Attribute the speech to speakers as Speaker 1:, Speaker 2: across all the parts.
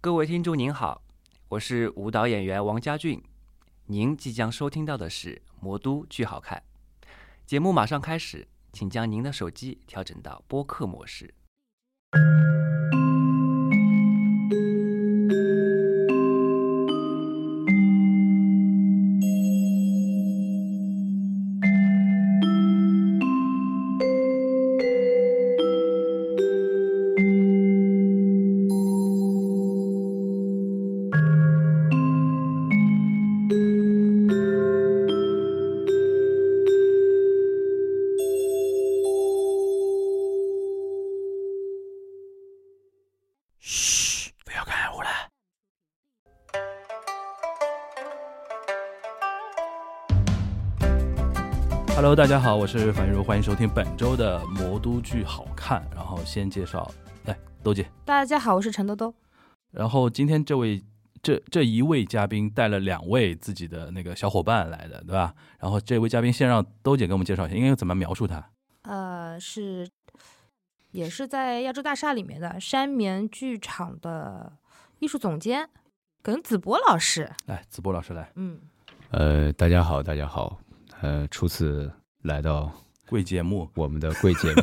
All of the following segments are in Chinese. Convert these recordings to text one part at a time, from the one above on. Speaker 1: 各位听众您好，我是舞蹈演员王家俊，您即将收听到的是《魔都剧好看》节目，马上开始，请将您的手机调整到播客模式。
Speaker 2: 嘘，不要看我了。Hello，大家好，我是樊玉茹，欢迎收听本周的《魔都剧好看》。然后先介绍，来，豆姐。
Speaker 3: 大家好，我是陈兜兜。
Speaker 2: 然后今天这位这这一位嘉宾带了两位自己的那个小伙伴来的，对吧？然后这位嘉宾先让豆姐给我们介绍一下，应该怎么描述他？
Speaker 3: 呃，是也是在亚洲大厦里面的山眠剧场的艺术总监耿子博老师。
Speaker 2: 来，子波老师来，
Speaker 3: 嗯，
Speaker 4: 呃，大家好，大家好，呃，初次来到
Speaker 2: 贵节目
Speaker 4: 我们的贵节 目，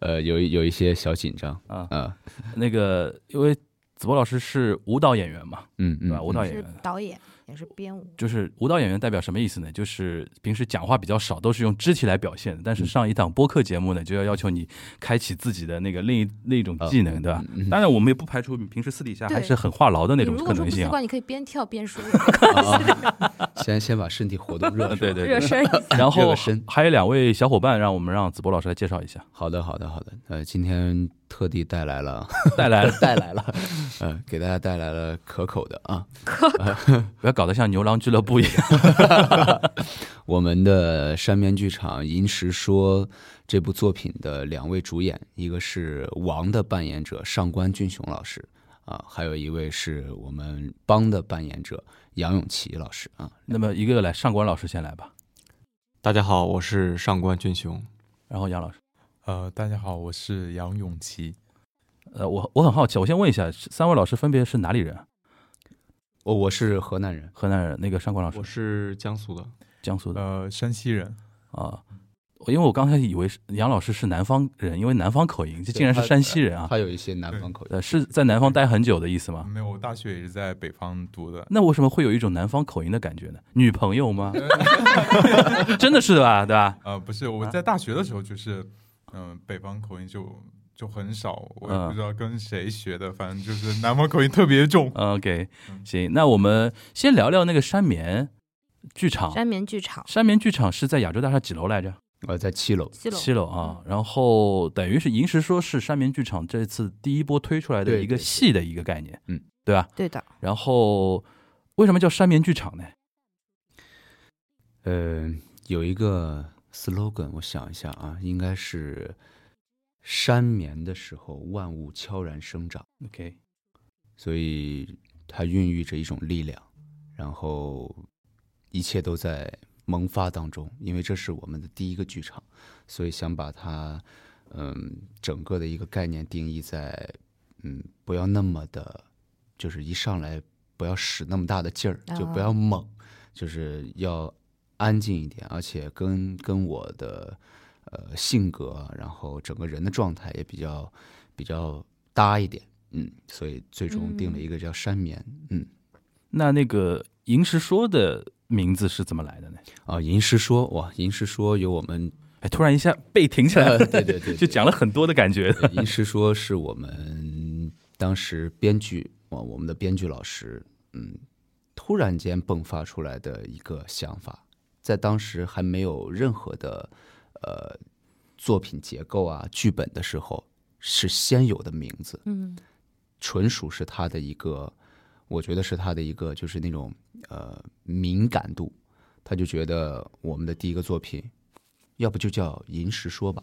Speaker 4: 呃，有一有一些小紧张
Speaker 2: 啊
Speaker 4: 啊、
Speaker 2: 那个，因为子波老师是舞蹈演员嘛，
Speaker 4: 嗯
Speaker 2: 对
Speaker 4: 嗯，
Speaker 2: 吧？
Speaker 4: 嗯
Speaker 2: 舞蹈演
Speaker 3: 是
Speaker 2: 员，
Speaker 3: 导演，也是编舞。
Speaker 2: 就是舞蹈演员代表什么意思呢？就是平时讲话比较少，都是用肢体来表现的。但是上一档播客节目呢，就要要求你开启自己的那个另一另一种技能，对吧？当然，我们也不排除你平时私底下
Speaker 3: 对
Speaker 2: 还是很话痨的那
Speaker 3: 你
Speaker 2: 种
Speaker 3: 如
Speaker 2: 可
Speaker 3: 果说
Speaker 2: 能
Speaker 3: 不习
Speaker 2: 性啊。，
Speaker 3: 惯，你可以边跳边说，
Speaker 4: 先先把身体活动 热
Speaker 2: 对对
Speaker 3: 热
Speaker 2: 对。
Speaker 3: 身。
Speaker 2: 然
Speaker 4: 热
Speaker 2: 后
Speaker 4: 个身，
Speaker 2: 还有两位小伙伴，让我们让子博老师来介绍一下
Speaker 4: 好的好的好的，呃，今天特地带来了，
Speaker 2: 带来
Speaker 4: 带来了， 呃，给大家带来了可口的啊，
Speaker 2: 不要搞得像牛郎俱乐部一样。
Speaker 4: 我们的山面剧场《银石说》这部作品的两位主演，一个是王的扮演者上官俊雄老师啊，还有一位是我们帮的扮演者杨永琪老师啊。
Speaker 2: 那么一个个来，上官老师先来吧，
Speaker 5: 大家好，我是上官俊雄。
Speaker 2: 然后杨老师。
Speaker 6: 呃，大家好，我是杨永琪。
Speaker 2: 呃，我我很好奇，我先问一下，三位老师分别是哪里人？啊
Speaker 4: 我、哦我是河南人，
Speaker 2: 河南人，那个上官老
Speaker 5: 我
Speaker 2: 师，
Speaker 5: 是江苏的，
Speaker 2: 江苏的。
Speaker 6: 呃，山西人，
Speaker 2: 啊，我因为我刚开始以为是杨老师是南方人，因为南方口音，这
Speaker 4: 对
Speaker 2: 竟然是
Speaker 4: 他
Speaker 2: 山西人啊
Speaker 4: 他！嗯有一些南方口音。
Speaker 2: 呃，是在南方待很久的意思吗？
Speaker 6: 啊没有，我大学也是在北方读的。
Speaker 2: 那为什么会有一种南方口音的感觉呢？女朋友吗？ 真的是吧？对吧？
Speaker 6: 呃，不是，我在大学的时候就是，嗯、北方口音就就很少，我也
Speaker 2: 嗯
Speaker 6: 不知道跟谁学的，反正就是南方口音特别重。
Speaker 2: OK，行，
Speaker 4: 嗯
Speaker 2: 那我们先聊聊那个山眠剧场。
Speaker 3: 山眠剧场
Speaker 2: 山眠剧场是在亚洲大厦几楼来着？
Speaker 4: 我在七楼，嗯
Speaker 3: 西楼
Speaker 2: 七楼啊。然后等于是银石说是山眠剧场这次第一波推出来的
Speaker 4: 对
Speaker 2: 一个
Speaker 4: 对对
Speaker 2: 戏的一个概念，
Speaker 4: 嗯，
Speaker 2: 对吧？
Speaker 3: 对的，
Speaker 2: 然后为什么叫山眠剧场呢？
Speaker 4: 呃，有一个 slogan，我想一下啊，应该是“山眠的时候，万物悄然生长”。
Speaker 2: OK，
Speaker 4: 所以它孕育着一种力量，然后一切都在萌发当中。因为这是我们的第一个剧场，所以想把它，嗯，整个的一个概念定义在，嗯，不要那么的，就是一上来不要使那么大的劲儿，就不要猛，就是要安静一点，而且跟跟我的呃性格，然后整个人的状态也比较比较搭一点。嗯，所以最终定了一个叫山眠，嗯
Speaker 2: 那那个银石说的名字是怎么来的呢？
Speaker 4: 啊，吟诗说哇，吟诗说有 我们，
Speaker 2: 哎，突然一下被停起来了，
Speaker 4: 呃对对对对
Speaker 2: 就讲了很多的感觉。
Speaker 4: 呃吟诗说是我们当时编剧哇，我们的编剧老师，嗯，突然间迸发出来的一个想法，在当时还没有任何的呃作品结构啊、剧本的时候，是先有的名字，
Speaker 3: 嗯，
Speaker 4: 纯属是他的一个，我觉得是他的一个就是那种呃敏感度，他就觉得我们的第一个作品，要不就叫《银石说》吧，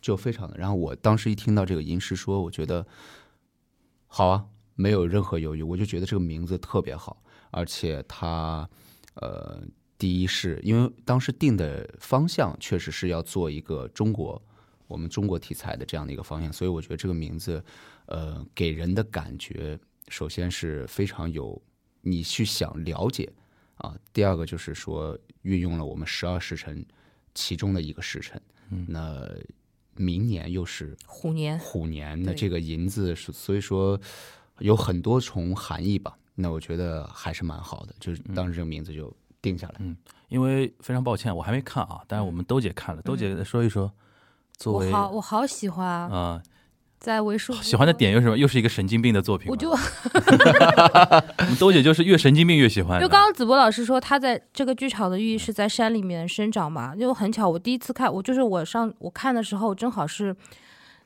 Speaker 4: 就非常的。然后我当时一听到这个《银石说》，我觉得好啊，没有任何犹豫，我就觉得这个名字特别好，而且它呃。第一是因为当时定的方向确实是要做一个中国，我们中国题材的这样的一个方向，所以我觉得这个名字呃，给人的感觉首先是非常有你去想了解啊，第二个就是说运用了我们十二时辰其中的一个时辰，
Speaker 2: 嗯
Speaker 4: 那明年又是
Speaker 3: 虎年，
Speaker 4: 虎年，那
Speaker 3: 对
Speaker 4: 这个银字是，所以说有很多重含义吧。那我觉得还是蛮好的，就是当时这个名字就定下来。
Speaker 2: 因为非常抱歉，我还没看啊，但是我们兜姐看了，兜姐说一说，作为
Speaker 3: 我好
Speaker 2: 啊、
Speaker 3: 我好喜欢啊，在为数不
Speaker 2: 喜欢的
Speaker 3: 多，
Speaker 2: 点又是什么？又是一个神经病的作品吗。
Speaker 3: 我就
Speaker 2: 我们兜姐就是越神经病越喜欢的。
Speaker 3: 就刚刚子博老师说，他在这个剧场的寓意是在山里面生长嘛，就很巧，我第一次看，我就是我上我看的时候，正好是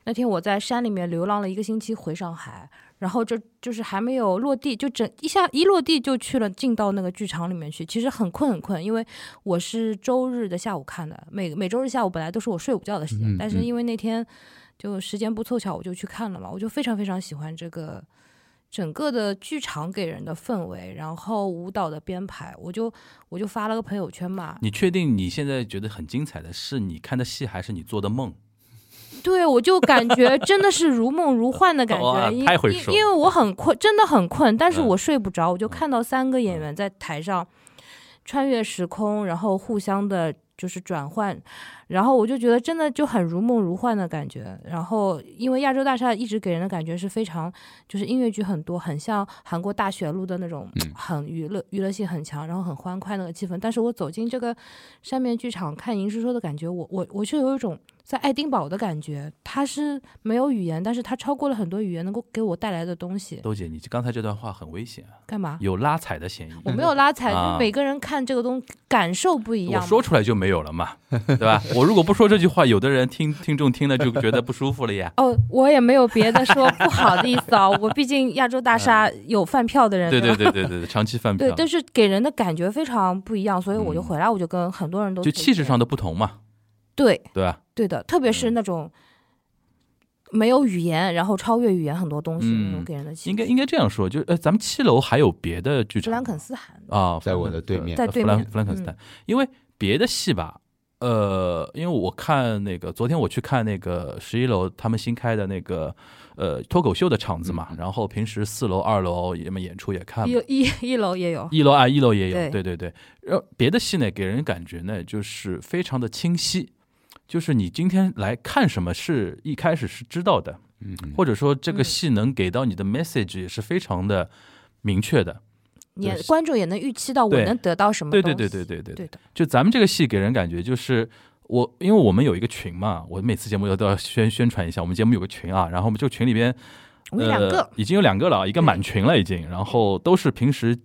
Speaker 3: 那天我在山里面流浪了一个星期，回上海，然后就就是还没有落地，就整一下一落地就去了，进到那个剧场里面去，其实很困很困，因为我是周日的下午看的，每每周日下午本来都是我睡午觉的时间，
Speaker 4: 嗯
Speaker 3: 但是
Speaker 4: 嗯
Speaker 3: 因为那天就时间不凑巧，我就去看了嘛，我就非常非常喜欢这个。整个的剧场给人的氛围，然后舞蹈的编排，我就我就发了个朋友圈嘛。
Speaker 2: 你确定你现在觉得很精彩的是你看的戏，还是你做的梦？
Speaker 3: 对，我就感觉真的是如梦如幻的感
Speaker 2: 哇
Speaker 3: 觉，因
Speaker 2: 太会
Speaker 3: 因
Speaker 2: 说
Speaker 3: 因为我很困，真的很困，但是
Speaker 2: 嗯
Speaker 3: 我睡不着，我就
Speaker 2: 嗯
Speaker 3: 看到三个演员在台上穿越时空，然后互相的就是转换，然后我就觉得真的就很如梦如幻的感觉。然后因为亚洲大厦一直给人的感觉是非常就是音乐剧很多，很像韩国大学路的那种，
Speaker 4: 嗯
Speaker 3: 很娱乐娱乐性很强，然后很欢快那个气氛。但是我走进这个山面剧场看《银师说》的感觉，我我我是有一种在爱丁堡的感觉，它是没有语言，但是它超过了很多语言能够给我带来的东西。
Speaker 2: 兜姐，你刚才这段话很危险啊，
Speaker 3: 干嘛？
Speaker 2: 有拉踩的嫌疑。
Speaker 3: 我没有拉踩，
Speaker 2: 啊
Speaker 3: 就每个人看这个东感受不一样
Speaker 2: 我
Speaker 3: 嘛。
Speaker 2: 说出来就没有了嘛，对吧？我如果不说这句话，有的人听听众听了就觉得不舒服了呀。
Speaker 3: 哦，我也没有别的说不好的意思啊，我毕竟亚洲 大厦有饭票的人，
Speaker 2: 嗯对
Speaker 3: 对
Speaker 2: 对
Speaker 3: 吧
Speaker 2: 对对对，对嗯长期饭
Speaker 3: 对
Speaker 2: 票，
Speaker 3: 但是给人的感觉非常不一样，所以我就回来我就跟很多人都
Speaker 2: 就
Speaker 3: 推
Speaker 2: 气质
Speaker 3: 荐
Speaker 2: 上的不同嘛，
Speaker 3: 对
Speaker 2: 对吧？
Speaker 3: 对的，特别是
Speaker 2: 嗯
Speaker 3: 那种没有语言，然后超越语言很多东西那种
Speaker 2: 嗯
Speaker 3: 给人的气质，
Speaker 2: 应该应该这样说，就是呃，咱们七楼还有别的剧
Speaker 3: 弗
Speaker 2: 场
Speaker 3: 兰
Speaker 2: 吗
Speaker 3: 肯斯坦
Speaker 2: 啊，
Speaker 4: 在我的对
Speaker 2: 弗兰
Speaker 4: 面
Speaker 3: 在对
Speaker 2: 弗兰
Speaker 3: 面嗯
Speaker 2: 弗兰肯斯坦，因为别的戏吧，呃，因为我看那个昨天我去看那个十一楼他们新开的那个呃脱口秀的场子嘛，
Speaker 4: 嗯嗯
Speaker 2: 然后平时四楼、二楼也们演出也看
Speaker 3: 一
Speaker 2: 嘛，
Speaker 3: 一一楼也有，
Speaker 2: 一楼啊一楼也有，
Speaker 3: 对
Speaker 2: 对对对，然后别的戏呢给人感觉呢就是非常的清晰。就是你今天来看什么是一开始是知道的，
Speaker 4: 嗯，
Speaker 2: 或者说这个
Speaker 3: 嗯
Speaker 2: 戏能给到你的 message 也是非常的明确的。
Speaker 3: 也
Speaker 2: 对
Speaker 3: 观众也能预期到我
Speaker 2: 对
Speaker 3: 能得到什么
Speaker 2: 对
Speaker 3: 东西，
Speaker 2: 对对对对对
Speaker 3: 对的，
Speaker 2: 就咱们这个戏给人感觉就是我，因为我们有一个群嘛，我每次节目要都要宣宣传一下，我们节目有个群啊，然后我们这个群里边
Speaker 3: 我们两个
Speaker 2: 呃、已经有两个了，一个
Speaker 3: 对
Speaker 2: 满群了已经，然后都是平时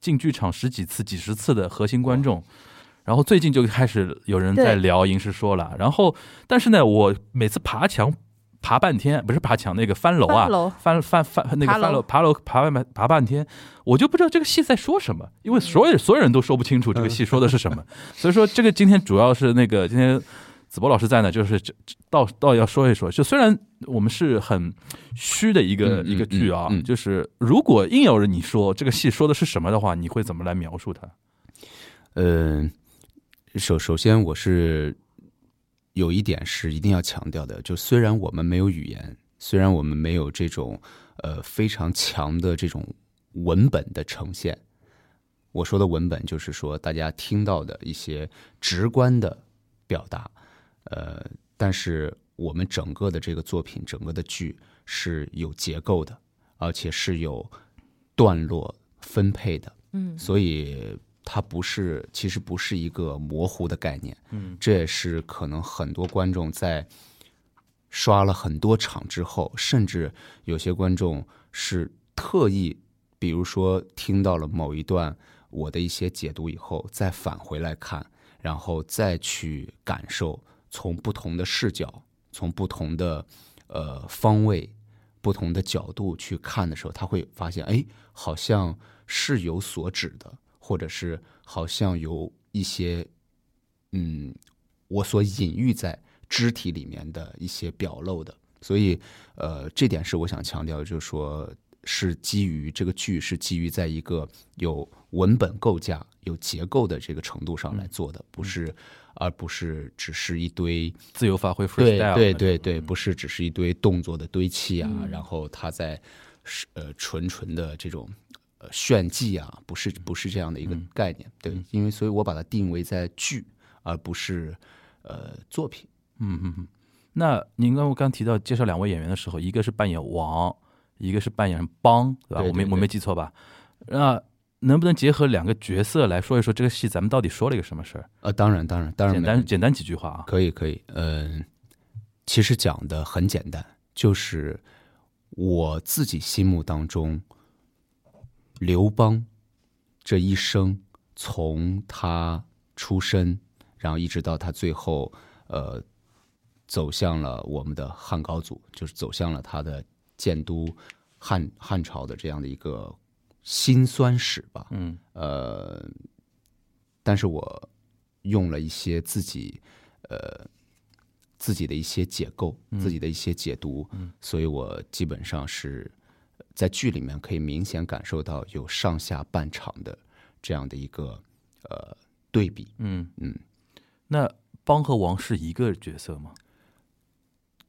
Speaker 2: 进剧场十几次、几十次的核心观众。然后最近就开始有人在
Speaker 3: 对
Speaker 2: 聊《银石说》了，然后但是呢，我每次爬墙爬半天，不是爬墙，那个翻楼啊
Speaker 3: 三，楼
Speaker 2: 翻翻翻那个
Speaker 3: 爬
Speaker 2: 翻
Speaker 3: 楼
Speaker 2: 楼爬楼爬半爬半天，我就不知道这个戏在说什么，因为所有所有人都说不清
Speaker 4: 嗯
Speaker 2: 楚这个戏说的是什么，所以说这个今天主要是那个今天子博老师在呢，就是这这倒倒要说一说，就虽然我们是很虚的一个、
Speaker 4: 嗯嗯
Speaker 2: 一个剧啊，
Speaker 4: 嗯嗯
Speaker 2: 就是如果硬要你说这个戏说的是什么的话，你会怎么来描述它？
Speaker 4: 嗯，首首先我是有一点是一定要强调的，就虽然我们没有语言，虽然我们没有这种呃非常强的这种文本的呈现，我说的文本就是说大家听到的一些直观的表达，呃，但是我们整个的这个作品，整个的剧是有结构的，而且是有段落分配的。
Speaker 3: 嗯
Speaker 4: 所以它不是，其实不是一个模糊的概念。
Speaker 2: 嗯，
Speaker 4: 这也是可能很多观众在刷了很多场之后，甚至有些观众是特意，比如说听到了某一段我的一些解读以后，再返回来看，然后再去感受，从不同的视角，从不同的呃方位。不同的角度去看的时候，他会发现，哎，好像是有所指的，或者是好像有一些，嗯，我所隐喻在肢体里面的一些表露的。所以，呃，这点是我想强调的，就是说是基于这个剧是基于在一个有文本构架、有结构的这个程度上来做的，不是，而不是只是一堆
Speaker 2: 自由发挥 freestyle 啊
Speaker 4: 对
Speaker 2: 那种。嗯
Speaker 4: 对对对，不是只是一堆动作的堆砌啊，
Speaker 3: 嗯
Speaker 4: 然后他在是呃纯纯的这种呃炫技啊，不
Speaker 2: 嗯
Speaker 4: 是不是这样的一个概念。对，因为所以我把它定位在剧，而不是呃作品。
Speaker 2: 嗯嗯嗯。那您刚我刚提到介绍两位演员的时候，一个是扮演王，一个是扮演帮，对吧？
Speaker 4: 对对
Speaker 2: 我没
Speaker 4: 对
Speaker 2: 我没记错吧？那能不能结合两个角色来说一说这个戏咱们到底说了一个什么事儿？
Speaker 4: 呃，当然，当然，当然，
Speaker 2: 简单简单几句话啊。
Speaker 4: 可以，可以。嗯、其实讲的很简单，就是我自己心目当中，刘邦这一生，从他出生，然后一直到他最后，呃，走向了我们的汉高祖，就是走向了他的建都汉汉朝的这样的一个辛酸史吧。
Speaker 2: 嗯
Speaker 4: 呃，但是我用了一些自己呃自己的一些解构、
Speaker 3: 嗯
Speaker 4: 自己的一些解读，所以我基本上是在剧里面可以明显感受到有上下半场的这样的一个呃对比。
Speaker 2: 嗯
Speaker 4: 嗯。
Speaker 2: 那帮和王是一个角色吗？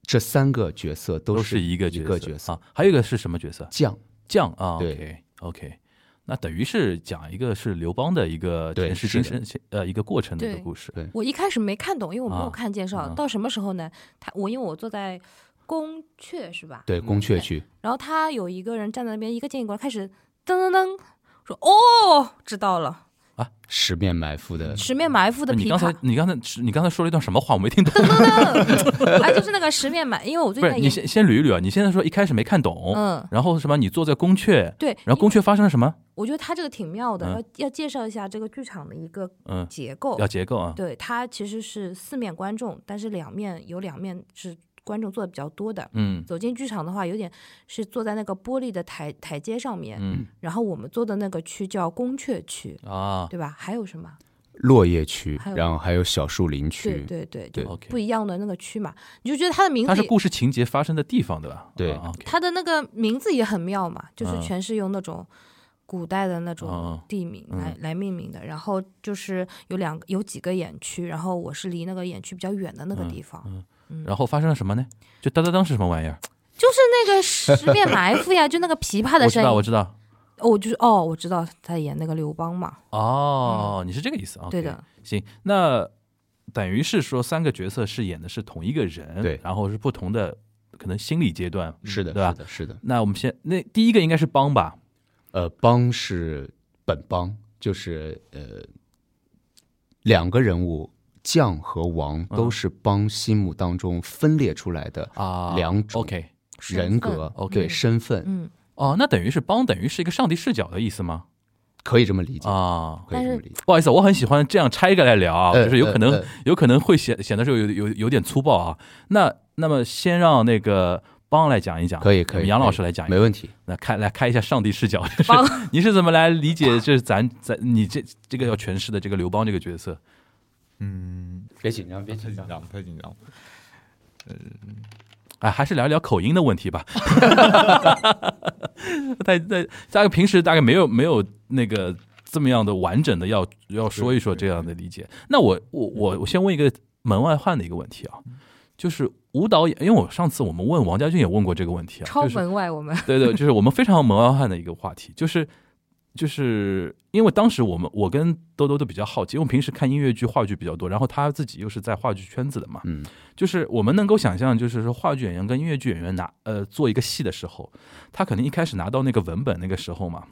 Speaker 4: 这三个角色都
Speaker 2: 是一个
Speaker 4: 一
Speaker 2: 角
Speaker 4: 个
Speaker 2: 色
Speaker 4: 角色，
Speaker 2: 啊。还有一个是什么角色？
Speaker 4: 将
Speaker 2: 将
Speaker 3: 哦
Speaker 2: 啊，
Speaker 4: 对
Speaker 2: o k OK，那等于是讲一个是刘邦的一个
Speaker 4: 对
Speaker 2: 前世
Speaker 4: 是
Speaker 2: 今
Speaker 4: 的
Speaker 2: 生前呃一个过程的一个
Speaker 3: 对
Speaker 2: 故事。
Speaker 4: 对
Speaker 3: 我一开始没看懂，因为我没
Speaker 2: 啊
Speaker 3: 有看介绍。
Speaker 2: 嗯
Speaker 3: 到什么时候呢？他我因为我坐在宫阙是吧？
Speaker 4: 对宫阙区，
Speaker 3: 然后他有一个人站在那边，一个建议过来，开始噔噔噔说：“哦，知道了，
Speaker 4: 十面埋伏的
Speaker 3: 十面埋伏的
Speaker 2: 那你
Speaker 3: 琵
Speaker 2: 刚才
Speaker 3: 琶。
Speaker 2: 你刚才是你刚才说了一段什么话？我没听懂。
Speaker 3: 哎，就是那个十面埋，因为我最
Speaker 2: 不
Speaker 3: 近
Speaker 2: 是，
Speaker 3: 在
Speaker 2: 你
Speaker 3: 研
Speaker 2: 先先捋一捋啊！你现在说一开始没看懂，
Speaker 3: 嗯，
Speaker 2: 然后什么？你坐在宫阙，
Speaker 3: 对，
Speaker 2: 然后宫阙发生了什么？
Speaker 3: 我觉得他这个挺妙的，
Speaker 2: 嗯
Speaker 3: 要要介绍一下这个剧场的一个
Speaker 2: 嗯，
Speaker 3: 结构。
Speaker 2: 要结构啊。
Speaker 3: 对，它其实是四面观众，但是两面有两面是观众坐的比较多的。
Speaker 2: 嗯
Speaker 3: 走进剧场的话，有点是坐在那个玻璃的台台阶上面，
Speaker 2: 嗯
Speaker 3: 然后我们坐的那个区叫宫阙区，
Speaker 4: 嗯
Speaker 2: 啊
Speaker 3: 对吧？还有什么？
Speaker 4: 落叶区
Speaker 3: 还，有
Speaker 4: 然后还有小树林
Speaker 3: 对
Speaker 4: 区，
Speaker 3: 对对，
Speaker 4: 对
Speaker 3: 就
Speaker 2: ，OK，
Speaker 3: 不一样的那个区嘛，你就觉得它的名
Speaker 2: 它
Speaker 3: 字
Speaker 2: 是
Speaker 3: 也，
Speaker 2: 故事情节发生的地方，对吧？
Speaker 4: 对
Speaker 2: 啊，OK，
Speaker 3: 它的那个名字也很妙嘛，就是
Speaker 2: 嗯
Speaker 3: 全是用那种古代的那
Speaker 2: 嗯
Speaker 3: 种地名来、来命名的。然后就是有两个有几个演区，然后我是离那个演区比较远的那个
Speaker 2: 嗯
Speaker 3: 地方，
Speaker 2: 然后发生了什么呢？就当当当是什么玩意儿？
Speaker 3: 就是那个十面埋伏呀，就那个琵琶的
Speaker 2: 我知
Speaker 3: 声音，
Speaker 2: 道，
Speaker 3: 哦
Speaker 2: 我知道。
Speaker 3: 我就是哦，我知道他演那个刘邦嘛，
Speaker 2: 哦，你是这个意思啊？
Speaker 3: 嗯对的，
Speaker 2: 行，那等于是说三个角色饰演的是同一个人，
Speaker 4: 对
Speaker 2: 然后是不同的可能心理阶段。
Speaker 4: 是的，
Speaker 2: 对吧
Speaker 4: 是的，是的。
Speaker 2: 那我们先，那第一个应该是帮吧？
Speaker 4: 呃，帮是本帮，就是呃，两个人物将和王
Speaker 2: 嗯
Speaker 4: 都是帮心目当中分裂出来的
Speaker 2: 啊，
Speaker 4: 两种
Speaker 2: OK，
Speaker 4: 人格，
Speaker 2: 份
Speaker 4: 对
Speaker 3: 嗯
Speaker 4: 身份、
Speaker 3: 嗯，
Speaker 2: 哦，那等于是帮，等于是一个上帝视角的意思吗？
Speaker 4: 可以这么理解，
Speaker 2: 啊，
Speaker 4: 可以这么理解。
Speaker 2: 不好意思，我很喜欢这样拆开来聊啊，
Speaker 4: 呃
Speaker 2: 就是有可
Speaker 4: 呃
Speaker 2: 能
Speaker 4: 呃
Speaker 2: 有可能会显显得是有有有点粗暴啊。那那么先让那个帮来讲一讲，
Speaker 4: 可以可
Speaker 2: 我
Speaker 4: 以
Speaker 2: 们杨
Speaker 4: 可以
Speaker 2: 老师来讲一
Speaker 4: 呃没
Speaker 2: 讲。
Speaker 4: 问题。
Speaker 2: 那开来开一下上帝视角， 就是你是怎么来理解这咱咱你这这个要诠释的这个刘邦这个角色？
Speaker 6: 嗯，
Speaker 4: 别紧张，别
Speaker 6: 太紧张，太紧张呃了。
Speaker 2: 哎，还是聊一聊口音的问题吧。 大大大概平时大概没有没有那个这么样的完整的要要说一说这样的理解。那我我我我先问一个门外汉的一个问题啊，就是舞蹈演，因为我上次我们问王家俊也问过这个问题啊，
Speaker 3: 超
Speaker 2: 就是
Speaker 3: 门外我们，
Speaker 2: 对对，就是我们非常门外汉的一个话题，就是就是因为当时我们我跟兜兜都比较好奇，因为我平时看音乐剧、话剧比较多，然后他自己又是在话剧圈子的嘛，
Speaker 4: 嗯，
Speaker 2: 就是我们能够想象，就是说话剧演员跟音乐剧演员拿呃做一个戏的时候，他肯定一开始拿到那个文本那个时候嘛。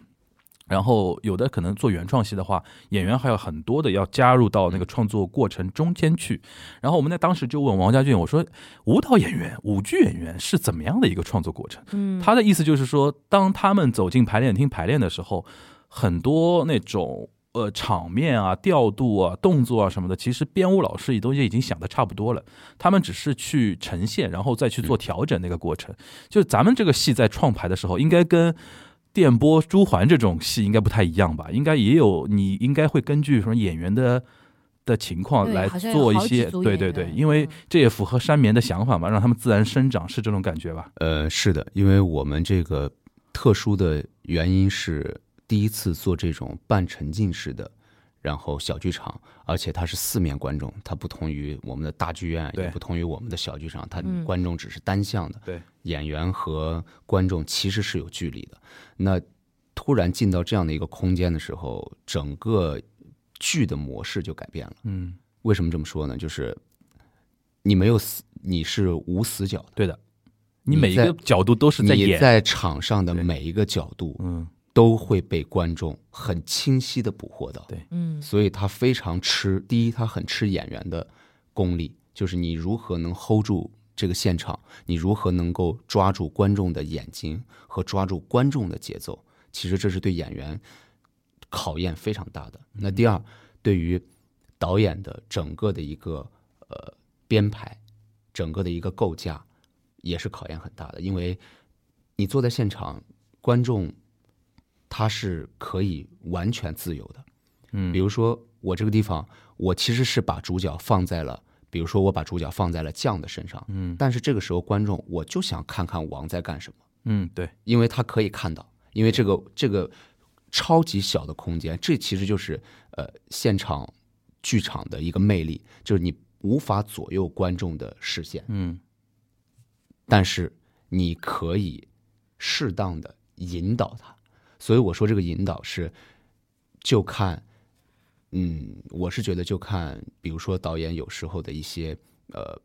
Speaker 2: 然后有的可能做原创戏的话，演员还有很多的要加入到那个创作过程中间去。然后我们在当时就问王家俊，我说舞蹈演员、舞剧演员是怎么样的一个创作过程？
Speaker 3: 嗯，
Speaker 2: 他的意思就是说，当他们走进排练厅排练的时候，很多那种呃场面啊、调度啊、动作啊什么的，其实编舞老师也都已经想的差不多了，他们只是去呈现，然后再去做调整那个过程。就是咱们这个戏在创排的时候，应该跟。电波、朱环这种戏应该不太一样吧？应该也有，你应该会根据什么演员的的情况
Speaker 3: 对
Speaker 2: 来
Speaker 3: 好像有
Speaker 2: 做一
Speaker 3: 好几
Speaker 2: 些，
Speaker 3: 组
Speaker 2: 对
Speaker 3: 演
Speaker 2: 对对，
Speaker 3: 员
Speaker 2: 因为
Speaker 3: 嗯
Speaker 2: 这也符合山棉的想法嘛，让他们自然生长，是这种感觉吧？
Speaker 4: 呃，是的，因为我们这个特殊的原因是第一次做这种半沉浸式的，然后小剧场，而且它是四面观众，它不同于我们的大剧院，
Speaker 2: 对
Speaker 4: 也不同于我们的小剧场，它
Speaker 3: 嗯
Speaker 4: 观众只是单向的。
Speaker 2: 对，
Speaker 4: 演员和观众其实是有距离的。那突然进到这样的一个空间的时候，整个剧的模式就改变了。
Speaker 2: 嗯，
Speaker 4: 为什么这么说呢？就是你没有死，你是无死角的，
Speaker 2: 对的，你
Speaker 4: 你
Speaker 2: 每一
Speaker 4: 在
Speaker 2: 个角度都是在
Speaker 4: 你
Speaker 2: 演，
Speaker 4: 在场上的
Speaker 2: 对
Speaker 4: 每一个角度
Speaker 2: 嗯，
Speaker 4: 都会被观众很清晰的捕获到。
Speaker 2: 对
Speaker 3: 嗯
Speaker 4: 所以他非常吃，第一，他很吃演员的功力，就是你如何能 hold 住这个现场，你如何能够抓住观众的眼睛和抓住观众的节奏，其实这是对演员考验非常大的。那第二，对于导演的整个的一个呃编排，整个的一个构架，也是考验很大的，因为你坐在现场，观众他是可以完全自由的。比如说我这个地方，我其实是把主角放在了，比如说我把主角放在了酱的身上，嗯，但是这个时候观众我就想看看王在干什么，
Speaker 2: 嗯，对，
Speaker 4: 因为他可以看到，因为这个这个超级小的空间，这其实就是呃现场剧场的一个魅力，就是你无法左右观众的视线，
Speaker 2: 嗯，
Speaker 4: 但是你可以适当的引导他。所以我说这个引导是，就看，嗯，我是觉得就看，比如说导演有时候的一些呃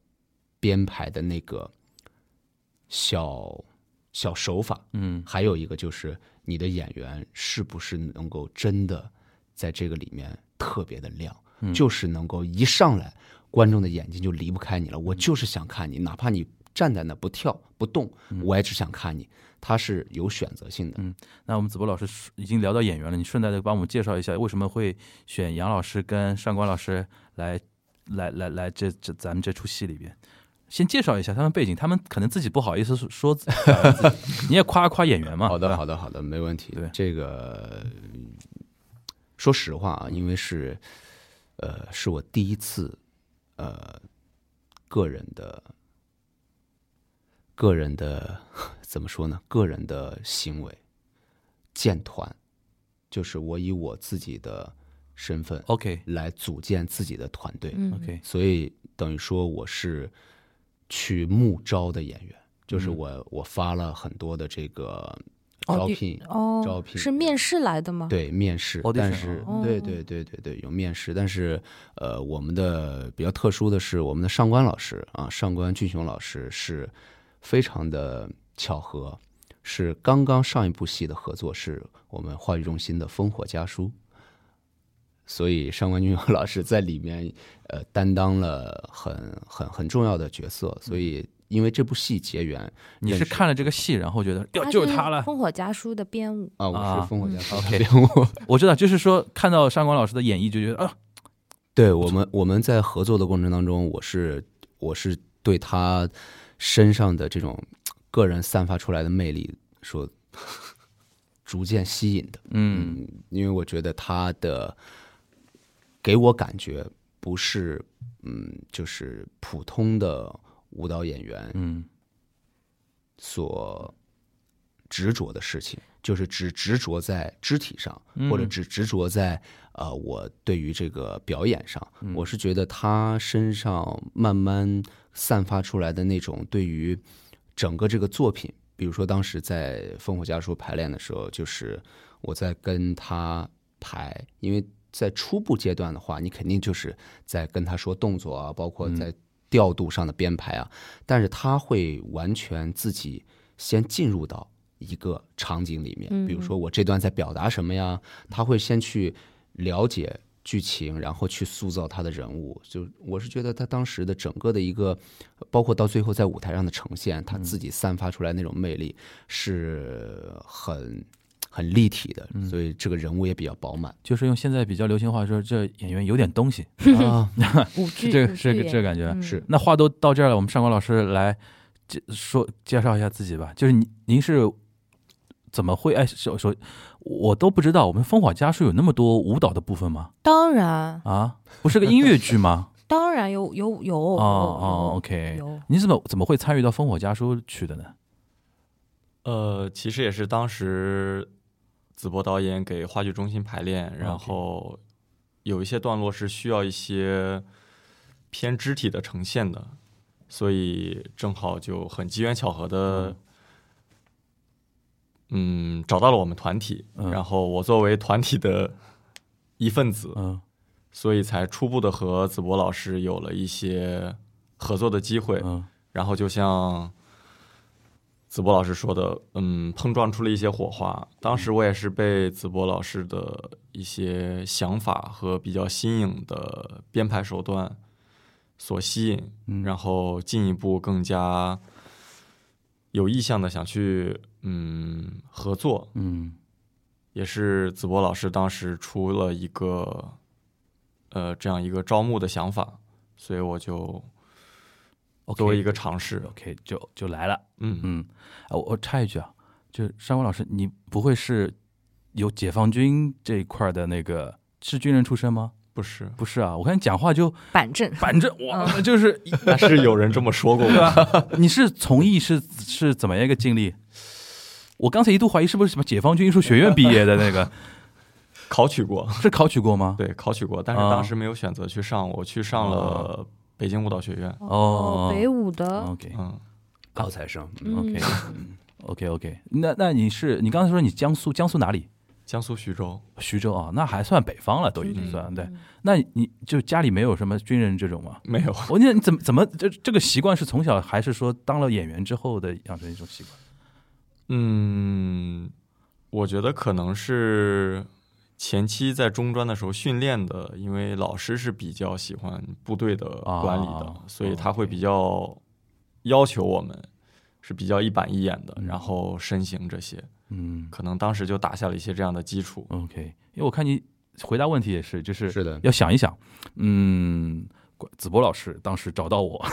Speaker 4: 编排的那个小小手法，
Speaker 2: 嗯，
Speaker 4: 还有一个就是你的演员是不是能够真的在这个里面特别的亮，就是能够一上来观众的眼睛就离不开你了，我就是想看你，哪怕你站在那不跳不动，我也只想看你。它是有选择性的，
Speaker 2: 那我们子博老师顺已经聊到演员了，你顺带的帮我们介绍一下，为什么会选杨老师跟上官老师来来来来这这咱们这出戏里边？先介绍一下他们背景，他们可能自己不好意思说说自己，呃自己你也夸夸演员嘛。
Speaker 4: 好
Speaker 2: 对
Speaker 4: 的，
Speaker 2: 吧
Speaker 4: 好的，好的，没问题。
Speaker 2: 啊对
Speaker 4: 这个嗯说实话啊，因为是呃，是我第一次呃个人的个人的 怎么说呢？个人的行为建团，就是我以我自己的身份
Speaker 2: OK
Speaker 4: 来组建自己的团队。
Speaker 3: 嗯
Speaker 2: OK，
Speaker 4: 所以等于说我是去募招的演员，就是我、我发了很多的这个
Speaker 3: 嗯哦
Speaker 4: 招
Speaker 3: 你
Speaker 4: 聘，
Speaker 3: 哦，
Speaker 4: 招聘
Speaker 3: 是面试来的吗？，
Speaker 4: 对面试
Speaker 2: Audition，
Speaker 4: 但是、
Speaker 3: 哦
Speaker 4: 对对对对对有面试，但是呃，我们的比较特殊的是，我们的上官老师啊，上官俊雄老师是非常的巧合，是刚刚上一部戏的合作是我们话剧中心的《烽火家书》。所以上官俊雄老师在里面，呃，担当了很很很重要的角色。所以，因为这部戏结缘，
Speaker 2: 你是
Speaker 4: 认识
Speaker 2: 看了这个戏，然后觉得哟就是他了。
Speaker 3: 烽火家书的编 舞。
Speaker 4: 啊，我
Speaker 2: 啊
Speaker 4: 是烽火家
Speaker 3: 嗯
Speaker 4: 书
Speaker 2: OK
Speaker 4: 的编舞
Speaker 2: 我知道，就是说看到上官老师的演绎就觉得啊，
Speaker 4: 对我们，我们在合作的过程当中，我是我是对他身上的这种个人散发出来的魅力，说 逐渐吸引的。
Speaker 2: 嗯，
Speaker 4: 因为我觉得他的给我感觉不是，嗯，就是普通的舞蹈演员
Speaker 2: 嗯
Speaker 4: 所执着的事情，就是只执着在肢体上，
Speaker 2: 嗯
Speaker 4: 或者只执着在呃我对于这个表演上。我是觉得他身上慢慢散发出来的那种对于整个这个作品，比如说当时在《烽火家书》排练的时候，就是我在跟他排，因为。在初步阶段的话，你肯定就是在跟他说动作啊，包括在调度上的编排啊，但是他会完全自己先进入到一个场景里面，比如说我这段在表达什么呀，他会先去了解剧情，然后去塑造他的人物。就我是觉得他当时的整个的一个，包括到最后在舞台上的呈现，他自己散发出来那种魅力是很很立体的，所以这个人物也比较饱满
Speaker 2: 就是用现在比较流行话说，这演员有点东西，
Speaker 4: 啊。
Speaker 3: 舞剧，
Speaker 2: 这
Speaker 3: 舞
Speaker 2: 个这
Speaker 3: 剧
Speaker 2: 个这个
Speaker 3: 演
Speaker 2: 感觉。
Speaker 3: 嗯
Speaker 4: 是
Speaker 2: 那话都到这儿了，我们上官老师来介说介绍一下自己吧。就是您您是怎么会哎首首我都不知道，我们烽火家是有那么多舞蹈的部分吗？
Speaker 3: 当然
Speaker 2: 啊，不是个音乐剧吗？
Speaker 3: 当然有有有
Speaker 2: 哦
Speaker 3: 哦
Speaker 2: 哦，OK，
Speaker 3: 有
Speaker 2: 你怎么怎么会参与到烽火家书去的呢？
Speaker 5: 呃，其实也是啊当时子博导演给话剧中心排练，然
Speaker 2: OK
Speaker 5: 后有一些段落是需要一些偏肢体的呈现的，所以正好就很机缘巧合的，嗯，找到了我们团体，
Speaker 2: 嗯
Speaker 5: 然后我作为团体的一份子，
Speaker 2: 嗯
Speaker 5: 所以才初步的和子博老师有了一些合作的机会，
Speaker 2: 嗯
Speaker 5: 然后就像子博老师说的，嗯，碰撞出了一些火花。当时我也是被子博老师的一些想法和比较新颖的编排手段所吸引，
Speaker 2: 嗯，
Speaker 5: 然后进一步更加有意向的想去嗯合作。
Speaker 2: 嗯
Speaker 5: 也是子博老师当时出了一个呃这样一个招募的想法，所以我就
Speaker 2: ，OK，
Speaker 5: 作为一个尝试，
Speaker 2: OK 就就来了。
Speaker 5: 嗯
Speaker 2: 嗯，啊，我我插一句啊，就山文老师，你不会是有解放军这一块儿的那个是军人出身吗？
Speaker 5: 不是，
Speaker 2: 不是啊，我看你讲话就
Speaker 3: 板正。
Speaker 2: 反正哇， 就是
Speaker 5: 但是有人这么说过我。
Speaker 2: 你是从艺是是怎么样一个经历？我刚才一度怀疑是不是什么解放军艺术学院毕业的那个，
Speaker 5: 考取过，
Speaker 2: 是考取过吗？
Speaker 5: 对，考取过，但是
Speaker 2: 啊
Speaker 5: 当时没有选择去上，我去上了北京舞蹈学院。
Speaker 2: 哦
Speaker 3: 北舞的，
Speaker 2: ，OK
Speaker 5: 嗯，
Speaker 1: 高材生，
Speaker 3: 嗯
Speaker 2: OK，OK OK，那那你是你刚才说你江苏江苏哪里？
Speaker 5: 江苏徐州，
Speaker 2: 徐州啊，那还算北方了，都已
Speaker 3: 嗯
Speaker 2: 经算对。那你就家里没有什么军人这种吗？
Speaker 5: 没有，
Speaker 2: 我那你怎么怎么这这个习惯是从小还是说当了演员之后的养成一种习惯？
Speaker 5: 嗯，我觉得可能是前期在中专的时候训练的，因为老师是比较喜欢部队的管理的，
Speaker 2: 啊
Speaker 5: 所以他
Speaker 2: ，OK
Speaker 5: 会比较要求我们是比较一板一眼的，
Speaker 2: 嗯
Speaker 5: 然后身形这些，
Speaker 2: 嗯
Speaker 5: 可能当时就打下了一些这样的基础。
Speaker 2: ，OK，因为我看你回答问题也是，就是
Speaker 4: 是的，
Speaker 2: 要想一想，嗯，子博老师当时找到 我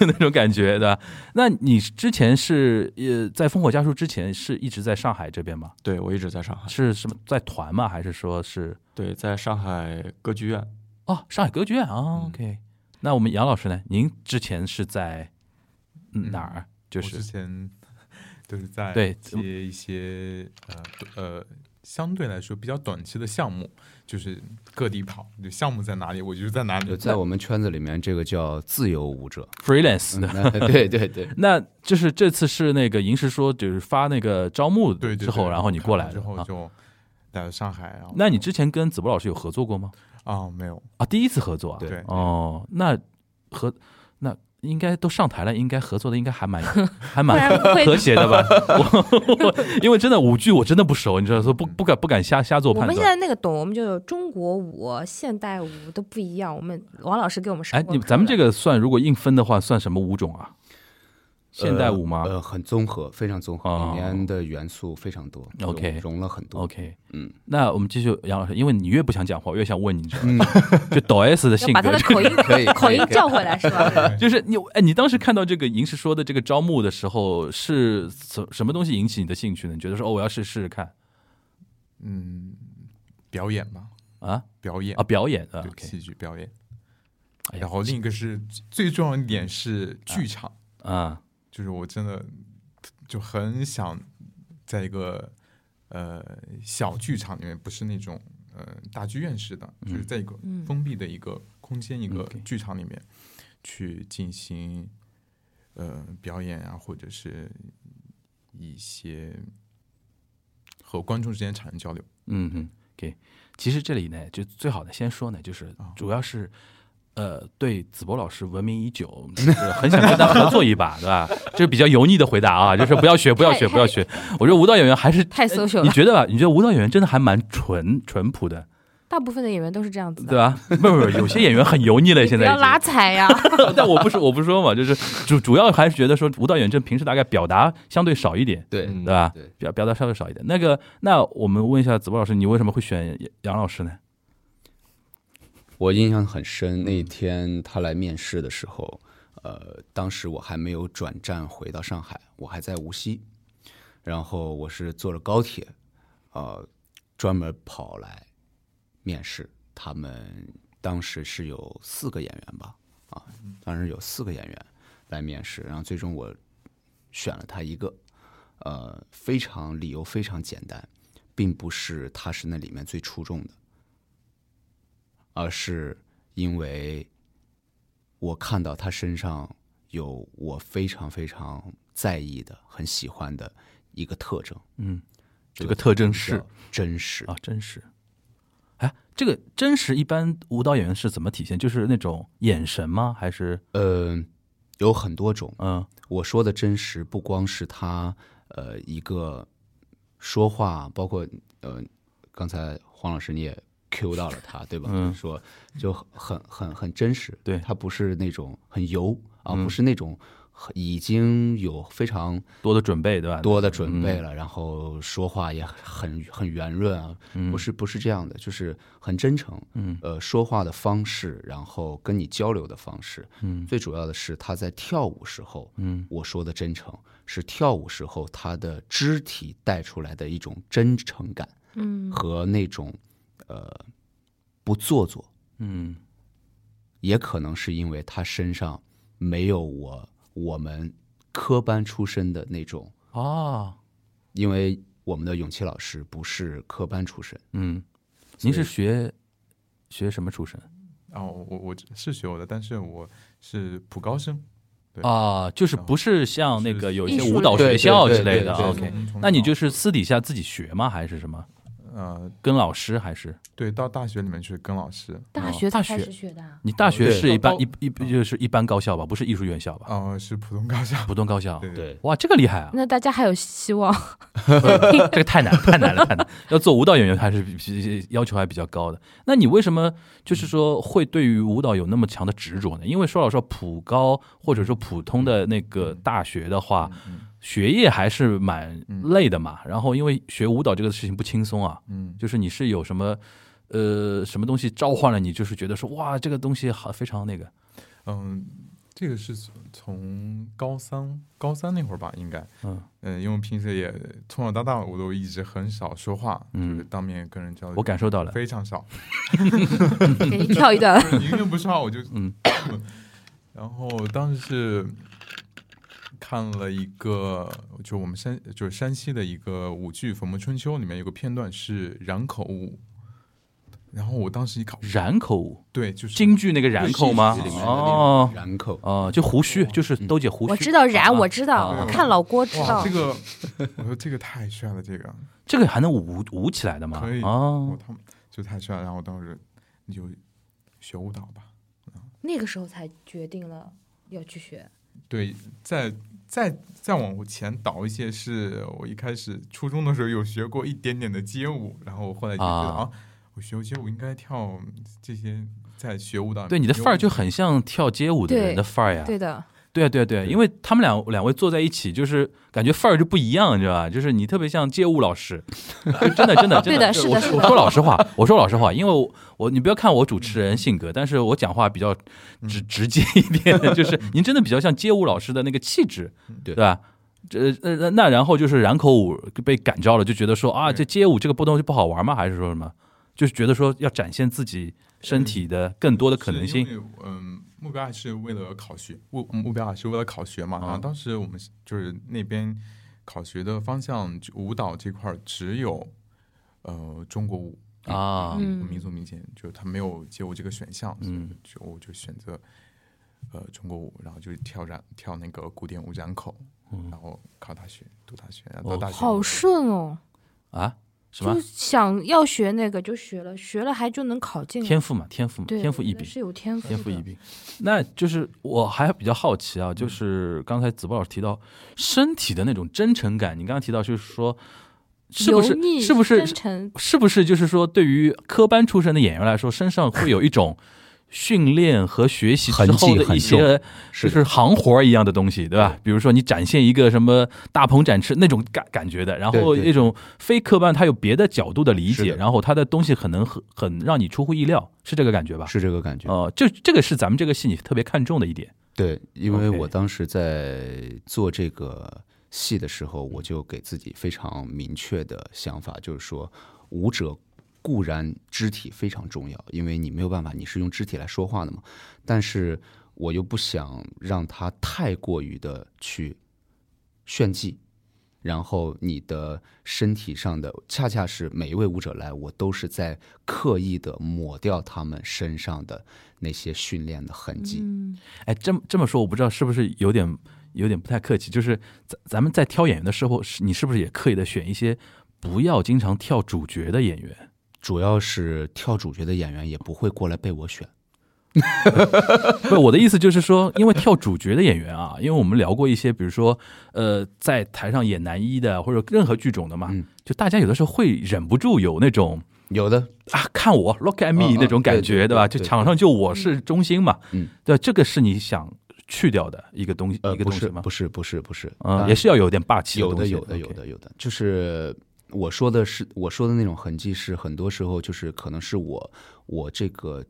Speaker 2: 那种感觉，对吧？那你之前是呃在《烽火家书》之前是一直在上海这边吗？
Speaker 5: 对我一直在上海，
Speaker 2: 是什么在团吗？还是说是
Speaker 5: 对，在上海歌剧院。
Speaker 2: 哦上海歌剧院啊、
Speaker 5: 嗯
Speaker 2: o k 那我们杨老师呢？您之前是在嗯
Speaker 6: 嗯
Speaker 2: 哪儿？就
Speaker 6: 我之
Speaker 2: 是
Speaker 6: 前都是在
Speaker 2: 对
Speaker 6: 接一些呃呃相对来说比较短期的项目，就是各地跑，就项目在哪里我就在哪
Speaker 4: 就
Speaker 6: 里。
Speaker 4: 在我们圈子里面，这个叫自由舞者。
Speaker 2: freelance
Speaker 4: 嗯
Speaker 2: 的。
Speaker 4: 那对对对，
Speaker 2: 那就是这次是那个银石说，就是发那个招募
Speaker 6: 对对对
Speaker 2: 之后，然后你
Speaker 6: 看
Speaker 2: 过
Speaker 6: 完
Speaker 2: 来
Speaker 6: 之
Speaker 2: 的
Speaker 6: 后
Speaker 2: 啊。
Speaker 6: 就来到上海，然后
Speaker 2: 那你之前跟子博老师有合作过吗？
Speaker 6: 啊没有
Speaker 2: 啊，第一次合作啊。
Speaker 6: 对
Speaker 2: 哦，那合那应该都上台了，应该合作的应该还 蛮还
Speaker 3: 不
Speaker 2: 蛮
Speaker 3: 然 会
Speaker 2: 和谐的 吧？我我因为真的舞剧我真的不熟，你知道，说不
Speaker 6: 嗯
Speaker 2: 不敢不敢瞎瞎做
Speaker 3: 我
Speaker 2: 判
Speaker 3: 们现
Speaker 2: 断。
Speaker 3: 在那个懂，我们就有中国舞、现代舞都不一样。我们王老师给我们上
Speaker 2: 哎，
Speaker 3: 过
Speaker 2: 你
Speaker 3: 课
Speaker 2: 咱们这
Speaker 3: 的
Speaker 2: 个算如果硬分的话，算什么舞种啊？现代舞吗
Speaker 4: 呃，呃很综合，非常综合，
Speaker 2: 哦
Speaker 4: 里面的元素非常多
Speaker 2: OK 哦
Speaker 4: 融融了很多。
Speaker 2: ？OK，
Speaker 4: 嗯，
Speaker 2: 那我们继续杨老师，因为你越不想讲话，我越想问你，你知道吗？
Speaker 4: 嗯
Speaker 2: 就抖 S 的性
Speaker 3: 要把他
Speaker 2: 格
Speaker 3: 的，口音
Speaker 4: 可以
Speaker 3: 口音
Speaker 4: 可以
Speaker 3: 叫回来是吧？
Speaker 2: 就是你，哎，你当时看到这个银石说的这个招募的时候，是什什么东西引起你的兴趣呢？你觉得说，哦，我要试试试看
Speaker 6: 嗯表演吧，
Speaker 2: 啊
Speaker 6: 表演
Speaker 2: 啊，表演啊
Speaker 6: 对
Speaker 2: ，OK，
Speaker 6: 戏剧表演。
Speaker 2: 哎呀
Speaker 6: 然后另一个是最重要的一点是剧场，
Speaker 2: 啊，
Speaker 6: 就是我真的就很想在一个呃小剧场里面，不是那种呃大剧院式的，就是在一个
Speaker 3: 嗯
Speaker 6: 封闭的一个空间、一个
Speaker 2: 嗯 OK
Speaker 6: 剧场里面去进行呃表演啊，或者是一些和观众之间产生交流。
Speaker 2: 嗯嗯，OK。其实这里呢，就最好的先说呢，就是
Speaker 4: 哦
Speaker 6: 啊
Speaker 2: 主要是。呃，对子博老师闻名已久，就是很想跟他合作一把，对吧？ 这是比较油腻的回答啊，就是不要学，不要学，不要 学。我觉得舞蹈演员还是
Speaker 3: 太 social
Speaker 2: 哎你
Speaker 3: 了，
Speaker 2: 觉得吧？你觉得舞蹈演员真的还蛮淳淳朴的，
Speaker 3: 大部分的演员都是这样子
Speaker 2: 对
Speaker 3: 的。
Speaker 2: 吧？不不不，有些演员很油腻了，
Speaker 3: 你
Speaker 2: 现
Speaker 3: 不
Speaker 2: 在已
Speaker 3: 要
Speaker 2: 经
Speaker 3: 拉 踩呀！
Speaker 2: 但我不是我不说嘛，就是主主要还是觉得说舞蹈演员平时大概表达相对少一点，
Speaker 4: 对，
Speaker 5: 嗯
Speaker 2: 对吧？
Speaker 4: 对
Speaker 2: 表表达稍微少一点。那个，那我们问一下子博老师，你为什么会选杨老师呢？
Speaker 4: 我印象很深，那一天他来面试的时候，呃，当时我还没有转站回到上海，我还在无锡，然后我是坐着高铁，呃，专门跑来面试。他们当时是有四个演员吧，啊，当时有四个演员来面试，然后最终我选了他一个，呃，非常理由非常简单，并不是他是那里面最出众的，而是因为我看到他身上有我非常非常在意的、很喜欢的一个特征，
Speaker 2: 嗯，这个特征是
Speaker 4: 叫真实
Speaker 2: 啊，真实。哎，这个真实一般舞蹈演员是怎么体现？就是那种眼神吗？还是
Speaker 4: 呃，有很多种。
Speaker 2: 嗯
Speaker 4: 我说的真实，不光是他呃一个说话，包括呃刚才黄老师你也 Q 到了他，对吧？
Speaker 2: 嗯
Speaker 4: 说就很很很真实，
Speaker 2: 对
Speaker 4: 他不是那种很油啊，
Speaker 2: 嗯
Speaker 4: 不是那种很已经有非常
Speaker 2: 多的准备，对吧？
Speaker 4: 多的准备了，然后说话也很很圆润啊，
Speaker 2: 嗯
Speaker 4: 不是不是这样的，就是很真诚，
Speaker 2: 嗯
Speaker 4: 呃，说话的方式，然后跟你交流的方式，
Speaker 2: 嗯
Speaker 4: 最主要的是他在跳舞时候，
Speaker 2: 嗯
Speaker 4: 我说的真诚是跳舞时候他的肢体带出来的一种真诚感
Speaker 3: 嗯
Speaker 2: 哦
Speaker 4: 和那种呃不做作，
Speaker 2: 嗯
Speaker 4: 也可能是因为他身上没有我我们科班出身的那种，
Speaker 2: 哦
Speaker 4: 因为我们的永琪老师不是科班出身，
Speaker 2: 嗯，
Speaker 4: 所
Speaker 2: 您
Speaker 4: 以
Speaker 2: 是学学什么出身
Speaker 6: 哦，我我是学我的，但是我是普高生，对
Speaker 2: 啊？就是不是像那个有一
Speaker 3: 艺
Speaker 2: 些
Speaker 3: 术
Speaker 2: 舞蹈
Speaker 4: 类
Speaker 2: 学校之类
Speaker 4: 对
Speaker 2: 的啊
Speaker 4: 对对
Speaker 2: ？OK，
Speaker 6: 从从
Speaker 2: 那你
Speaker 6: 小
Speaker 2: 就是私底下自己学吗？还是什么？
Speaker 6: 呃，
Speaker 2: 跟老师还是？
Speaker 6: 对，到大学里面去跟老师，
Speaker 3: 大学
Speaker 2: 大
Speaker 3: 才开
Speaker 2: 学
Speaker 3: 始学的啊，
Speaker 2: 你大学
Speaker 4: 哦对哦
Speaker 2: 是一般
Speaker 6: 高
Speaker 2: 一一就是一般高校吧，不是艺术院校吧？啊
Speaker 6: 呃，是普通高校，
Speaker 2: 普通高校。
Speaker 6: 对嗯
Speaker 4: 对，
Speaker 2: 哇，这个厉害啊！
Speaker 3: 那大家还有 希望。
Speaker 2: 这个太难了，太难了，太难了！要做舞蹈演员还是比比要求还比较高的。那你为什么就是说会对于舞蹈有那么强的执着呢？因为说老实话，普高或者说普通的那个大学的话，
Speaker 6: 嗯
Speaker 2: 学业还是蛮累的嘛。然后因为学舞蹈这个事情不轻松啊，
Speaker 6: 嗯，
Speaker 2: 就是你是有什么呃什么东西召唤了你，就是觉得说哇这个东西好非常那个，
Speaker 6: 嗯，这个是从从高三高三那会儿吧，应该，
Speaker 2: 嗯
Speaker 6: 嗯，因为平时也从小到大我都一直很少说话，
Speaker 2: 嗯
Speaker 6: 就是当面跟人交流，
Speaker 2: 我感受到了。
Speaker 6: 非常 少，
Speaker 3: 给你跳一段，
Speaker 6: 就是宁愿不说话，我就
Speaker 2: 嗯，
Speaker 6: 然后当时是看了一个，就我们山就是山西的一个舞剧《粉墨春秋》里面有个片段是染口舞，然后我当时一看，
Speaker 2: 染口舞，
Speaker 6: 对，就是
Speaker 2: 京剧那个染口吗
Speaker 4: 戏剧里？面的那种
Speaker 2: 哦
Speaker 4: 然口
Speaker 2: 哦，就胡须，就是都姐胡须。
Speaker 3: 我知道
Speaker 2: 啊
Speaker 3: 燃，我知道，
Speaker 2: 啊
Speaker 3: 我看老郭知
Speaker 6: 哇，
Speaker 3: 道
Speaker 6: 这。个我说这个太帅了，这个
Speaker 2: 这个还能舞舞起来的吗？
Speaker 6: 可以，
Speaker 2: 哦
Speaker 6: 我，他们就太帅了，然后我当时你就学舞蹈吧，
Speaker 3: 那个时候才决定了要去学。
Speaker 6: 对，再再再往前倒一些，是我一开始初中的时候有学过一点点的街舞，然后后来就觉得
Speaker 2: 啊
Speaker 6: 啊我学过街舞应该跳这些，在学舞蹈里面。
Speaker 2: 对，你的
Speaker 6: 因为
Speaker 2: 范儿
Speaker 6: 我
Speaker 2: 就很像跳街舞的人的范儿呀。
Speaker 3: 对的，
Speaker 2: 对啊对啊对啊，因为他们两两位坐在一起，就是感觉范儿就不一样，你知道吧？就是你特别像街舞老师， 就真的真的真
Speaker 3: 对的是的
Speaker 2: 我
Speaker 3: 是的
Speaker 2: 我说老实话，我说老实话，因为我我你不要看我主持人性格，但是我讲话比较直直接一点，就是您真的比较像街舞老师的那个气质，
Speaker 4: 对
Speaker 2: 对吧？这呃那那然后就是染口舞被感召了，就觉得说啊，
Speaker 6: 对
Speaker 2: 这街舞这个不东西不好玩吗？还是说什么？就是觉得说要展现自己身体的更多的可能性
Speaker 6: 是。因为嗯，目标还是为了考学，目目标还是为了考学嘛。然
Speaker 2: 啊
Speaker 6: 后当时我们是就是那边考学的方向，就舞蹈这块儿只有呃中国舞
Speaker 2: 啊
Speaker 3: 嗯
Speaker 6: 民族民间，就是他没有街舞这个选项，所以
Speaker 2: 嗯
Speaker 6: 就我就选择呃中国舞，然后就跳染跳那个古典舞染口，然后考大学读大学，然后
Speaker 2: 嗯
Speaker 6: 到
Speaker 2: 哦
Speaker 6: 大学
Speaker 3: 好顺哦，
Speaker 2: 啊，什么
Speaker 3: 就想要学那个就学了，学了还就能考进来。
Speaker 2: 天赋嘛，天赋嘛，
Speaker 3: 嗯对，
Speaker 2: 天赋
Speaker 3: 我
Speaker 2: 异
Speaker 3: 觉得
Speaker 2: 禀。
Speaker 3: 是有天赋，
Speaker 2: 天赋异。禀。那就是我还比较好奇
Speaker 3: 嗯
Speaker 2: 啊，就是刚才子波老师提到身体的那种真诚感，你刚刚提到就是说，是不
Speaker 3: 油腻
Speaker 2: 是是不是
Speaker 3: 真诚？
Speaker 2: 是不是就是说，对于科班出身的演员来说，身上会有一种训练和学习之后
Speaker 4: 痕迹
Speaker 2: 的一
Speaker 4: 很重
Speaker 2: 些
Speaker 4: 是
Speaker 2: 就
Speaker 4: 的
Speaker 2: 是行活儿一样的东西，对吧？比如说你展现一个什么大鹏展翅那种感感觉的，然后
Speaker 4: 对对
Speaker 2: 那种非科班，他有别的角度的理
Speaker 4: 是
Speaker 2: 解，
Speaker 4: 的
Speaker 2: 然后他的东西可能很很让你出乎意料，是这个感觉吧？
Speaker 4: 是这个感觉。
Speaker 2: 哦，这这个是咱们这个戏你特别看重的一点。
Speaker 4: 对，因为
Speaker 2: OK
Speaker 4: 我当时在做这个戏的时候，我就给自己非常明确的想法，就是说，舞者固然肢体非常重要，因为你没有办法，你是用肢体来说话的嘛。但是我又不想让他太过于的去炫技，然后你的身体上的，恰恰是每一位舞者来，我都是在刻意的抹掉他们身上的那些训练的痕迹。
Speaker 3: 嗯，
Speaker 2: 哎，这么这么说，我不知道是不是有点有点不太客气，就是咱咱们在挑演员的时候，是你是不是也刻意的选一些不要经常跳主角的演员？
Speaker 4: 主要是跳主角的演员也不会过来被我选。
Speaker 2: 不，我的意思就是说，因为跳主角的演员啊，因为我们聊过一些，比如说呃，在台上演男一的或者任何剧种的嘛，
Speaker 4: 嗯
Speaker 2: 就大家有的时候会忍不住有那种。
Speaker 4: 有的
Speaker 2: 啊，看我，look at me
Speaker 4: 嗯嗯
Speaker 2: 那种感觉，
Speaker 4: 对对
Speaker 2: 对吧？
Speaker 4: 对
Speaker 2: 就
Speaker 4: 对
Speaker 2: 场上就我是中心嘛，
Speaker 4: 嗯，
Speaker 2: 对吧，这个是你想去掉的一个东西，
Speaker 4: 呃，
Speaker 2: 一个
Speaker 4: 不
Speaker 2: 东西
Speaker 4: 是
Speaker 2: 吗？
Speaker 4: 不是不是不是，
Speaker 2: 嗯，
Speaker 4: 呃
Speaker 2: 也是要有点霸气
Speaker 4: 有
Speaker 2: 东
Speaker 4: 的
Speaker 2: 西
Speaker 4: 有的有
Speaker 2: OK
Speaker 4: 的有的，就是我说的是我说的那种痕迹是很多时候就是可能是我我这个，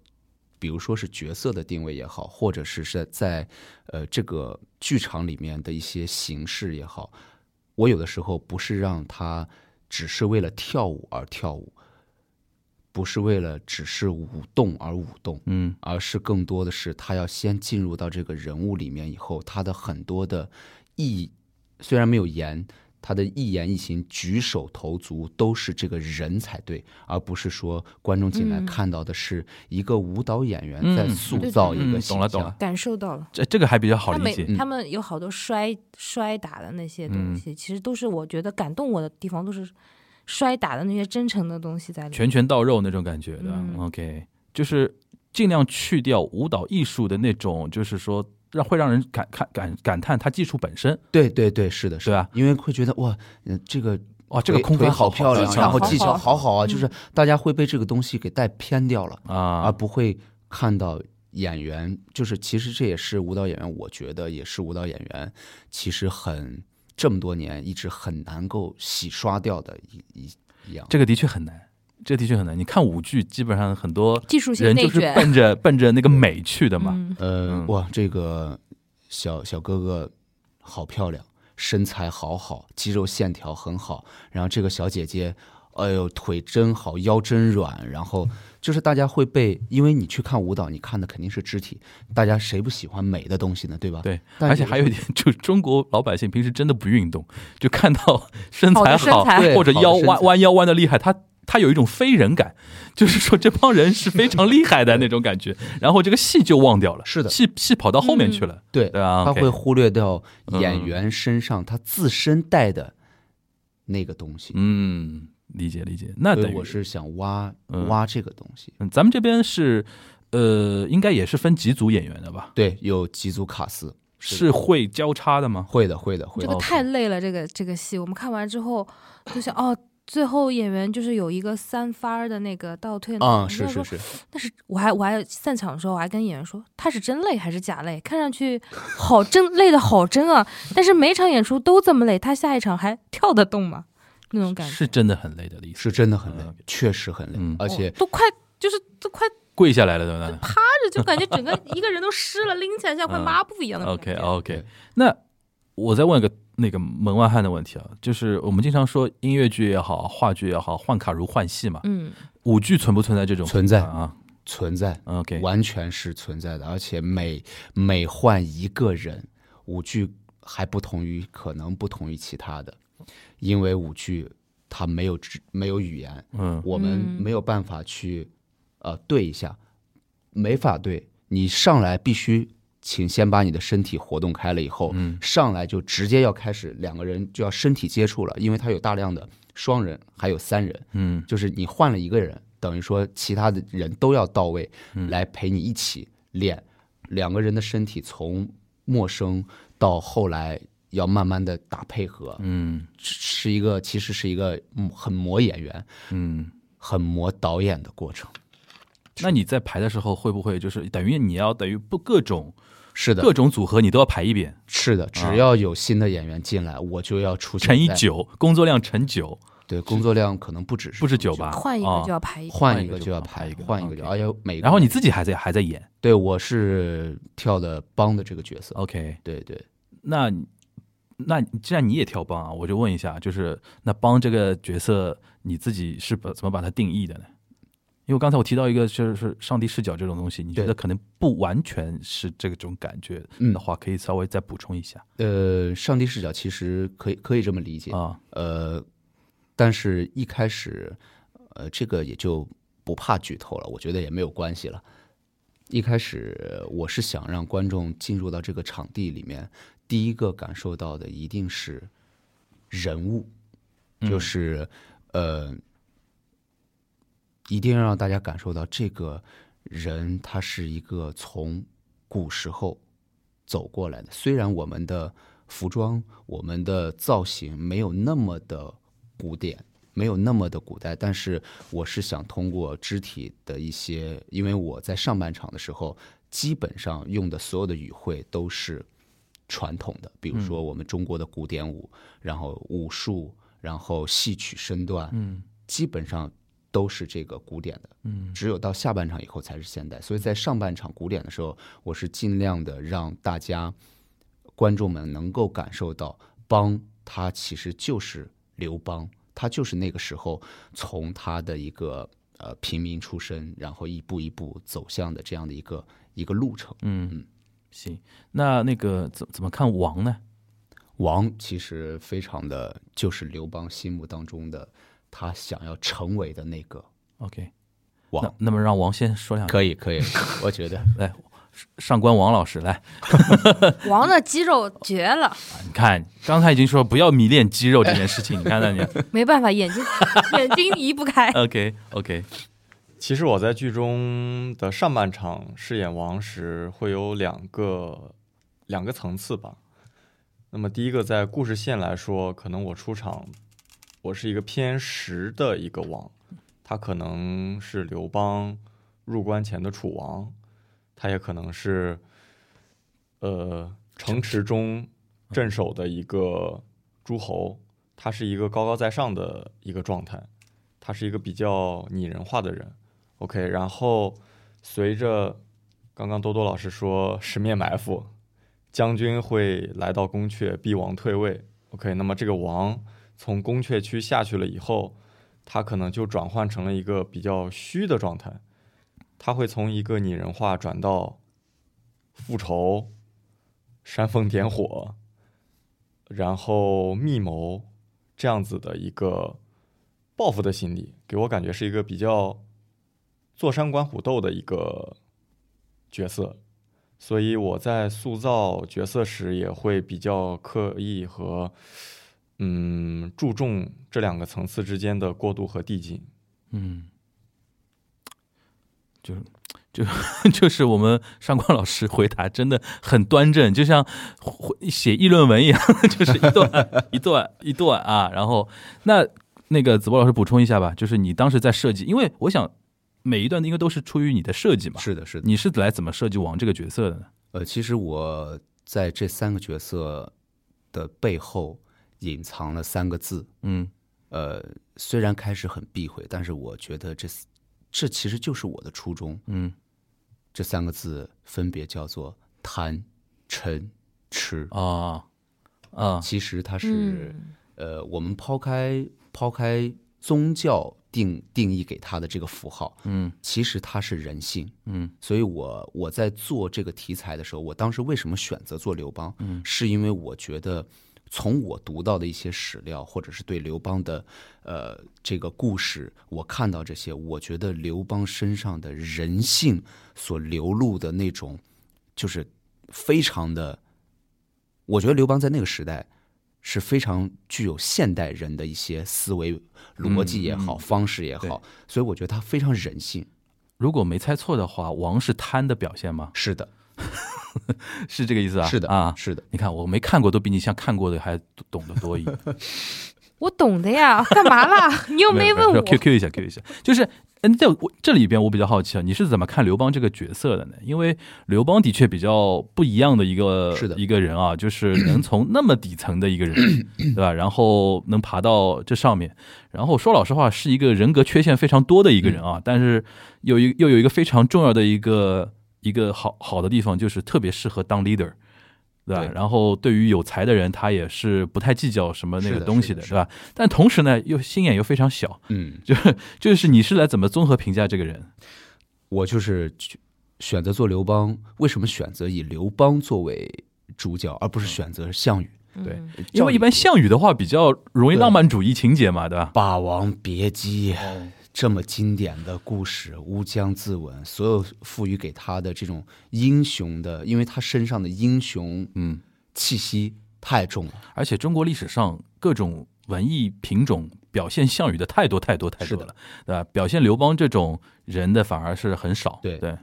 Speaker 4: 比如说是角色的定位也好，或者是是在呃这个剧场里面的一些形式也好，我有的时候不是让他只是为了跳舞而跳舞，不是为了只是舞动而舞动，
Speaker 2: 嗯，
Speaker 4: 而是更多的是他要先进入到这个人物里面以后，他的很多的意虽然没有言，他的一言一行、举手投足都是这个人才对，而不是说观众进来
Speaker 3: 嗯
Speaker 4: 看到的是一个舞蹈演员
Speaker 2: 嗯
Speaker 4: 在塑造哦一个
Speaker 2: 嗯
Speaker 4: 形
Speaker 2: 懂了懂
Speaker 4: 象
Speaker 2: 了。
Speaker 3: 感受到了。
Speaker 2: 这这个还比较好
Speaker 3: 他
Speaker 2: 理
Speaker 3: 们
Speaker 2: 解，嗯
Speaker 4: 嗯
Speaker 3: 他们有好多摔摔打的那些东西，其实都是我觉得感动我的地方，都是摔打的那些真诚的东西在里面。
Speaker 2: 拳拳到肉那种感觉的。
Speaker 3: 嗯
Speaker 2: OK，就是尽量去掉舞蹈艺术的那种，就是说让会让人感感感感叹它技术本身，
Speaker 4: 对对对，是的，是
Speaker 2: 对吧？
Speaker 4: 因为会觉得哇，嗯，这个
Speaker 2: 哇，这个
Speaker 4: 腿
Speaker 2: 空
Speaker 4: 腿
Speaker 2: 翻
Speaker 4: 好漂亮，
Speaker 2: 啊
Speaker 3: 技巧
Speaker 4: 然后
Speaker 3: 好
Speaker 4: 技巧
Speaker 3: 好
Speaker 4: 好好啊，
Speaker 3: 嗯
Speaker 4: 就是大家会被这个东西给带偏掉了。而
Speaker 2: 啊！
Speaker 4: 不会看到演员，就是其实这也是舞蹈演员，我觉得也是舞蹈演员，其实很这么多年一直很难够洗刷掉的一一一样。
Speaker 2: 这个的确很难，这的确很难。你看舞剧，基本上很多
Speaker 3: 技术性
Speaker 2: 人就
Speaker 3: 内
Speaker 2: 是
Speaker 3: 卷
Speaker 2: 奔着奔着那个美去的嘛。
Speaker 3: 嗯
Speaker 4: 呃，
Speaker 2: 嗯
Speaker 4: 哇，这个小小哥哥好漂亮，身材好好，肌肉线条很好，然后这个小姐姐。哎呦，腿真好，腰真软，然后就是大家会被，因为你去看舞蹈，你看的肯定是肢体，大家谁不喜欢美的东西呢？对吧？
Speaker 2: 对，
Speaker 4: 但
Speaker 2: 而且
Speaker 4: 有的
Speaker 2: 还有一点，就是中国老百姓平时真的不运动，就看 到身
Speaker 3: 好
Speaker 2: 材
Speaker 3: 的身
Speaker 2: 好
Speaker 3: 材
Speaker 2: 或者
Speaker 4: 对好的
Speaker 2: 腰
Speaker 4: 身
Speaker 2: 弯
Speaker 4: 材
Speaker 2: 弯腰弯的厉害，他他有一种非人感，就是说这帮人是非常厉害的那种感 觉，然后这个戏就忘掉了，
Speaker 4: 是的嗯
Speaker 2: 戏戏跑到后面去了，
Speaker 4: 对
Speaker 2: 对啊
Speaker 4: 他
Speaker 2: ，OK
Speaker 4: 会忽略掉演
Speaker 2: 嗯
Speaker 4: 员身上他自身带的那个东西。
Speaker 2: 嗯，理解理解，那
Speaker 4: 所
Speaker 2: 等
Speaker 4: 以
Speaker 2: 于
Speaker 4: 我是想挖、
Speaker 2: 嗯
Speaker 4: 挖这个东西。
Speaker 2: 嗯咱们这边是呃，应该也是分几组演员的吧？
Speaker 4: 对，有几组卡斯，是
Speaker 2: 是会交叉的吗？
Speaker 4: 会的，会的，会
Speaker 3: 这
Speaker 4: 的。
Speaker 3: 个太累了，这个这个戏我们看完之后就想，哦，最后演员就是有一个三番儿的那个倒退
Speaker 4: 啊、
Speaker 3: 那个
Speaker 4: 是
Speaker 3: 我说
Speaker 4: 是是，
Speaker 3: 那是我还我还散场的时候，我还跟演员说，他是真累还是假累？看上去好真 累的好真啊，但是每场演出都这么累，他下一场还跳得动吗？那种感觉，
Speaker 2: 是真的很累的意思，
Speaker 4: 是真的很累
Speaker 2: 嗯，
Speaker 4: 确实很累，
Speaker 2: 嗯
Speaker 4: 而且
Speaker 3: 哦都快就是都快
Speaker 2: 跪下来了，对
Speaker 4: 哎
Speaker 2: 不对？
Speaker 3: 这就感觉整个一个人都湿了，拎起来像块
Speaker 2: 嗯
Speaker 3: 抹布一样的感
Speaker 2: OK
Speaker 3: 觉。
Speaker 2: OK，
Speaker 4: 对
Speaker 2: 那我再问一个那个门外汉的问题啊，就是我们经常说音乐剧也好，话剧也好，换卡如换戏嘛，
Speaker 3: 嗯，
Speaker 2: 舞剧存不存在这种
Speaker 4: 存在
Speaker 2: 啊
Speaker 4: 存在，
Speaker 2: ？OK，
Speaker 4: 完全是存在的。而且每每换一个人，舞剧还不同于可能不同于其他的，因为舞剧它没有肢没有语言，
Speaker 2: 嗯
Speaker 4: 我们
Speaker 3: 嗯
Speaker 4: 没有办法去呃对一下，没法对。你上来必须，请先把你的身体活动开了以后，
Speaker 2: 嗯
Speaker 4: 上来就直接要开始两个人就要身体接触了，因为他有大量的双人，还有三人，
Speaker 2: 嗯
Speaker 4: 就是你换了一个人，等于说其他的人都要到位，
Speaker 2: 嗯
Speaker 4: 来陪你一起练。两个人的身体从陌生到后来要慢慢的打配合，
Speaker 2: 嗯
Speaker 4: 是一个其实是一个嗯很磨演员，
Speaker 2: 嗯。
Speaker 4: 很磨导演的过程。
Speaker 2: 那你在排的时候会不会就是等于你要等于不各种
Speaker 4: 是的
Speaker 2: 各，种组合你都要排一遍，
Speaker 4: 是的，只要有新的演员进来，我就要出现
Speaker 2: 乘以
Speaker 4: 在。
Speaker 2: 啊九，工作量乘九，
Speaker 4: 对，工作量可能不只是
Speaker 2: 不止九吧？
Speaker 3: 换一个
Speaker 2: 啊
Speaker 3: 就要排一个。
Speaker 4: 哦换
Speaker 2: 换
Speaker 4: 一
Speaker 2: 一
Speaker 4: 个
Speaker 2: 个
Speaker 4: 就要
Speaker 2: 就
Speaker 4: 排
Speaker 2: 排一个
Speaker 4: 换一个就，
Speaker 2: OK
Speaker 4: 而且每个
Speaker 2: 然后你自己还在还在演
Speaker 4: 对我是跳的帮的这个角色，
Speaker 2: ，OK？
Speaker 4: 对对，
Speaker 2: 那你那你既然你也跳帮啊，我就问一下，就是那帮这个角色你自己是把怎么把它定义的呢？因为刚才我提到一个就是上帝视角这种东西，你觉
Speaker 4: 对
Speaker 2: 得可能不完全是这种感觉的话，可以稍微再补充一下
Speaker 4: 嗯呃，上帝视角其实可以可以这么理解，
Speaker 2: 啊。
Speaker 4: 呃，但是一开始，呃，这个也就不怕剧透了，我觉得也没有关系了。一开始我是想让观众进入到这个场地里面，第一个感受到的一定是人物，就是、呃，一定要让大家感受到这个人他是一个从古时候走过来的。虽然我们的服装、我们的造型没有那么的古典，没有那么的古代，但是我是想通过肢体的一些，因为我在上半场的时候，基本上用的所有的语汇都是传统的，比如说我们中国的古典舞，然后武术，然后戏曲身段，嗯，基本上都是这个古典的，嗯，只有到下半场以后才是现代，所以在上半场古典的时候，我是尽量的让大家观众们能够感受到，邦他其实就是刘邦，他就是那个时候从他的一个呃平民出身，然后一步一步走向的这样的一个一个路程。
Speaker 2: 行，那那个怎怎么看王呢？
Speaker 4: 王其实非常的就是刘邦心目当中的他想要成为的那个
Speaker 2: OK，那
Speaker 4: 王。
Speaker 2: 那么让王先说两句。
Speaker 4: 可以可以，我觉得
Speaker 2: 来，上官王老师来，
Speaker 3: 王的肌肉绝了，
Speaker 2: 你看刚才已经说不要迷恋肌肉这件事情，你看到你
Speaker 3: 没办法，眼睛眼睛移不开。
Speaker 2: OK OK，
Speaker 5: 其实我在剧中的上半场饰演王时，会有两个两个层次吧。那么第一个在故事线来说，可能我出场，我是一个偏实的一个王，他可能是刘邦入关前的楚王，他也可能是呃城池中镇守的一个诸侯，他是一个高高在上的一个状态。他是一个比较拟人化的人。OK，然后随着刚刚多多老师说十面埋伏，将军会来到宫阙逼王退位。OK，那么这个王从宫阙区下去了以后，他可能就转换成了一个比较虚的状态，他会从一个拟人化转到复仇、煽风点火，然后密谋这样子的一个报复的心理，给我感觉是一个比较坐山观虎斗的一个角色，所以我在塑造角色时也会比较刻意和嗯注重这两个层次之间的过渡和递进。
Speaker 2: 嗯，就就就是我们上官老师回答真的很端正，就像回写议论文一样， 就是一段一段一段啊。然后那那个子波老师补充一下吧，就是你当时在设计，因为我想每一段应该都是出于你的设计嘛，
Speaker 4: 是的，是的。
Speaker 2: 你是来怎么设计王这个角色的呢？
Speaker 4: 呃，其实我在这三个角色的背后隐藏了三个字，
Speaker 2: 嗯
Speaker 4: 呃，虽然开始很避讳，但是我觉得这这其实就是我的初衷。
Speaker 2: 嗯
Speaker 4: 这三个字分别叫做贪、嗔、痴。
Speaker 2: 啊啊
Speaker 4: 其实它
Speaker 3: 嗯，
Speaker 4: 是、呃，我们抛开抛开宗教定定义给它的这个符号，
Speaker 2: 嗯
Speaker 4: 其实它是人性。
Speaker 2: 嗯
Speaker 4: 所以我我在做这个题材的时候，我当时为什么选择做刘邦？嗯，是因为我觉得从我读到的一些史料，或者是对刘邦的呃这个故事，我看到这些，我觉得刘邦身上的人性所流露的那种，就是非常的，我觉得刘邦在那个时代。是非常具有现代人的一些思维
Speaker 2: 嗯
Speaker 4: 逻辑也好，方式也好，所以我觉得他非常人性。
Speaker 2: 如果没猜错的话，王是贪的表现吗？
Speaker 4: 是的，
Speaker 2: 是这个意思啊？
Speaker 4: 是的
Speaker 2: 啊，
Speaker 4: 是的。
Speaker 2: 你看我没看过，都比你像看过的还懂得 多一点。
Speaker 3: 我懂的呀，干嘛啦？你又没问我。
Speaker 2: Q Q 一下，Q 一下，就是，嗯，在我这里边我比较好奇啊，你是怎么看刘邦这个角色的呢？因为刘邦的确比较不一样的一个
Speaker 4: 是的
Speaker 2: 一个人啊，就是能从那么底层的一个人，对吧？然后能爬到这上面，然后说老实话，是一个人格缺陷非常多的一个人啊，但是有一又有一个非常重要的一个一个好好的地方，就是特别适合当 leader。对吧？
Speaker 5: 对
Speaker 2: 然后对于有才的人，他也是不太计较什么那
Speaker 4: 是
Speaker 2: 个
Speaker 4: 的
Speaker 2: 东西
Speaker 4: 是的
Speaker 2: 的，对
Speaker 4: 是
Speaker 2: 吧？但同时呢，又心眼又非常小，
Speaker 4: 嗯，
Speaker 2: 就是你是来怎么综合评价这个人？
Speaker 4: 我就是去选择做刘邦，为什么选择以刘邦作为主角，而不是选择项羽？
Speaker 2: 对
Speaker 3: 嗯
Speaker 2: 嗯因为一般项羽的话比较容易浪漫主义情节嘛，对吧？
Speaker 4: 《霸王别姬》这么经典的故事，乌江自刎，所有赋予给他的这种英雄的，因为他身上的英雄
Speaker 2: 嗯，
Speaker 4: 气息太重了。
Speaker 2: 而且中国历史上各种文艺品种表现项羽的太多太多太
Speaker 4: 是
Speaker 2: 多
Speaker 4: 的
Speaker 2: 了，对吧？表现刘邦这种人的反而是很少，
Speaker 4: 对
Speaker 2: 对，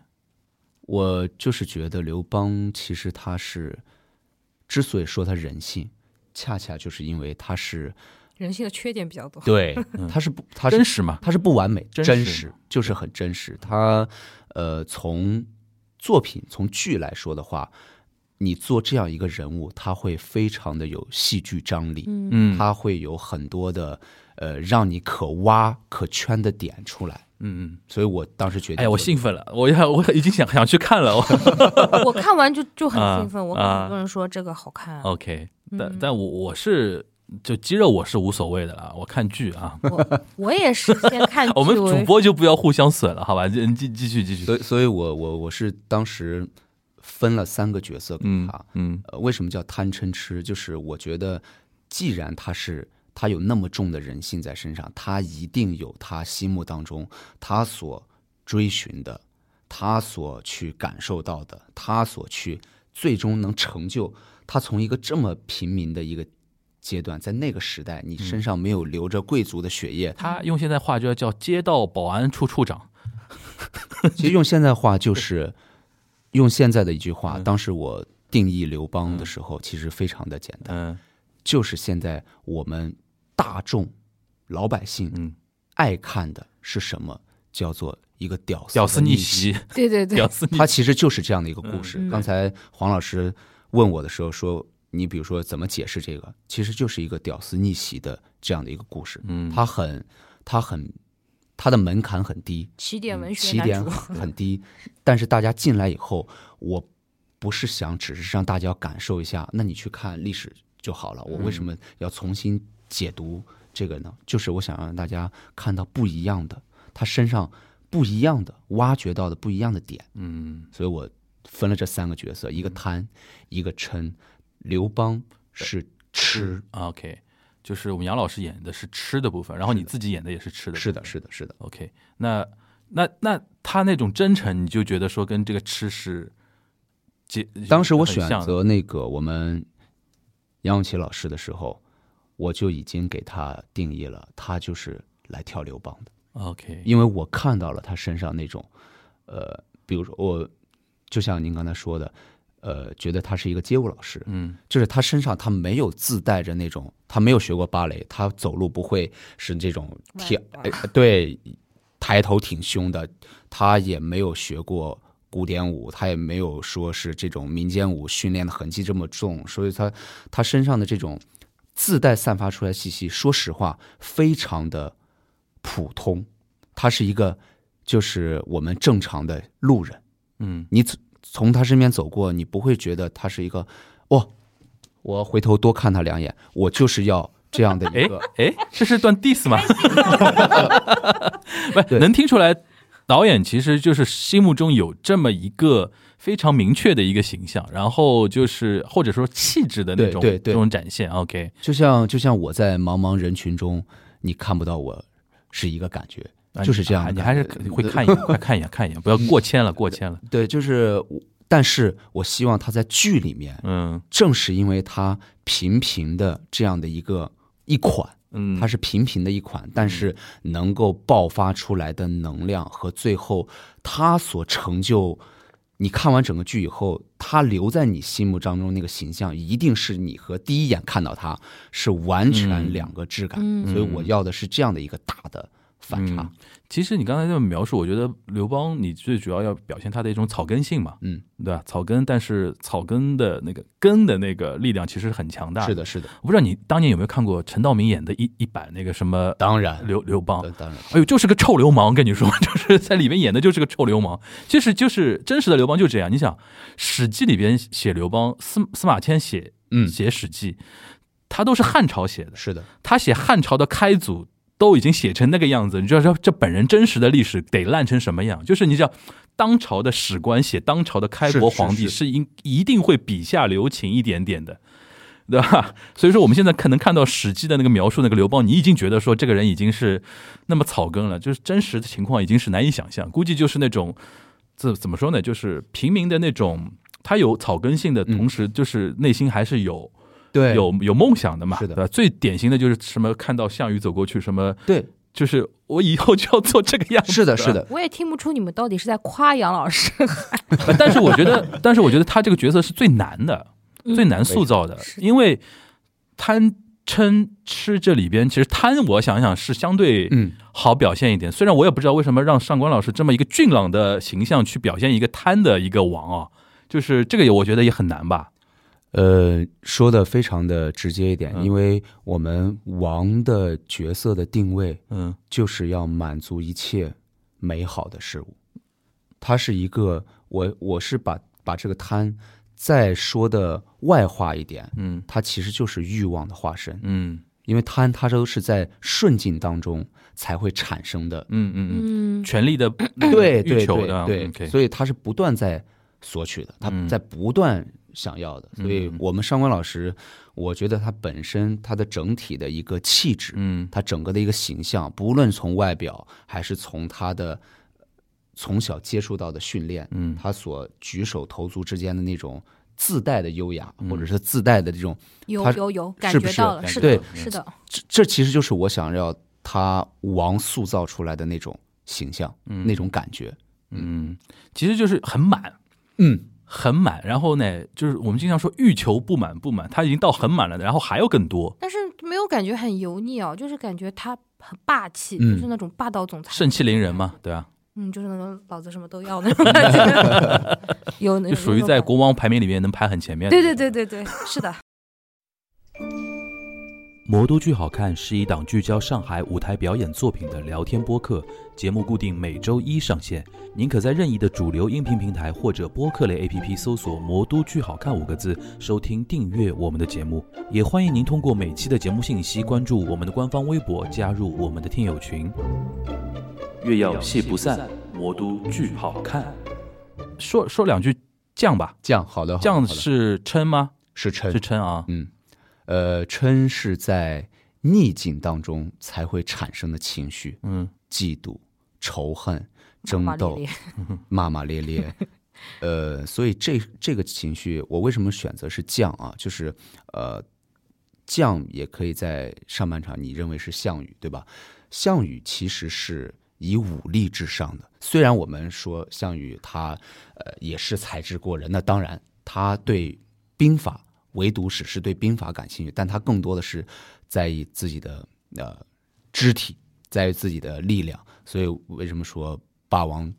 Speaker 4: 我就是觉得刘邦其实他是，之所以说他人性，恰恰就是因为他是
Speaker 3: 人性的缺点比较多。
Speaker 4: 对， 他是不，他是
Speaker 2: 真实嘛，
Speaker 4: 他是不完美，
Speaker 2: 真
Speaker 4: 真
Speaker 2: 实
Speaker 4: 就是很真实。他呃，从作品从剧来说的话，你做这样一个人物，他会非常的有戏剧张力，
Speaker 3: 嗯
Speaker 2: 嗯，
Speaker 4: 他会有很多的呃让你可挖可圈的点出来。
Speaker 2: 嗯嗯，
Speaker 4: 所以我当时决定，
Speaker 2: 哎呀，我兴奋了，我要我已经想想去看 了，我
Speaker 3: 我看完就就很
Speaker 2: 啊
Speaker 3: 兴奋，我跟很多
Speaker 2: 啊
Speaker 3: 人说这个好看。
Speaker 2: OK，但
Speaker 3: 嗯
Speaker 2: 但我我是就肌肉我是无所谓的啦，我看剧 啊，
Speaker 3: 我我也是先看剧，
Speaker 2: 我们主播就不要互相损了，好吧？继继继续继续，
Speaker 4: 所以所以我我我是当时分了三个角色给
Speaker 2: 嗯
Speaker 4: 他，
Speaker 2: 嗯
Speaker 4: 呃，为什么叫贪嗔痴？就是我觉得，既然他是他有那么重的人性在身上，他一定有他心目当中他所追寻的，他所去感受到的，他所去最终能成就他从一个这么平民的一个阶段，在那个时代，你身上没有流着贵族的血液，
Speaker 2: 他用现在话就要叫街道保安处处长，
Speaker 4: 其实用现在话就是，用现在的一句话，当时我定义刘邦的时候，其实非常的简单。
Speaker 2: 嗯
Speaker 4: 就是现在我们大众老百姓
Speaker 2: 嗯，
Speaker 4: 爱看的是什么？叫做一个屌丝
Speaker 2: 屌丝
Speaker 4: 的
Speaker 2: 逆
Speaker 4: 逆
Speaker 2: 袭，
Speaker 3: 对对对
Speaker 2: 屌，丝 逆
Speaker 4: 它其实就是这样的一个故事。
Speaker 3: 嗯
Speaker 4: 刚才黄老师问我的时候说，你比如说怎么解释这个，其实就是一个屌丝逆袭的这样的一个故事。
Speaker 2: 嗯
Speaker 4: 它很，它很，它的门槛很低，
Speaker 3: 起点文学
Speaker 4: 嗯起
Speaker 3: 男
Speaker 4: 点
Speaker 3: 主，
Speaker 4: 很低，但是大家进来以后，我不是想只是让大家感受一下，那你去看历史就好了。我为
Speaker 3: 嗯
Speaker 4: 什么要重新解读这个呢？就是我想让大家看到不一样的，他身上不一样的，挖掘到的不一样的点。
Speaker 2: 嗯，
Speaker 4: 所以我分了这三个角色，一个
Speaker 3: 嗯
Speaker 4: 贪，一个嗔，刘邦是吃，
Speaker 2: 啊 OK，就是我们杨老师演的是吃的部分，然后你自己演的也是吃的，
Speaker 4: 是的，是的，是的。
Speaker 2: OK，那那那他那种真诚，你就觉得说跟这个吃是结，
Speaker 4: 当时我
Speaker 2: 很
Speaker 4: 选
Speaker 2: 像的
Speaker 4: 择那个我们杨永琪老师的时候，我就已经给他定义了，他就是来跳刘邦的，
Speaker 2: OK，
Speaker 4: 因为我看到了他身上那种，呃，比如说我，就像您刚才说的，呃，觉得他是一个街舞老师，
Speaker 2: 嗯
Speaker 4: 就是他身上他没有自带着那种，他没有学过芭蕾，他走路不会是这种挺
Speaker 3: 弯
Speaker 4: 哎对抬头挺胸的，他也没有学过古典舞，他也没有说是这种民间舞训练的痕迹这么重，所以他他身上的这种自带散发出来的气息，说实话非常的普通，他是一个就是我们正常的路人。
Speaker 2: 嗯
Speaker 4: 你从从他身边走过，你不会觉得他是一个，哇，我回头多看他两眼，我就是要这样的一
Speaker 2: 哎
Speaker 4: 个。
Speaker 2: 哎，这是段 diss 吗？ 不，
Speaker 4: 对
Speaker 2: 能听出来，导演其实就是心目中有这么一个非常明确的一个形象，然后就是或者说气质的那种
Speaker 4: 对对对
Speaker 2: 这种展现。OK，
Speaker 4: 就像就像我在茫茫人群中，你看不到我，是一个感觉，
Speaker 2: 啊
Speaker 4: 就是这
Speaker 2: 你
Speaker 4: 样的
Speaker 2: 你还
Speaker 4: 感觉、
Speaker 2: 是会看一眼，快看一眼，看一眼，不要过谦了，过谦了。
Speaker 4: 对，就是我，但是我希望他在剧里面，
Speaker 2: 嗯
Speaker 4: 正是因为他平平的这样的一个一款。
Speaker 2: 嗯，
Speaker 4: 它是平平的一款，但是能够爆发出来的能量和最后它所成就，你看完整个剧以后，它留在你心目当中那个形象，一定是你和第一眼看到它是完全两个质感。
Speaker 3: 嗯
Speaker 4: 所以我要的是这样的一个大的反差。
Speaker 2: 其实你刚才这么描述，我觉得刘邦你最主要要表现他的一种草根性嘛，
Speaker 4: 嗯，
Speaker 2: 对吧？草根，但是草根的那个根的那个力量其实很强大。
Speaker 4: 是，的，是的，
Speaker 2: 我不知道你当年有没有看过陈道明演的一一版那个什么
Speaker 4: 当然，
Speaker 2: 刘刘邦
Speaker 4: 当。当然，
Speaker 2: 哎呦，就是个臭流氓，跟你说， 就是在里面演的就是个臭流氓，就是就是真实的刘邦就这样。你想，《史记》里边写刘邦，司司马迁写
Speaker 4: 嗯，
Speaker 2: 写《史记》，他都是汉朝写的，
Speaker 4: 是的，
Speaker 2: 他写汉朝的开祖都已经写成那个样子，你知道这这本人真实的历史得烂成什么样？就是你知道，当朝的史官写当朝的开国
Speaker 4: 是是
Speaker 2: 皇帝
Speaker 4: 是
Speaker 2: 是一一定会笔下留情一点点的。对吧？所以说我们现在可能看到《史记》的那个描述，那个刘邦，你已经觉得说这个人已经是那么草根了，就是真实的情况已经是难以想象，估计就是那种这怎么说呢？就是平民的那种，他有草根性的同时，就是内心还是有
Speaker 4: 对，
Speaker 2: 有有梦想的嘛，
Speaker 4: 是的
Speaker 2: 对吧？最典型的就是什么看到项羽走过去，什么
Speaker 4: 对，
Speaker 2: 就是我以后就要做这个样子。
Speaker 4: 是的，是。的，
Speaker 3: 我也听不出你们到底是在夸杨老师，
Speaker 2: 呃 但是我觉得，但是我觉得他这个角色是最难的，
Speaker 3: 嗯
Speaker 2: 最难塑造的，
Speaker 3: 是
Speaker 2: 因为贪嗔痴这里边，其实贪我想想是相对
Speaker 4: 嗯，
Speaker 2: 好表现一点。虽然我也不知道为什么让上官老师这么一个俊朗的形象去表现一个贪的一个王啊，就是这个也我觉得也很难吧。
Speaker 4: 呃，说的非常的直接一点，
Speaker 2: 嗯
Speaker 4: 因为我们王的角色的定位
Speaker 2: 嗯
Speaker 4: 就是要满足一切美好的事物。它是一个，我我是把把这个贪再说的外化一点，
Speaker 2: 嗯
Speaker 4: 它其实就是欲望的化身，
Speaker 2: 嗯
Speaker 4: 因为贪它都是在顺境当中才会产生的，
Speaker 2: 嗯嗯
Speaker 3: 嗯
Speaker 2: 嗯，，权力的
Speaker 4: 对
Speaker 2: 欲
Speaker 4: 对
Speaker 2: 求的啊
Speaker 4: 对
Speaker 2: OK
Speaker 4: 对，所以它是不断在索取的，它
Speaker 2: 嗯
Speaker 4: 在不断想要的，所以
Speaker 2: 嗯
Speaker 4: 我们上官老师，我觉得他本身他的整体的一个气质，
Speaker 2: 嗯
Speaker 4: 他整个的一个形象，不论从外表还是从他的呃从小接触到的训练，
Speaker 2: 嗯
Speaker 4: 他所举手投足之间的那种自带的优雅，
Speaker 2: 嗯
Speaker 4: 或者是自带的这种，
Speaker 3: 有
Speaker 4: 他
Speaker 3: 有有，感
Speaker 4: 是不
Speaker 3: 觉
Speaker 4: 是
Speaker 3: 到了，
Speaker 2: 感
Speaker 3: 是
Speaker 2: 觉
Speaker 3: 的
Speaker 4: 到，
Speaker 3: 是的，
Speaker 4: 这这其实就是我想要他王塑造出来的那种形象，
Speaker 2: 嗯
Speaker 4: 那种感觉。
Speaker 2: 嗯，其实就是很满，
Speaker 4: 嗯，
Speaker 2: 很满。然后呢，就是我们经常说欲求不满不满，它已经到很满了，然后还要更多，
Speaker 3: 但是没有感觉很油腻哦，就是感觉他很霸气，
Speaker 4: 嗯
Speaker 3: 就是那种霸道总裁，
Speaker 2: 盛气凌人嘛，对吧、
Speaker 3: 嗯，就是那种老子什么都要那种感觉， 有那
Speaker 2: 就属于在，国王排名里面能排很前面。
Speaker 3: 有那种感觉对对对对对，是的，
Speaker 7: 《魔都剧好看》是一档聚焦上海舞台表演作品的聊天播客，节目固定每周一上线。您可在任意的主流音频平台或者播客类 APP 搜索“魔都剧好看”五个字，收听订阅我们的节目。也欢迎您通过每期的节目信息关注我们的官方微博，加入我们的听友群。月要戏不散，魔都剧好看。
Speaker 2: 说说两句酱吧，
Speaker 4: 这样
Speaker 7: 哦
Speaker 4: 好的，好的好
Speaker 2: 酱
Speaker 4: 的
Speaker 2: 是嗔吗？
Speaker 4: 是嗔
Speaker 2: 是嗔啊。
Speaker 4: 嗯，呃，嗔是在逆境当中才会产生的情绪，
Speaker 2: 嗯
Speaker 4: 嫉妒、仇恨、
Speaker 3: 马
Speaker 4: 争
Speaker 3: 丽
Speaker 4: 斗
Speaker 3: 丽、
Speaker 4: 骂骂咧咧。呃，所以这这个情绪，我为什么选择是犟啊？就是呃，犟也可以在上半场你认为是项羽，对吧？项羽其实是以武力至上的，虽然我们说项羽他呃也是才智过人，那当然他对兵法，唯独只是对兵法感兴趣，但他更多的是在意自己的呃肢体，在于自己的力量。所以为什么说霸王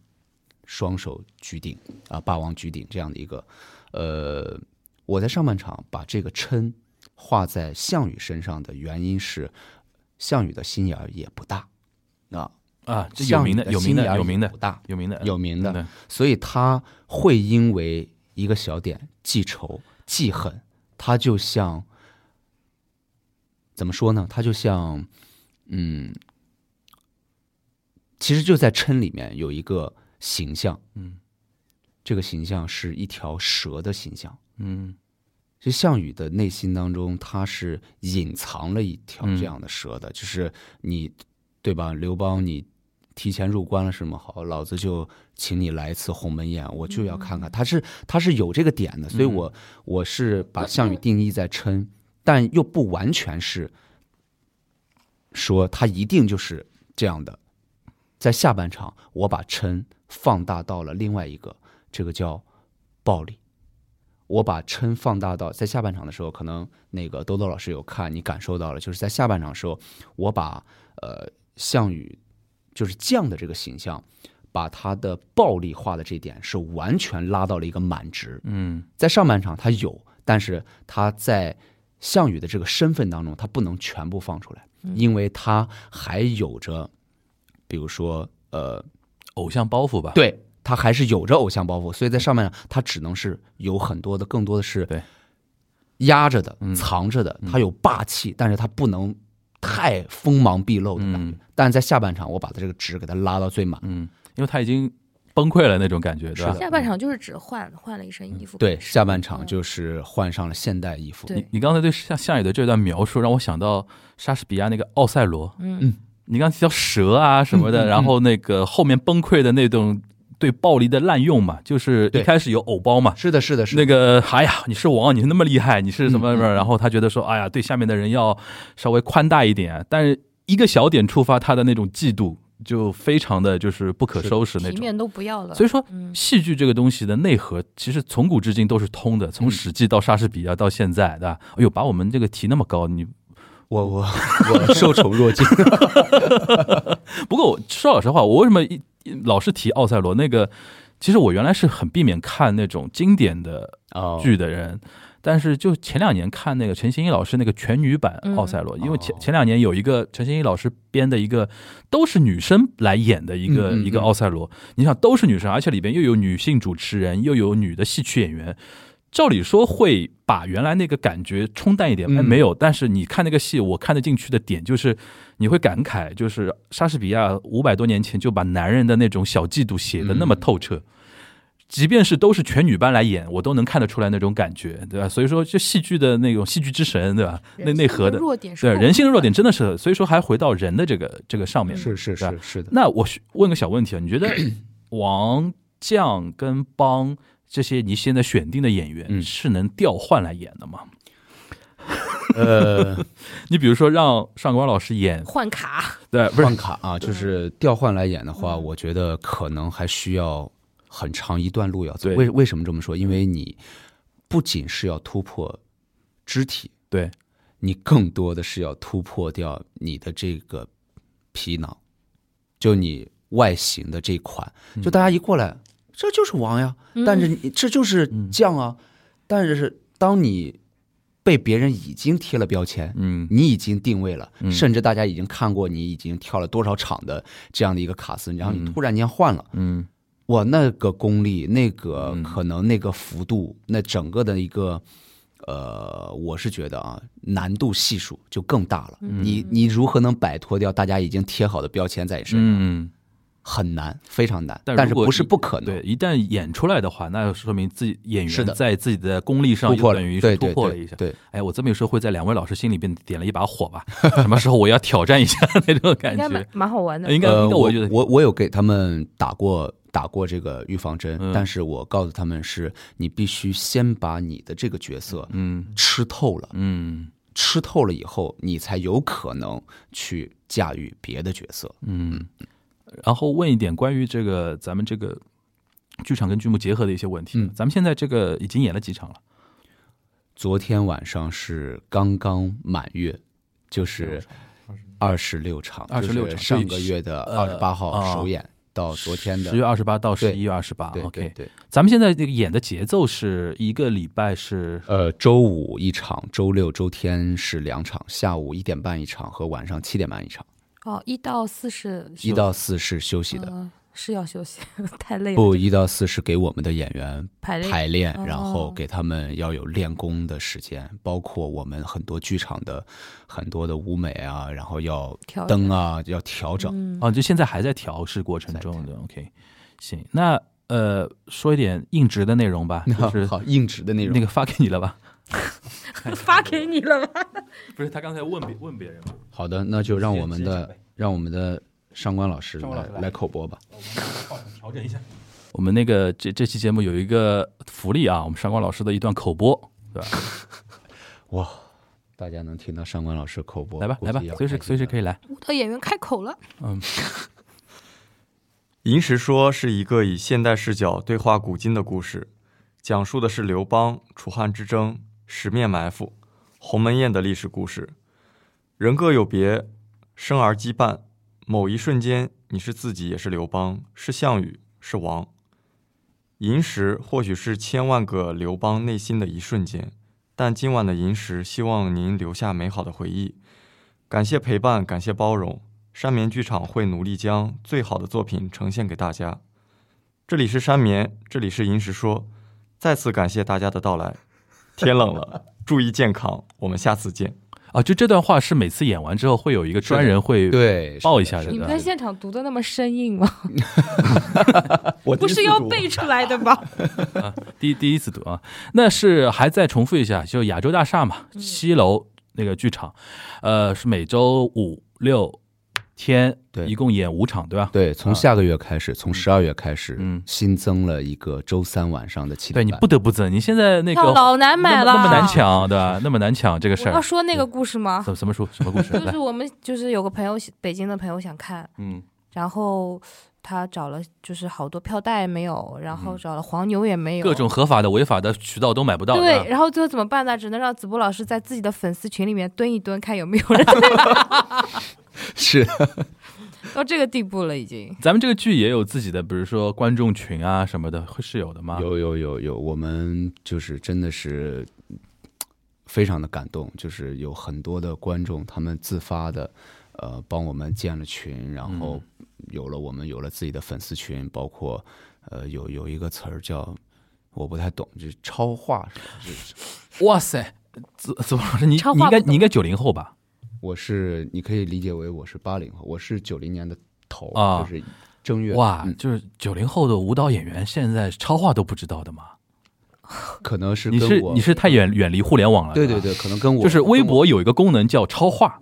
Speaker 4: 双手举鼎啊，霸王举鼎这样的一个，呃，我在上半场把这个嗔画在项羽身上的原因是，项羽的心眼儿也不大啊，
Speaker 2: 啊，这有
Speaker 4: 项羽
Speaker 2: 名的有名
Speaker 4: 心眼
Speaker 2: 的
Speaker 4: 儿
Speaker 2: 有名
Speaker 4: 也
Speaker 2: 的
Speaker 4: 不大
Speaker 2: 有名的
Speaker 4: 有名的，
Speaker 2: 的，
Speaker 4: 所以他会因为一个小点记仇记恨，他就像嗯怎么说呢？他就像嗯，其实就在嗔里面有一个形象，
Speaker 2: 嗯
Speaker 4: 这个形象是一条蛇的形象。
Speaker 2: 嗯
Speaker 4: 其实项羽的内心当中，他是隐藏了一条
Speaker 2: 嗯
Speaker 4: 这样的蛇的，就是你，对吧？刘邦，你提前入关了是吗？好，老子就请你来一次鸿门宴，我就要看看。他是他是有这个点的，所以我我是把项羽定义在嗔，但又不完全是说他一定就是这样的。在下半场，我把嗔放大到了另外一个，这个叫暴力。我把嗔放大到在下半场的时候，可能那个兜兜老师有看，你感受到了，就是在下半场的时候，我把呃项羽就是将的这个形象，把他的暴力化的这点是完全拉到了一个满值。
Speaker 2: 嗯，
Speaker 4: 在上半场他有，但是他在项羽的这个身份当中，他不能全部放出来，因为他还有着，比如说呃，
Speaker 2: 偶像包袱吧，，
Speaker 4: 对他还是有着偶像包袱，所以在上半场他只能是有很多的，更多的是
Speaker 2: 对
Speaker 4: 压着的、
Speaker 2: 嗯
Speaker 4: 藏着的，他有霸气，但是他不能太锋芒毕露的感觉。但在下半场，我把他这个值给他拉到最满，
Speaker 2: 嗯，因为他已经崩溃了那种感觉，对吧
Speaker 4: 是？的
Speaker 3: 下半场就是只换换了一身衣
Speaker 2: 嗯
Speaker 3: 服，
Speaker 4: 对，下半场就是换上了现代衣
Speaker 3: 嗯
Speaker 4: 服。
Speaker 3: 对
Speaker 2: 你你刚才对项项羽的这段描述，让我想到莎士比亚那个《奥赛罗》。
Speaker 3: 嗯
Speaker 4: 嗯，
Speaker 2: 你刚提到蛇啊什么的，然后那个后面崩溃的那种对暴力的滥用嘛，就是一
Speaker 4: 对
Speaker 2: 开始有偶包嘛，
Speaker 4: 是的，是的，是的。
Speaker 2: 那个，哎呀，你是王，你是那么厉害，你是什么什么？然后他觉得说，哎呀，对下面的人要稍微宽大一点，但是一个小点触发他的那种嫉妒，就非常的就是不可收拾那
Speaker 3: 体
Speaker 2: 种。
Speaker 3: 面都不要了。
Speaker 2: 所以说，
Speaker 3: 嗯
Speaker 2: 戏剧这个东西的内核，其实从古至今都是通的，从《史记》到莎士比亚到现在，对吧？哎呦，把我们这个提那么高，你
Speaker 4: 我我我受宠若惊。
Speaker 2: 不过我说老实话，啊我为什么一一老是提奥赛罗那个？其实我原来是很避免看那种经典的
Speaker 4: 哦
Speaker 2: 剧的人，但是就前两年看那个陈欣怡老师那个全女版
Speaker 3: 嗯
Speaker 2: 《奥赛罗》，因为前
Speaker 4: 哦
Speaker 2: 前两年有一个陈欣怡老师编的一个都是女生来演的一个
Speaker 4: 嗯嗯
Speaker 2: 一个
Speaker 4: 嗯
Speaker 2: 奥赛罗，你想都是女生，而且里边又有女性主持人，又有女的戏曲演员。照理说会把原来那个感觉冲淡一点，哎，
Speaker 4: 嗯
Speaker 2: 没有。但是你看那个戏，我看得进去的点就是，你会感慨，就是莎士比亚五百多年前就把男人的那种小嫉妒写的那么
Speaker 4: 嗯
Speaker 2: 透彻，即便是都是全女班来演，我都能看得出来那种感觉，对吧？所以说，就戏剧的那种戏剧之神，对吧？内内核的，
Speaker 3: 弱点是
Speaker 2: 对啊
Speaker 3: 够
Speaker 2: 人性的弱点真的是，所以说还回到人的这个这个上面。
Speaker 4: 是是是是的，
Speaker 2: 那我是问个小问题啊，你 觉得王将跟帮这些你现在选定的演员
Speaker 4: 嗯
Speaker 2: 是能调换来演的吗？
Speaker 4: 呃，
Speaker 2: 你比如说让上官老师演，
Speaker 3: 换卡，
Speaker 2: 对，不是嗯
Speaker 4: 换卡啊，就是调换来演的话，我觉得可能还需要很长一段路要走。
Speaker 2: 对
Speaker 4: 为为什么这么说？因为你不仅是要突破肢体，
Speaker 2: 对，
Speaker 4: 你更多的是要突破掉你的这个皮囊，就你外形的这一款。
Speaker 2: 嗯
Speaker 4: 就大家一过来，这就是王呀，但
Speaker 3: 嗯
Speaker 4: 是你这就是
Speaker 2: 嗯
Speaker 4: 将啊，但是当你被别人已经贴了标签，
Speaker 2: 嗯
Speaker 4: 你已经定位了，甚至大家已经看过你已经跳了多少场的这样的一个卡斯，然后你突然间换了，
Speaker 2: 嗯
Speaker 4: 哇，那个功力，那个
Speaker 2: 嗯
Speaker 4: 可能，那个幅度，那整个的一个，呃，我是觉得啊，难度系数就更大了。
Speaker 2: 嗯
Speaker 4: 你你如何能摆脱掉大家已经贴好的标签在你身上？
Speaker 2: 嗯，
Speaker 4: 很难，非常难。
Speaker 2: 但
Speaker 4: 但
Speaker 2: 如
Speaker 4: 是
Speaker 2: 果
Speaker 4: 不是
Speaker 2: 你
Speaker 4: 不可
Speaker 2: 对，
Speaker 4: 能？
Speaker 2: 一旦演出来的话，那就说明自己演
Speaker 4: 是
Speaker 2: 员
Speaker 4: 的
Speaker 2: 在自己的功力上
Speaker 4: 突破了
Speaker 2: 等于，是
Speaker 4: 对
Speaker 2: 突
Speaker 4: 对
Speaker 2: 破了一下。
Speaker 4: 对，
Speaker 2: 哎，我这么一说，会在两位老师心里边点了一把火吧？什么时候我要挑战一 下那种感
Speaker 3: 应
Speaker 2: 觉
Speaker 3: 该？蛮蛮好玩的
Speaker 2: 哎。应该，
Speaker 4: 呃，
Speaker 2: 应该
Speaker 4: 我
Speaker 2: 觉得，
Speaker 4: 我我有给他们打过打过这个预防针，
Speaker 2: 嗯
Speaker 4: 但是我告诉他们是，你必须先把你的这个角色
Speaker 2: 嗯
Speaker 4: 吃透了，
Speaker 2: 嗯
Speaker 4: 吃透了以后，你才有可能去驾驭别的角色。
Speaker 2: 嗯。然后问一点关于这个咱们这个剧场跟剧目结合的一些问题。啊
Speaker 4: 嗯
Speaker 2: 咱们现在这个已经演了几场了？
Speaker 4: 昨天晚上是刚刚满月，就是二十六场，
Speaker 2: 26
Speaker 4: 就是
Speaker 2: 场
Speaker 4: 上个月的
Speaker 2: 呃
Speaker 4: 二十八
Speaker 2: 啊
Speaker 4: 号首演到哦昨天的
Speaker 2: 十月二十八到
Speaker 4: 对
Speaker 2: 十一月二十八。
Speaker 4: 对
Speaker 2: OK，
Speaker 4: 对对，
Speaker 2: 咱们现在这个演的节奏是一个礼拜是
Speaker 4: 呃，周五一场，周六、周天是两场，下午一点半一场和晚上七点半一场，
Speaker 3: 哦，一到四是
Speaker 4: 一到四是休息的，
Speaker 3: 呃是要休息， 太累了。
Speaker 4: 不，
Speaker 3: 这
Speaker 4: 一到四是给我们的演员
Speaker 3: 排练
Speaker 4: 排练
Speaker 3: 哦，
Speaker 4: 然后给他们要有练功的时间，包括我们很多剧场的很多的舞美啊，然后要
Speaker 3: 调整
Speaker 4: 灯啊，要调整。
Speaker 3: 嗯
Speaker 2: 哦，就现在还在调试过程中的。OK，行，那呃，说一点硬直的内容
Speaker 3: 嗯
Speaker 2: 吧，就是
Speaker 4: 好硬直的内容，
Speaker 2: 那个发给你了吧？
Speaker 3: 发给你了吧？
Speaker 2: 不是，他刚才问别问别人嘛。
Speaker 4: 好的，那就让我们
Speaker 2: 先先讲
Speaker 4: 的
Speaker 2: 呗
Speaker 4: 让我们的上官老师
Speaker 2: 上官老师来
Speaker 4: 来来口播吧。
Speaker 2: 调整一下。我们那个这这期节目有一个福利啊，我们上官老师的一段口播，对吧？
Speaker 4: 哇，大家能听到上官老师口播，
Speaker 2: 来吧，来吧，随时随时可
Speaker 4: 以。
Speaker 2: 以来。
Speaker 3: 舞蹈演员开口了，
Speaker 5: 银石说是一个以现代视角对话古今的故事，讲述的是刘邦、楚汉之争、十面埋伏、鸿门宴的历史故事。人各有别，生而羁绊，某一瞬间，你是自己，也是刘邦，是项羽，是王。银石或许是千万个刘邦内心的一瞬间，但今晚的银石，希望您留下美好的回忆。感谢陪伴，感谢包容。山眠剧场会努力将最好的作品呈现给大家。这里是山眠，这里是银石说。再次感谢大家的到来。天冷了，注意健康，我们下次见。
Speaker 2: 啊，就这段话是每次演完之后会有一个专人会
Speaker 4: 对，
Speaker 2: 报一下
Speaker 4: 是
Speaker 2: 的
Speaker 4: 的
Speaker 3: 你们
Speaker 4: 是
Speaker 3: 在
Speaker 4: 的
Speaker 3: 现场读的那么生硬 吗？不
Speaker 5: 我第一
Speaker 3: 是
Speaker 5: 次
Speaker 3: 要
Speaker 5: 读
Speaker 3: 背出来的吧？
Speaker 2: 第第一次读啊，那是还再重复一下，就亚洲大厦嘛，
Speaker 3: 嗯
Speaker 2: 七楼那个剧场，呃，是每周五六天，
Speaker 4: 对
Speaker 2: 一共演五场，对吧？
Speaker 4: 对，从下个月开始，从十二月开始，
Speaker 2: 啊嗯
Speaker 4: 新增了一个周三晚上的七
Speaker 2: 对
Speaker 4: 点
Speaker 2: 你
Speaker 4: 半。
Speaker 2: 不得不增，你现 在那
Speaker 3: 票
Speaker 2: 个
Speaker 3: 老难买了，
Speaker 2: 那么那么难。抢，对 吧？那么难抢这个事
Speaker 3: 我要
Speaker 2: 儿，
Speaker 3: 说那个故事吗？
Speaker 2: 什什么书什么故事？
Speaker 3: 就
Speaker 2: 来
Speaker 3: 是，我们就是有个朋友，北京的朋友想看，
Speaker 2: 嗯
Speaker 3: 然后他找了就是好多票代没有，然后
Speaker 2: 嗯
Speaker 3: 找了黄牛也没有，
Speaker 2: 各种合法的、违法的渠道都啊买不到，吧
Speaker 3: 对，然后最后怎么办呢？只能让子波老师在自己的粉丝群里面蹲一蹲，看有没 有人
Speaker 4: 是
Speaker 3: 到这个地步了，已经。
Speaker 2: 咱们这个剧也有自己的，比如说观众群啊什么的，会是有的吗？
Speaker 4: 有有有有，我们就是真的是嗯非常的感动，就是有很多的观众他们自发的，呃，帮我们建了群，然
Speaker 2: 嗯
Speaker 4: 后有了我们有了自己的粉丝群，包括呃有有一个词儿叫。我不太懂，就是超话是吧？ 就是
Speaker 2: 哇塞，子子老师，你
Speaker 3: 超
Speaker 2: 你
Speaker 3: 话
Speaker 2: 应
Speaker 3: 不
Speaker 2: 该
Speaker 3: 懂
Speaker 2: 你应该九零后吧？
Speaker 4: 我是你可以理解为我是八零后，我是九零年的头，
Speaker 2: 啊
Speaker 4: 就是正月
Speaker 2: 哇，
Speaker 4: 嗯
Speaker 2: 就是九零后的舞蹈演员，现在超话都不知道的嘛？
Speaker 4: 可能是
Speaker 2: 你
Speaker 4: 跟
Speaker 2: 是
Speaker 4: 我
Speaker 2: 你是太远远离互联网了，
Speaker 4: 对对
Speaker 2: 吧，
Speaker 4: 对，可能跟我
Speaker 2: 就是微
Speaker 4: 跟我
Speaker 2: 博有一个功能叫超 话，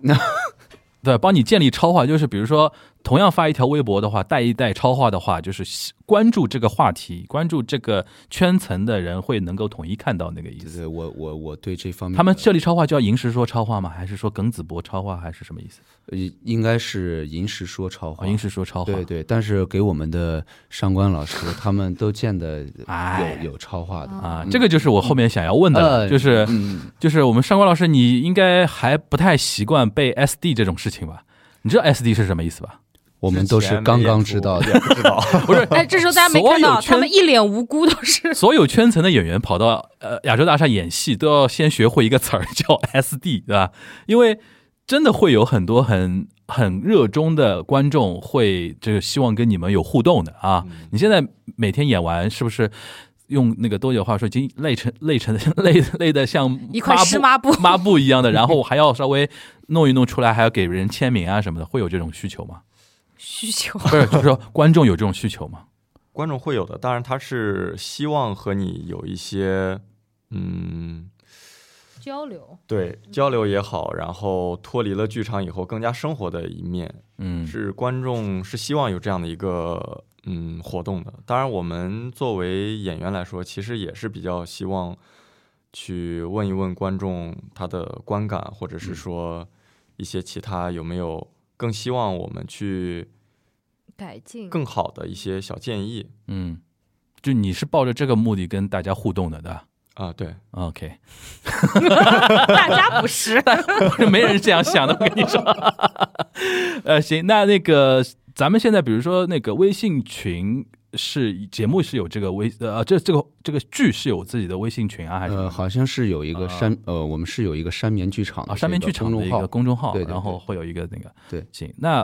Speaker 2: 对，帮你建立超话，就是比如说同样发一条微博的话，带一带超话的话，就是喜关注这个话题，关注这个圈层的人会能够统一看到那个意
Speaker 4: 就
Speaker 2: 思。
Speaker 4: 是我我我对这方面
Speaker 2: 他们
Speaker 4: 的
Speaker 2: 设立超话就要银石说超话吗？还是说耿子博超话？还是什么意思？
Speaker 4: 呃应该是银石说超
Speaker 2: 哦，
Speaker 4: 话，
Speaker 2: 银石说超话，
Speaker 4: 对对，但是给我们的上官老 师他们都见的
Speaker 2: 哎
Speaker 4: 有有超话的，
Speaker 2: 啊，这个就是我后面想要问的了，
Speaker 4: 嗯
Speaker 2: 就是
Speaker 4: 嗯，
Speaker 2: 就是我们上官老师，你应该还不太习惯被 SD 这种事情吧？你知道 SD 是什么意思吧？
Speaker 4: 我们都是刚刚知道的，
Speaker 5: 也不知道。
Speaker 2: 不是，
Speaker 3: 哎，这时候大家没看
Speaker 2: 所
Speaker 3: 到，
Speaker 2: 有圈
Speaker 3: 他们一脸无辜，都 是
Speaker 2: 所有圈层的演员跑到呃亚洲大厦演戏，都要先学会一个词儿 叫 SD，对吧？因为真的会有很多很很热衷的观众会就是希望跟你们有互动的啊。你现在每天演完是不是？用那个多久话说，已经累成累成 累累的像
Speaker 3: 一块湿
Speaker 2: 抹
Speaker 3: 抹 布
Speaker 2: 抹布一样的，然后还要稍微弄一弄出来，还要给人签名啊什么的，会有这种需求吗？
Speaker 3: 需求。
Speaker 2: 不是，就是说观众有这种需求吗？
Speaker 5: 观众会有的，当然他是希望和你有一些，嗯，
Speaker 3: 交流。
Speaker 5: 对交流也好，然后脱离了剧场以后更加生活的一面，
Speaker 2: 嗯，
Speaker 5: 是观众是希望有这样的一个嗯活动的。当然，我们作为演员来说，其实也是比较希望去问一问观众他的观感，或者是
Speaker 2: 嗯
Speaker 5: 说一些其他有没有更希望我们去
Speaker 3: 改进
Speaker 5: 更好的一些小建议
Speaker 2: 嗯，就你是抱着这个目的跟大家互动的，对吧
Speaker 5: 啊。对，
Speaker 2: ？OK，
Speaker 3: 大家 不是
Speaker 2: 没人这样想的，我跟你说。 呃，行，那那个咱们现在比如说那个微信群是节目是有这个微呃这这个这个剧是有自己的微信群啊，还是什么
Speaker 4: 呃，好像是有一个山呃，我们是有一个山眠剧场的
Speaker 2: 啊啊，山面
Speaker 4: 这个
Speaker 2: 剧场
Speaker 4: 公
Speaker 2: 的一
Speaker 4: 众
Speaker 2: 个
Speaker 4: 号，
Speaker 2: 公众号，
Speaker 4: 对对对
Speaker 2: 然后会有一个那个
Speaker 4: 对
Speaker 2: 行。那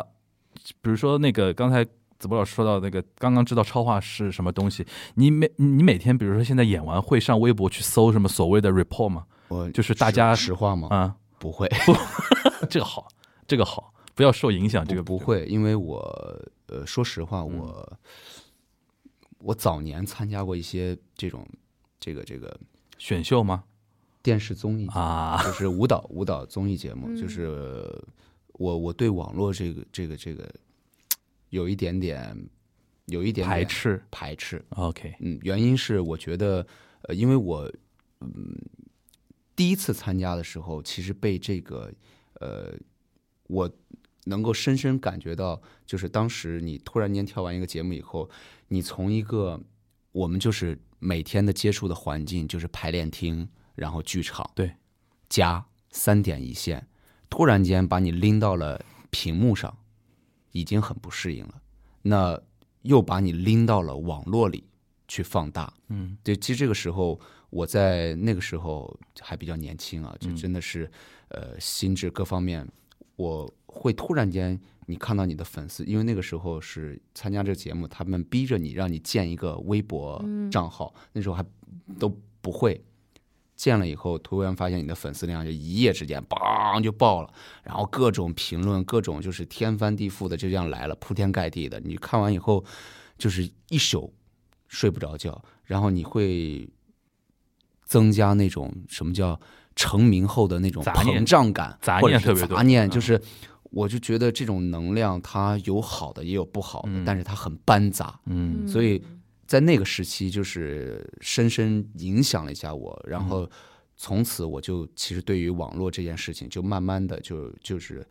Speaker 2: 比如说那个刚才子博老师说到那个刚刚知道超话是什么东西，你每你每天比如说现在演完会上微博去搜什么所谓的 report 吗？
Speaker 4: 我
Speaker 2: 就是大家
Speaker 4: 实实话吗？
Speaker 2: 啊，
Speaker 4: 不会，
Speaker 2: 这个好，这个好，不嗯要受影响， 这个
Speaker 4: 不不。会，因为我呃，说实话，我、我早年参加过一些这种这个这个
Speaker 2: 选秀吗？
Speaker 4: 电视综艺节目
Speaker 2: 啊，
Speaker 4: 就是舞蹈舞蹈综艺节目，
Speaker 3: 嗯
Speaker 4: 就是我我对网络这个这个这个有一点点有一点点
Speaker 2: 排斥。
Speaker 4: 排斥，
Speaker 2: OK，
Speaker 4: 嗯，原因是我觉得呃，因为我嗯第一次参加的时候，其实被这个呃我。能够深深感觉到，就是当时你突然间跳完一个节目以后，你从一个我们就是每天的接触的环境，就是排练厅，然后剧场，
Speaker 2: 对，
Speaker 4: 加三点一线，突然间把你拎到了屏幕上，已经很不适应了，那又把你拎到了网络里去放大，
Speaker 2: 嗯，
Speaker 4: 对，其实这个时候我在那个时候还比较年轻啊，就
Speaker 2: 嗯
Speaker 4: 真的是、呃心智各方面，我会突然间你看到你的粉丝，因为那个时候是参加这个节目，他们逼着你让你建一个微博账号，那时候还都不会。建了以后，突然发现你的粉丝量就一夜之间梆就爆了，然后各种评论，各种就是天翻地覆的就这样来了，铺天盖地的。你看完以后，就是一宿睡不着觉，然后你会增加那种什么叫成名后的那种
Speaker 2: 杂念
Speaker 4: 膨胀感，
Speaker 2: 杂
Speaker 4: 或者
Speaker 2: 念
Speaker 4: 是
Speaker 2: 特别多
Speaker 4: 杂念
Speaker 2: 嗯
Speaker 4: 就是。我就觉得这种能量，它有好的，也有不好的，
Speaker 2: 嗯
Speaker 4: 但是它很班杂，
Speaker 2: 嗯
Speaker 4: 所以在那个时期，就是深深影响了一下我，然
Speaker 2: 嗯
Speaker 4: 后从此我就其实对于网络这件事情，就慢慢的就就是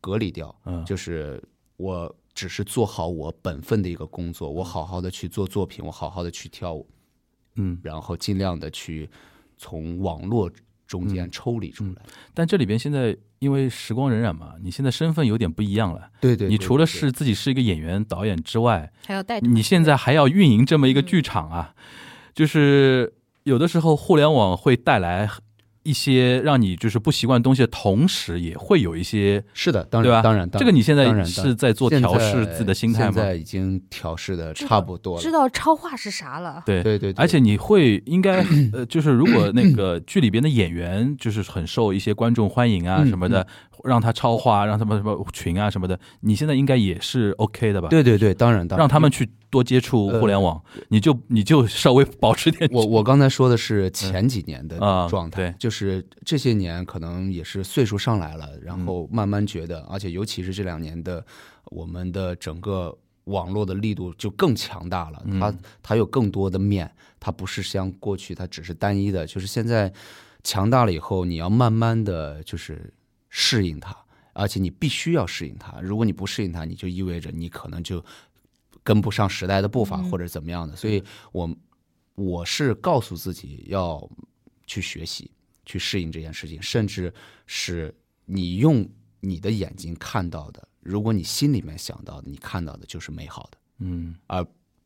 Speaker 4: 隔离掉，
Speaker 2: 嗯
Speaker 4: 就是我只是做好我本分的一个工作，我好好的去做作品，我好好的去跳舞，
Speaker 2: 嗯。
Speaker 4: 然后尽量的去从网络中
Speaker 2: 嗯
Speaker 4: 间抽离出来。
Speaker 2: 但这里边现在因为时光荏苒嘛，你现在身份有点不一样了。
Speaker 4: 对对，
Speaker 2: 你
Speaker 4: 对
Speaker 2: 除了
Speaker 4: 对
Speaker 2: 是自己是一个演员、导演之外，
Speaker 3: 还要带团
Speaker 2: 你现在还要运营这么一个剧场啊，就是有的时候互联网会带来一些让你就是不习惯的东西，同时也会有一些，
Speaker 4: 是的，当
Speaker 2: 对
Speaker 4: 然
Speaker 2: 吧？
Speaker 4: 当然，当
Speaker 2: 这个你现
Speaker 4: 当
Speaker 2: 在
Speaker 4: 然当
Speaker 2: 是
Speaker 4: 然
Speaker 2: 在做
Speaker 4: 现
Speaker 2: 调试自己的心态
Speaker 4: 现
Speaker 2: 吗？
Speaker 4: 在已经调试的
Speaker 3: 知道
Speaker 4: 差不多了。
Speaker 3: 知道超话是啥了。
Speaker 2: 对
Speaker 4: 对对对
Speaker 2: 而且你会应 该呃，就是如果那个剧里边的演员就是很受一些观众欢迎啊
Speaker 4: 嗯
Speaker 2: 什么的，让他超话，让他们什么群啊什么的，你现在应该也是 OK 的吧？，
Speaker 4: 对对嗯呃对，当然当然，
Speaker 2: 让他们去多接触互联网，你就你就稍微 保持点
Speaker 4: 我我刚才说的是前几年的
Speaker 2: 嗯啊
Speaker 4: 状态，
Speaker 2: 对
Speaker 4: 就是这些年可能也是岁数上来了，然
Speaker 2: 嗯
Speaker 4: 后慢慢觉得，而且尤其是这两年的我们的整个网络的力度就更强大了，
Speaker 2: 嗯
Speaker 4: 它它有更多的面，它不是像过去它只是单一的，就是现在强大了以后，你要慢慢的就是适应它。而且你必须要适应它，如果你不适应它，你就意味着你可能就跟不上时代的步伐，或者怎么样的。所以我我是告诉自己要去学习，去适应这件事情，甚至是你用你的眼睛看到的，如果你心里面想到的，你看到的就是美好的，
Speaker 2: 嗯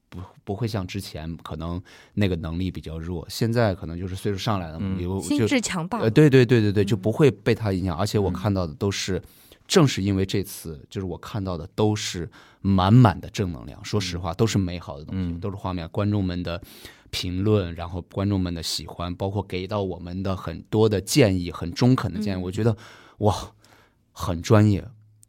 Speaker 4: 不不会像之前可能那个能力比较弱，现在可能就是岁数上来了，有
Speaker 3: 心
Speaker 4: 就
Speaker 3: 智强大
Speaker 4: 呃，，对对对对对，就不会被他影响。而且我看到的都是，正是因为这次，就是我看到的都是满满的正能量。说实话，都是美好的东西，
Speaker 2: 嗯
Speaker 4: 都是画面，观众们的评论，然后观众们的喜欢，包括给到我们的很多的建议，很中肯的建议。我觉得哇，很专业。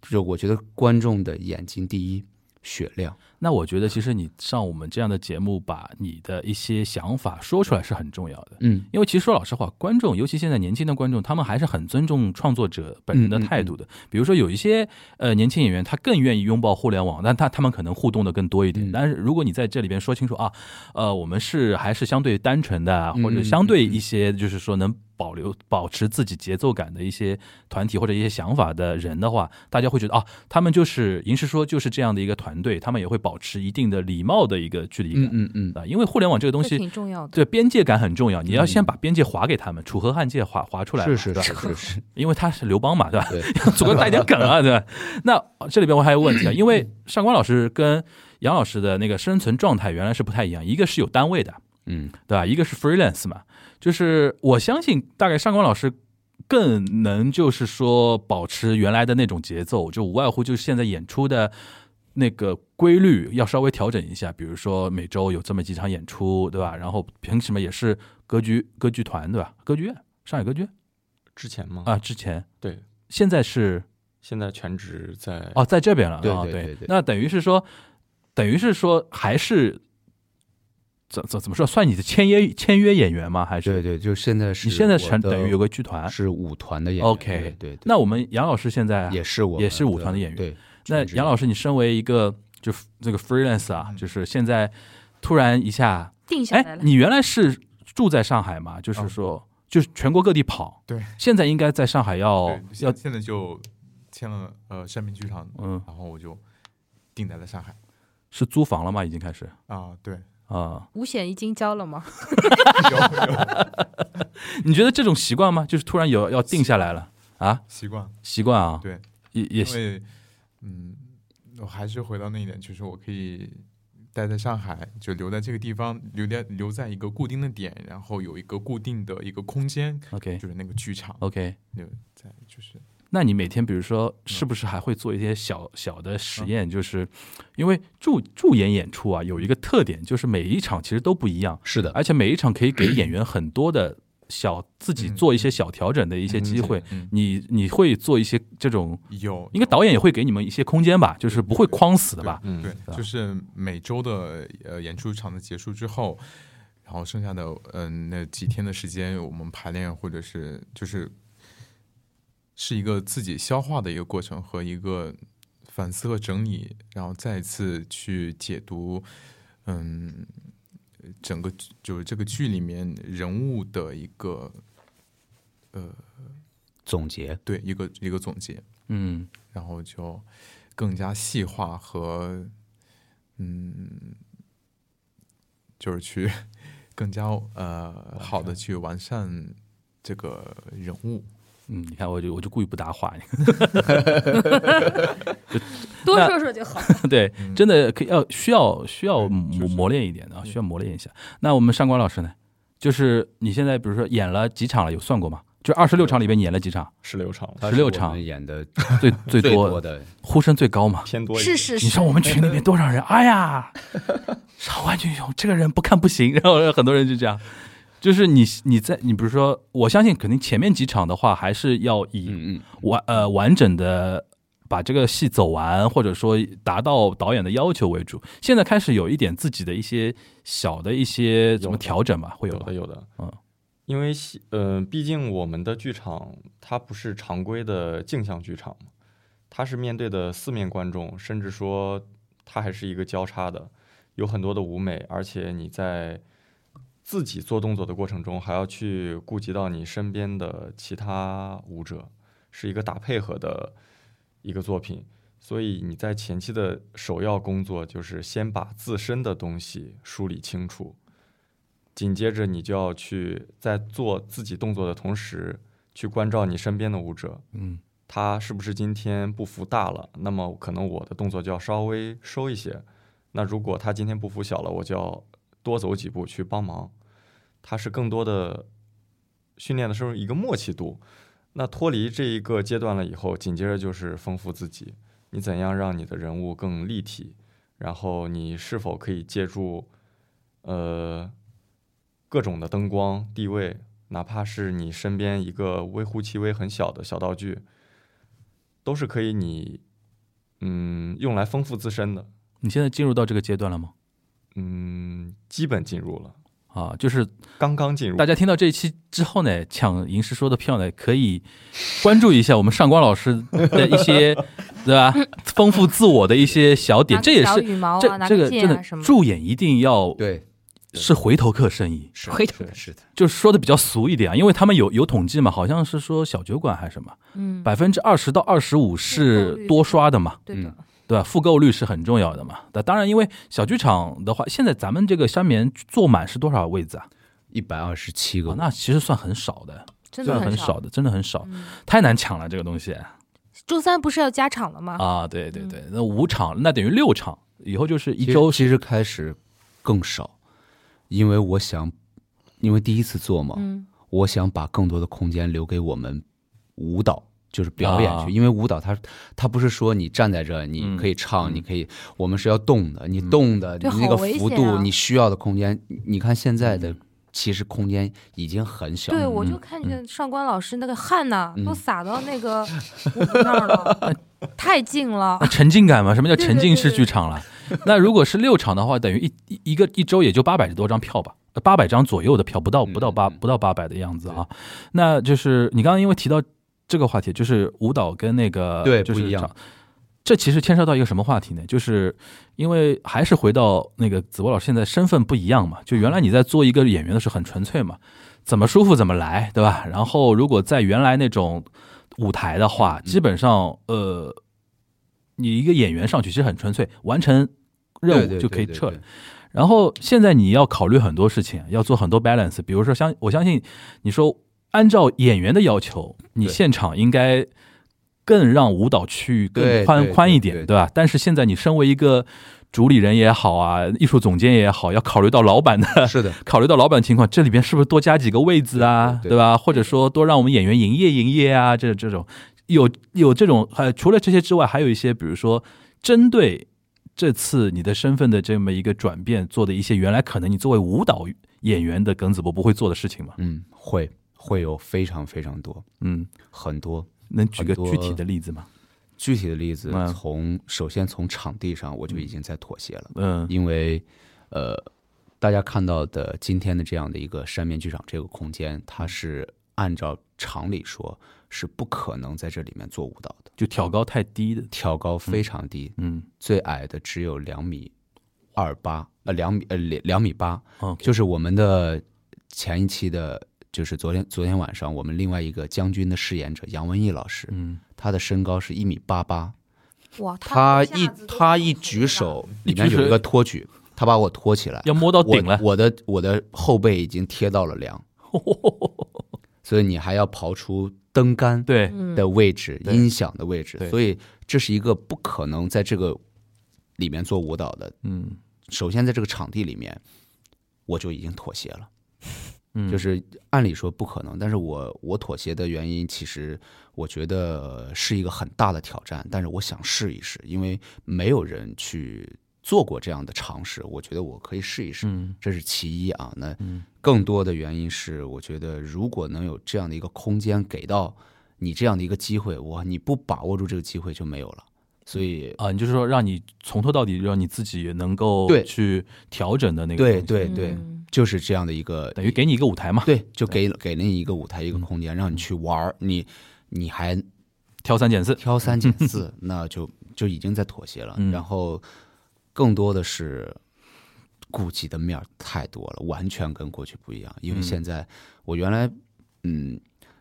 Speaker 4: 就我觉得观众的眼睛第一，雪亮。
Speaker 2: 那我觉得其实你上我们这样的节目，把你的一些想法说出来是很重要的。
Speaker 4: 嗯，
Speaker 2: 因为其实说老实话，观众，尤其现在年轻的观众，他们还是很尊重创作者本人的态度的。比如说，有一些呃年轻演员，他更愿意拥抱互联网，但他他们可能互动的更多一点。
Speaker 4: 嗯
Speaker 2: 但是如果你在这里边说清楚啊，呃，我们是还是相对单纯的，
Speaker 4: 嗯
Speaker 2: 或者相对一些就是说能保留保持自己节奏感的一些团体或者一些想法的人的话，大家会觉得啊，他们就是银石说就是这样的一个团队，他们也会保持一定的礼貌的一个距离感
Speaker 4: 嗯嗯嗯，
Speaker 2: 啊，因为互联网这个东
Speaker 3: 这
Speaker 2: 西。
Speaker 3: 挺重要的。
Speaker 2: 对边界感很重要，你要先把边界划给他们，楚河汉界划划出来嘛，
Speaker 4: 是是
Speaker 2: 对吧
Speaker 4: 是是是，
Speaker 2: 因为他是刘邦嘛， 对吧？
Speaker 4: 对，
Speaker 2: 总归带点梗啊，对 吧？那呃这里边我还有问题啊，因为上官老师跟杨老师的那个生存状态原来是不太一样，一个是有单位的，
Speaker 4: 嗯。
Speaker 2: 对吧？一个是 freelance 嘛，就是我相信大概上官老师更能就是说保持原来的那种节奏，就无外乎就是现在演出的那个规律要稍微调整一下，比如说每周有这么几场演出，对吧？然后凭什么也是歌剧歌剧团对吧？歌剧院上海歌剧院
Speaker 5: 之前吗？
Speaker 2: 啊，之前
Speaker 5: 对，
Speaker 2: 现在是
Speaker 5: 现在全职在
Speaker 2: 哦，在这边了，
Speaker 4: 对
Speaker 2: 啊
Speaker 4: 对
Speaker 2: 对
Speaker 4: 对对
Speaker 2: 那等于是说，等于是说还是怎怎怎么说？算你的签约签约演员吗？还是
Speaker 4: 对对，就现在是
Speaker 2: 你现在
Speaker 4: 我
Speaker 2: 成
Speaker 4: 的
Speaker 2: 等于有个剧团。
Speaker 4: 是舞团的演员。
Speaker 2: 啊 OK
Speaker 4: 对对对，
Speaker 2: 那我们杨老师现在
Speaker 4: 也是我
Speaker 2: 也
Speaker 4: 们
Speaker 2: 是舞团的演员
Speaker 4: 对，
Speaker 2: 那
Speaker 4: 全职
Speaker 2: 杨老
Speaker 4: 的
Speaker 2: 师，你身为一个就这个 freelance 啊，
Speaker 4: 嗯
Speaker 2: 就是现在突然一下，
Speaker 3: 定下来
Speaker 2: 哎，
Speaker 3: 了，
Speaker 2: 你原来是住在上海嘛？
Speaker 4: 哦
Speaker 2: 就是说，就是全国各地跑。
Speaker 6: 对，
Speaker 2: 现在应该在上海要
Speaker 6: 对
Speaker 2: 哦要
Speaker 6: 现现在就签了呃山明剧场，
Speaker 2: 嗯，
Speaker 6: 然后我就定在了上海
Speaker 2: 是租房了吗？已经开始
Speaker 6: 啊，对，
Speaker 2: 啊？
Speaker 3: 五险一金交了 吗？
Speaker 2: 你觉得这种习惯吗？就是突然有要定下来了啊？
Speaker 6: 习惯
Speaker 2: 习惯啊？
Speaker 6: 对，
Speaker 2: 也也
Speaker 6: 因为嗯，我还是回到那一点，就是我可以待在上海，就留在这个地方，留在留在一个固定的点，然后有一个固定的一个空间，
Speaker 2: OK
Speaker 6: 就是那个剧场，
Speaker 2: OK，
Speaker 6: 留在就是嗯
Speaker 2: 那你每天比如说是不是还会做一些小小的实验？就是因为驻驻演演出啊，有一个特点就是每一场其实都不一样，
Speaker 4: 是的，
Speaker 2: 而且每一场可以给演员很多的小自己做一些小调整的一些机会。
Speaker 6: 嗯，
Speaker 2: 你你会做一些这种，
Speaker 6: 有
Speaker 2: 应该导演也会给你们一些空间吧，就是不会框死的吧？
Speaker 5: 嗯，
Speaker 6: 对，就是每周的呃演出场的结束之后，然后剩下的嗯、呃那几天的时间，我们排练或者是就是是一个自己消化的一个过程和一个反思和整理，然后再一次去解读，嗯，整个剧就是这个剧里面人物的一个
Speaker 4: 总结
Speaker 6: 对一个一个总结，
Speaker 2: 嗯，
Speaker 6: 然后就更加细化和嗯，就是去 更加呃好的去完善这个人物。
Speaker 2: 嗯，你看我就我就故意不搭话，
Speaker 3: 多
Speaker 2: 那
Speaker 3: 说说就好。
Speaker 2: 对，真的可以要需要需要
Speaker 6: 对
Speaker 2: 磨
Speaker 6: 就是
Speaker 2: 磨练一点的啊，需要磨练一下。那我们上官老师呢？就是你现在比如说演了几场了，有算过吗？就二十六场里边你演了几场？
Speaker 5: 十六场
Speaker 4: 它是
Speaker 2: 16
Speaker 4: 我
Speaker 2: 场
Speaker 4: 们演的
Speaker 2: 最最
Speaker 4: 最
Speaker 2: 多
Speaker 4: 多的，
Speaker 2: 呼声最高嘛？
Speaker 5: 偏多一
Speaker 3: 是
Speaker 5: 点，
Speaker 3: 是
Speaker 2: 你
Speaker 3: 是，
Speaker 2: 说我们群里面多少人？哎呀，上官俊雄这个人不看不行，然 后很多人就这样。就是你你在你比如说，我相信肯定前面几场的话，还是要以
Speaker 4: 嗯嗯，
Speaker 2: 完呃完整的把这个戏走完，或者说达到导演的要求为主。现在开始有一点自己的一些小的一些怎么
Speaker 5: 有的
Speaker 2: 调整吧，会有
Speaker 5: 有
Speaker 2: 吧
Speaker 5: 的？有的，
Speaker 2: 嗯，
Speaker 5: 因为戏呃，毕竟我们的剧场它不是常规的镜像剧场嘛，它是面对的四面观众，甚至说它还是一个交叉的，有很多的舞美，而且你在自己做动作的过程中，还要去顾及到你身边的其他舞者，是一个打配合的一个作品。所以你在前期的首要工作就是先把自身的东西梳理清楚，紧接着你就要去在做自己动作的同时，去关照你身边的舞者，
Speaker 2: 嗯
Speaker 5: 他是不是今天步幅大了？那么可能我的动作就要稍微收一些。那如果他今天步幅小了，我就要多走几步去帮忙。它是更多的训练的是一个默契度。那脱离这一个阶段了以后，紧接着就是丰富自己，你怎样让你的人物更立体？然后你是否可以借助呃各种的灯光、地位，哪怕是你身边一个微乎其微、很小的小道具，都是可以你嗯用来丰富自身的。
Speaker 2: 你现在进入到这个阶段了吗？
Speaker 5: 嗯，基本进入了，
Speaker 2: 啊，就是
Speaker 5: 刚刚进入。
Speaker 2: 大家听到这一期之后呢，抢银石说的票呢，可以关注一下我们上官老师的一些，对吧？丰富自我的一些小点，
Speaker 3: 拿
Speaker 2: 这也
Speaker 3: 小
Speaker 2: 是
Speaker 3: 羽毛啊，
Speaker 2: 这
Speaker 3: 拿
Speaker 2: 这个
Speaker 3: 剑
Speaker 2: 真
Speaker 3: 啊
Speaker 2: 的
Speaker 3: 什么的。
Speaker 2: 助演一定要
Speaker 4: 对，
Speaker 2: 是回头客生意，
Speaker 4: 是
Speaker 3: 回
Speaker 4: 的
Speaker 3: 头
Speaker 4: 是的，
Speaker 2: 就是说的比较俗一点啊，因为他们有有统计嘛，好像是说小酒馆还是什么，
Speaker 3: 嗯，
Speaker 2: 百分之二十到二十五是多刷的嘛，
Speaker 3: 对的
Speaker 4: 嗯，
Speaker 2: 对吧？复购率是很重要的嘛。那当然，因为小剧场的话，现在咱们这个山棉坐满是多少位子啊？
Speaker 4: 一百二十七个
Speaker 2: 啊，，那其实算很少的，
Speaker 3: 真的
Speaker 2: 算很
Speaker 3: 少
Speaker 2: 少。的，真的很少，
Speaker 3: 嗯啊
Speaker 2: 太难抢了这个东西
Speaker 3: 周三不是要加场了吗？
Speaker 2: 啊！对对
Speaker 3: 嗯
Speaker 2: 对，那五场那等于六场，以后就是一
Speaker 4: 其实
Speaker 2: 周
Speaker 4: 其实开始更少，因为我想，因为第一次做嘛，
Speaker 3: 嗯，
Speaker 4: 我想把更多的空间留给我们舞蹈，就是表演去，
Speaker 2: 啊
Speaker 4: 因为舞蹈它它不是说你站在这儿
Speaker 2: 嗯
Speaker 4: 你可以唱，你可以，我们是要动的，你动的，
Speaker 3: 对
Speaker 4: 你那个
Speaker 3: 好危
Speaker 4: 幅
Speaker 3: 险
Speaker 4: 度，
Speaker 3: 啊嗯
Speaker 4: 你需要的空间，你你看现在的其实空间已经很小，
Speaker 3: 对，我就看见上官老师那个汗呐，都洒到那个舞步那儿 了，太近了
Speaker 2: 那。啊沉浸感嘛，什么叫沉浸式
Speaker 3: 对对对对
Speaker 2: 剧场了？ 那如果是六场的话，等于一一一个一周也就八百多张票吧，八百张左右的票，不到不到八
Speaker 4: 嗯嗯
Speaker 2: 不到八百的样子啊。那就是你刚刚因为提到这个话题，就是舞蹈跟那个
Speaker 4: 对
Speaker 2: 就是
Speaker 4: 不一样
Speaker 2: 场。这其实牵涉到一个什么话题呢？就是因为还是回到那个子博老师现在身份不一样嘛，就原来你在做一个演员的时候很纯粹嘛，怎么舒服怎么来，对吧？然后如果在原来那种舞台的话，
Speaker 4: 嗯
Speaker 2: 基本上呃，你一个演员上去其实很纯粹，完成任务就可以撤了。
Speaker 4: 了。
Speaker 2: 然后现在你要考虑很多事情，要做很多 balance，比如说相我相信你说按照演员的要求，你
Speaker 4: 对
Speaker 2: 现场应该更让舞蹈去更
Speaker 4: 对
Speaker 2: 宽
Speaker 4: 对
Speaker 2: 宽一
Speaker 4: 对
Speaker 2: 点，
Speaker 4: 对
Speaker 2: 对吧？但是现在你身为一个主理人也好啊，艺术总监也好，要考虑到老板的
Speaker 4: 是的，
Speaker 2: 考虑到老板情况，这里边是不是多加几个位置啊，
Speaker 4: 对对对
Speaker 2: 吧？或者说多让我们演员营业营业啊，这这种有有这种呃，除了这些之外，还有一些比如说针对这次你的身份的这么一个转变做的一些原来可能你作为舞蹈演员的耿子博不会做的事情嘛？
Speaker 4: 嗯，会会有非常非常多，
Speaker 2: 嗯，
Speaker 4: 很多。
Speaker 2: 能举个
Speaker 4: 很多
Speaker 2: 具体的例子吗？
Speaker 4: 具体的例子
Speaker 2: 嗯，
Speaker 4: 从首先从场地上我就已经在妥协了，
Speaker 2: 嗯
Speaker 4: 因为呃，大家看到的今天的这样的一个扇面剧场这个空间，它是按照常理说是不可能在这里面做舞蹈的，
Speaker 2: 就挑高太低的，
Speaker 4: 挑高非常低，
Speaker 2: 嗯
Speaker 4: 最矮的只有两米二八，呃，两米呃两两米八，
Speaker 2: 哦，OK，
Speaker 4: 就是我们的前一期的，就是昨天昨天晚上我们另外一个将军的饰演者杨文义老师，
Speaker 2: 嗯，
Speaker 4: 他的身高是一米八八，
Speaker 3: 哇，
Speaker 4: 他
Speaker 3: 下
Speaker 4: 一
Speaker 3: 子都
Speaker 4: 他一举手，
Speaker 2: 一
Speaker 4: 里面
Speaker 2: 举手
Speaker 4: 有一个托举，他把我托起来，
Speaker 2: 要摸到哦顶了，
Speaker 4: 我我的我的后背已经贴到了梁，所以你还要刨出灯杆
Speaker 2: 对，
Speaker 3: 嗯
Speaker 4: 的位置、
Speaker 2: 对
Speaker 4: 音响的位置
Speaker 2: 对，
Speaker 4: 所以这是一个不可能在这个里面做舞蹈的。
Speaker 2: 嗯
Speaker 4: 首先在这个场地里面，我就已经妥协了，
Speaker 2: 嗯，
Speaker 4: 就是按理说不可能，但是我我妥协的原因，其实我觉得是一个很大的挑战，但是我想试一试，因为没有人去做过这样的尝试，我觉得我可以试一试。
Speaker 2: 嗯
Speaker 4: 这是其一啊。那
Speaker 2: 嗯
Speaker 4: 更多的原因是，我觉得如果能有这样的一个空间给到你这样的一个机会，哇，你不把握住这个机会就没有
Speaker 2: 嗯
Speaker 4: 了。所以，
Speaker 2: 啊，你就是说让你从头到底让你自己能够
Speaker 4: 对
Speaker 2: 去调整的那个
Speaker 4: 对
Speaker 2: 东西
Speaker 4: 对对，
Speaker 3: 嗯
Speaker 4: 就是这样的一个，
Speaker 2: 等于给你一个舞台嘛，
Speaker 4: 对，就给给了你一个舞台，一个空间，让你去玩儿，你你还
Speaker 2: 挑三拣四，
Speaker 4: 挑三拣四， 那就就已经在妥协了
Speaker 2: 嗯。
Speaker 4: 然后，更多的是顾忌的面儿太多了，完全跟过去不一样。因为
Speaker 2: 嗯
Speaker 4: 现在我原来嗯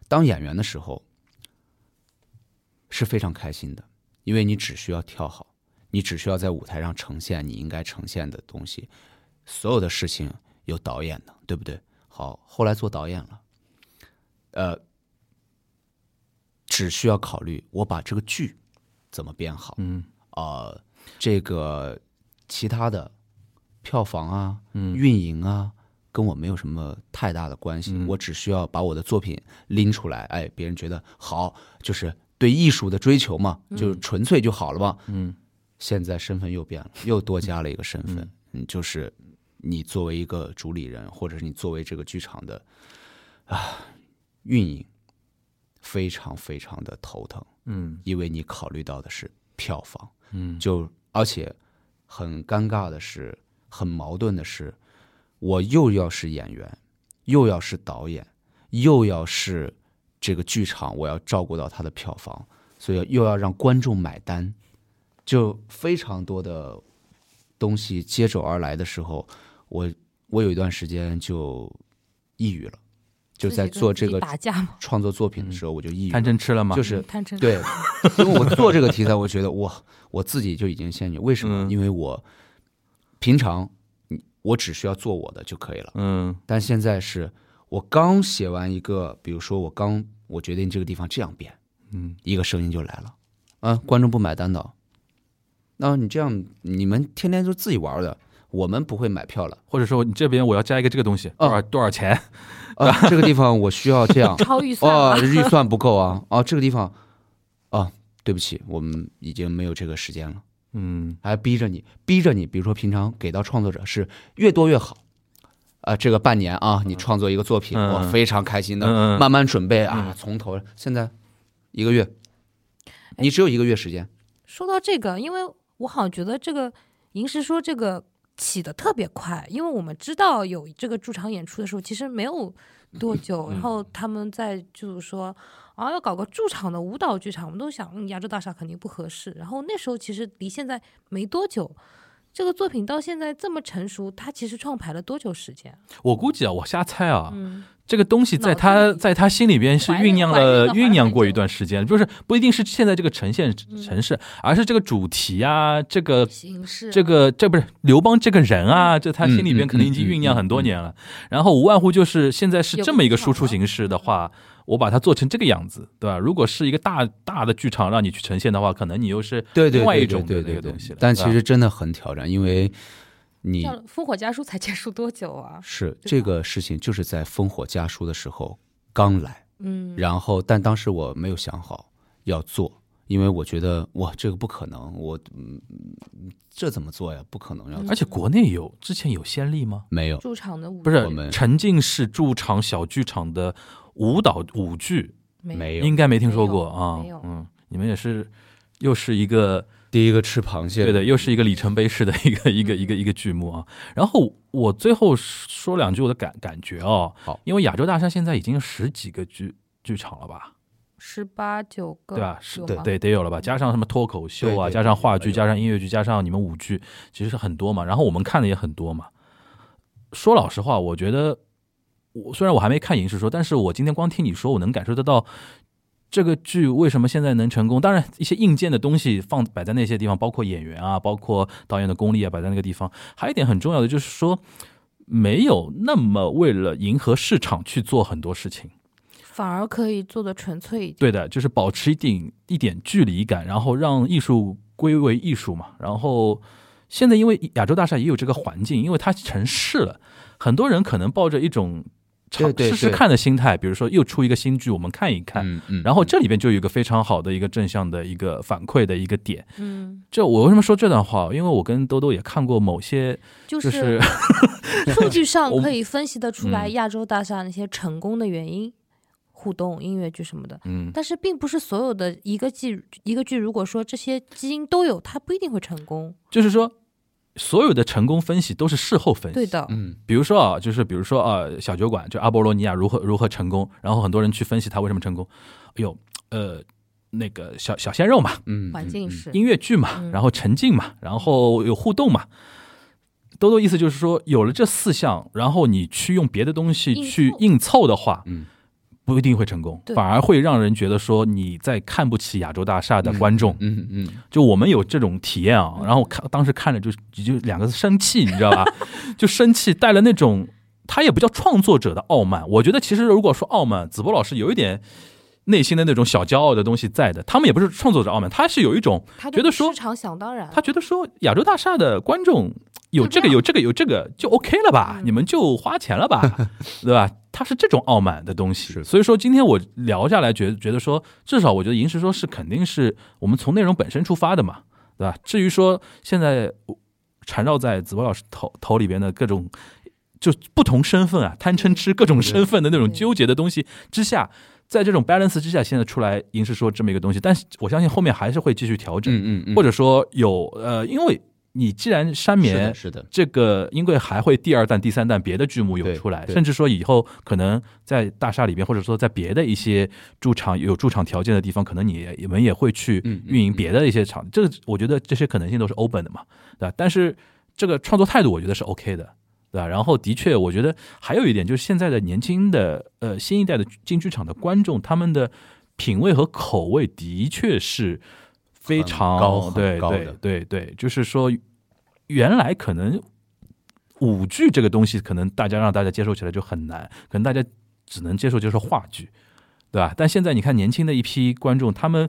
Speaker 4: 当演员的时候是非常开心的，因为你只需要跳好，你只需要在舞台上呈现你应该呈现的东西，所有的事情有导演的，对不对？好，后来做导演了，呃，只需要考虑我把这个剧怎么编好，
Speaker 2: 嗯
Speaker 4: 呃，这个其他的票房啊、
Speaker 2: 嗯
Speaker 4: 运营啊，跟我没有什么太大的关系。
Speaker 2: 嗯
Speaker 4: 我只需要把我的作品拎出来，哎，别人觉得好，就是对艺术的追求嘛，就是纯粹就好了嘛。
Speaker 2: 嗯
Speaker 4: 现在身份又变了，又多加了一个身份，
Speaker 2: 嗯
Speaker 4: 嗯，就是你作为一个主理人，或者是你作为这个剧场的啊运营，非常非常的头疼，
Speaker 2: 嗯
Speaker 4: 因为你考虑到的是票房。
Speaker 2: 嗯，
Speaker 4: 就而且很尴尬的是，很矛盾的是，我又要是演员，又要是导演，又要是这个剧场，我要照顾到它的票房，所以又要让观众买单，就非常多的东西接踵而来的时候，我我有一段时间就抑郁了，就
Speaker 3: 自
Speaker 4: 在
Speaker 3: 己跟
Speaker 4: 做
Speaker 3: 自己
Speaker 4: 这个
Speaker 3: 打架嘛，
Speaker 4: 创作作品的时候，我就抑郁了
Speaker 2: 贪，嗔痴了嘛，
Speaker 4: 就是
Speaker 3: 贪 嗔
Speaker 4: 对，因为我做这个题材，我觉得哇，我自己就已经先进。为什么？
Speaker 2: 嗯
Speaker 4: 因为我平常你我只需要做我的就可以了。
Speaker 2: 嗯
Speaker 4: 但现在是我刚写完一个，比如说我刚我决定这个地方这样变，
Speaker 2: 嗯
Speaker 4: 一个声音就来了，啊，观众不买单的，那你这样你们天天就自己玩的，我们不会买票了。
Speaker 2: 或者说你这边我要加一个这个东西，
Speaker 4: 哦
Speaker 2: 多少多少 钱？
Speaker 4: 啊，这个地方我需要这样，
Speaker 3: 超预算
Speaker 4: 哦，
Speaker 3: 了，
Speaker 4: 预算不够啊！哦，这个地方，哦，对不起，我们已经没有这个时间了。
Speaker 2: 嗯
Speaker 4: 还逼着你，逼着你，比如说平常给到创作者是越多越好。啊，这个半年啊，你创作一个作品，
Speaker 2: 嗯
Speaker 4: 我非常开心的，
Speaker 2: 嗯嗯
Speaker 4: 慢慢准备啊，从头。现在一个月，你只有一个月时间，
Speaker 3: 说到这个，因为我好像觉得这个银石说这个起的特别快，因为我们知道有这个驻场演出的时候，其实没有
Speaker 2: 嗯
Speaker 3: 多久，然后他们在就是说啊要搞个驻场的舞蹈剧场，我们都想嗯亚洲大厦肯定不合适，然后那时候其实离现在没多久。这个作品到现在这么成熟，它其实创排了多久时间？
Speaker 2: 我估计啊，我瞎猜啊，
Speaker 3: 嗯，
Speaker 2: 这个东西在他
Speaker 3: 脑子里
Speaker 2: 在他心里边是
Speaker 3: 怀了
Speaker 2: 酝酿
Speaker 3: 怀了
Speaker 2: 了
Speaker 3: 很久
Speaker 2: 酝酿过一段时间，就是不一定是现在这个呈现
Speaker 3: 嗯
Speaker 2: 城市，而是这个主题啊，这个
Speaker 3: 形式
Speaker 2: 这个这不是刘邦这个人啊，这他心里边
Speaker 4: 嗯
Speaker 2: 肯定已经酝酿很多年了。然后无外乎就是现在是这么一个输出形式的话，我把它做成这个样子，对吧？如果是一个大大的剧场让你去呈现的话，可能你又是
Speaker 4: 对对
Speaker 2: 另外
Speaker 4: 对
Speaker 2: 一
Speaker 4: 对
Speaker 2: 种
Speaker 4: 对
Speaker 2: 的那
Speaker 4: 对
Speaker 2: 个
Speaker 4: 对
Speaker 2: 东西了。
Speaker 4: 但
Speaker 2: 对啊
Speaker 4: 其
Speaker 2: 吧
Speaker 4: 实真的很挑战，因为你
Speaker 3: 像《烽火家书》才结束多久啊？
Speaker 4: 是
Speaker 3: 对
Speaker 4: 这
Speaker 3: 吧
Speaker 4: 个事情就是在烽火家书的时候刚来。
Speaker 3: 嗯，
Speaker 4: 然后，但当时我没有想好要做，因为我觉得哇，这个不可能，我嗯，这怎么做呀？不可能要做、
Speaker 2: 而且国内有之前有先例吗？
Speaker 4: 没有，
Speaker 3: 驻场的舞
Speaker 2: 不
Speaker 4: 我
Speaker 2: 是
Speaker 4: 们
Speaker 2: 沉浸式驻场小剧场的舞蹈舞剧，
Speaker 3: 没
Speaker 4: 没有
Speaker 2: 应该没听说过
Speaker 3: 没有
Speaker 2: 啊
Speaker 3: 没有。
Speaker 2: 嗯，你们也是，又是一个
Speaker 4: 第一个吃螃蟹
Speaker 2: 对的，又是一个里程碑式的一个一个一个一个剧目啊。然后我最后说两句我的感感觉哦
Speaker 4: 好，
Speaker 2: 因为亚洲大山现在已经有十几个剧剧场了吧？
Speaker 3: 十八九个
Speaker 2: 对吧？是
Speaker 3: 有
Speaker 4: 对
Speaker 3: 吗
Speaker 2: 得得有了吧？加上什么脱口秀啊，
Speaker 4: 对对
Speaker 2: 加上话
Speaker 4: 对
Speaker 2: 剧，
Speaker 4: 有
Speaker 2: 加上音乐剧，加上你们舞剧，其实很多嘛。然后我们看的也很多嘛。说老实话，我觉得我虽然我还没看《影视说》，但是我今天光听你说，我能感受得到这个剧为什么现在能成功。当然，一些硬件的东西放摆在那些地方，包括演员啊，包括导演的功力啊，摆在那个地方。还有一点很重要的就是说，没有那么为了迎合市场去做很多事情。
Speaker 3: 反而可以做的纯粹一点。
Speaker 2: 对的，就是保持一定一点距离感，然后让艺术归为艺术嘛。然后现在因为亚洲大厦也有这个环境，因为它成市了，很多人可能抱着一种尝
Speaker 4: 对对
Speaker 2: 试试
Speaker 4: 对
Speaker 2: 看的心态，比如说又出一个新剧，我们看一看。
Speaker 4: 嗯嗯，
Speaker 2: 然后这里边就有一个非常好的一个正向的一个反馈的一个点。
Speaker 3: 嗯，
Speaker 2: 这我为什么说这段话？因为我跟兜兜也看过某些，
Speaker 3: 就
Speaker 2: 就是是
Speaker 3: 数据上
Speaker 2: 我们
Speaker 3: 可以分析得出来
Speaker 2: 嗯
Speaker 3: 亚洲大厦那些成功的原因，互动、音乐剧什么的。
Speaker 2: 嗯，
Speaker 3: 但是并不是所有的一个剧一个剧，如果说这些基因都有，它不一定会成功。
Speaker 2: 就是说所有的成功分析都是事后分析。
Speaker 3: 对的，
Speaker 4: 嗯
Speaker 2: 比如说啊，就是比如说啊，小酒馆就阿波罗尼亚如何如何成功，然后很多人去分析他为什么成功。哎呦，呃，那个小小鲜肉嘛，
Speaker 4: 嗯，
Speaker 3: 环境
Speaker 4: 嗯
Speaker 3: 是
Speaker 2: 音乐剧嘛
Speaker 3: 嗯，
Speaker 2: 然后沉浸嘛，然后有互动嘛。兜兜意思就是说，有了这四项，然后你去用别的东西
Speaker 3: 硬
Speaker 2: 去
Speaker 3: 凑
Speaker 2: 硬凑的话，
Speaker 4: 嗯，
Speaker 2: 不一定会成功，
Speaker 3: 对
Speaker 2: 反而会让人觉得说你在看不起亚洲大厦的观众。
Speaker 4: 嗯嗯嗯，
Speaker 2: 就我们有这种体验啊，然后我看当时看着就就两个字生气，你知道吧？ 就生气带了那种，他也不叫创作者的傲慢。我觉得其实如果说傲慢，子波老师有一点内心的那种小骄傲的东西在的。他们也不是创作者傲慢，他是有一种
Speaker 3: 他
Speaker 2: 觉得说
Speaker 3: 市场想当然，
Speaker 2: 他觉得说亚洲大厦的观众有这个
Speaker 3: 就这样
Speaker 2: 有这个有这个就 OK 了吧，
Speaker 3: 嗯
Speaker 2: 你们就花钱了吧，对吧？他是这种傲慢的东西，
Speaker 4: 是
Speaker 2: 所以说今天我聊下来觉得觉得说，至少我觉得银石说是肯定是我们从内容本身出发的嘛，对吧？至于说现在呃缠绕在子博老师头头里边的各种。就不同身份啊，贪嗔痴各种身份的那种
Speaker 3: 对
Speaker 2: 纠结的东西之下，在这种 balance 之下，现在出来银石说这么一个东西，但是我相信后面还是会继续调整。
Speaker 4: 嗯嗯嗯，
Speaker 2: 或
Speaker 4: 者
Speaker 2: 者说有呃，因为你既然山
Speaker 4: 是
Speaker 2: 眠
Speaker 4: 的，是的，
Speaker 2: 这个，因为还会第二弹、第三弹别的剧目有
Speaker 4: 对
Speaker 2: 出来，
Speaker 4: 对
Speaker 2: 甚至说以后可能在大厦里边，或者说在别的一些驻场有驻场条件的地方，可能你也你们也会去
Speaker 4: 嗯嗯
Speaker 2: 运营别的一些场。这个我觉得这些可能性都是 open 的嘛，对吧？但是这个创作态度，我觉得是 OK 的。对吧？然后的确，我觉得还有一点就是现在的年轻的呃新一代的进剧场的观众，他们的品味和口味的确是非
Speaker 4: 很
Speaker 2: 常
Speaker 4: 高很
Speaker 2: 对
Speaker 4: 高
Speaker 2: 对
Speaker 4: 的
Speaker 2: 对对，就是说原来可能舞剧这个东西，可能大家让大家接受起来就很难，可能大家只能接受就是话剧，对吧？但现在你看年轻的一批观众，他们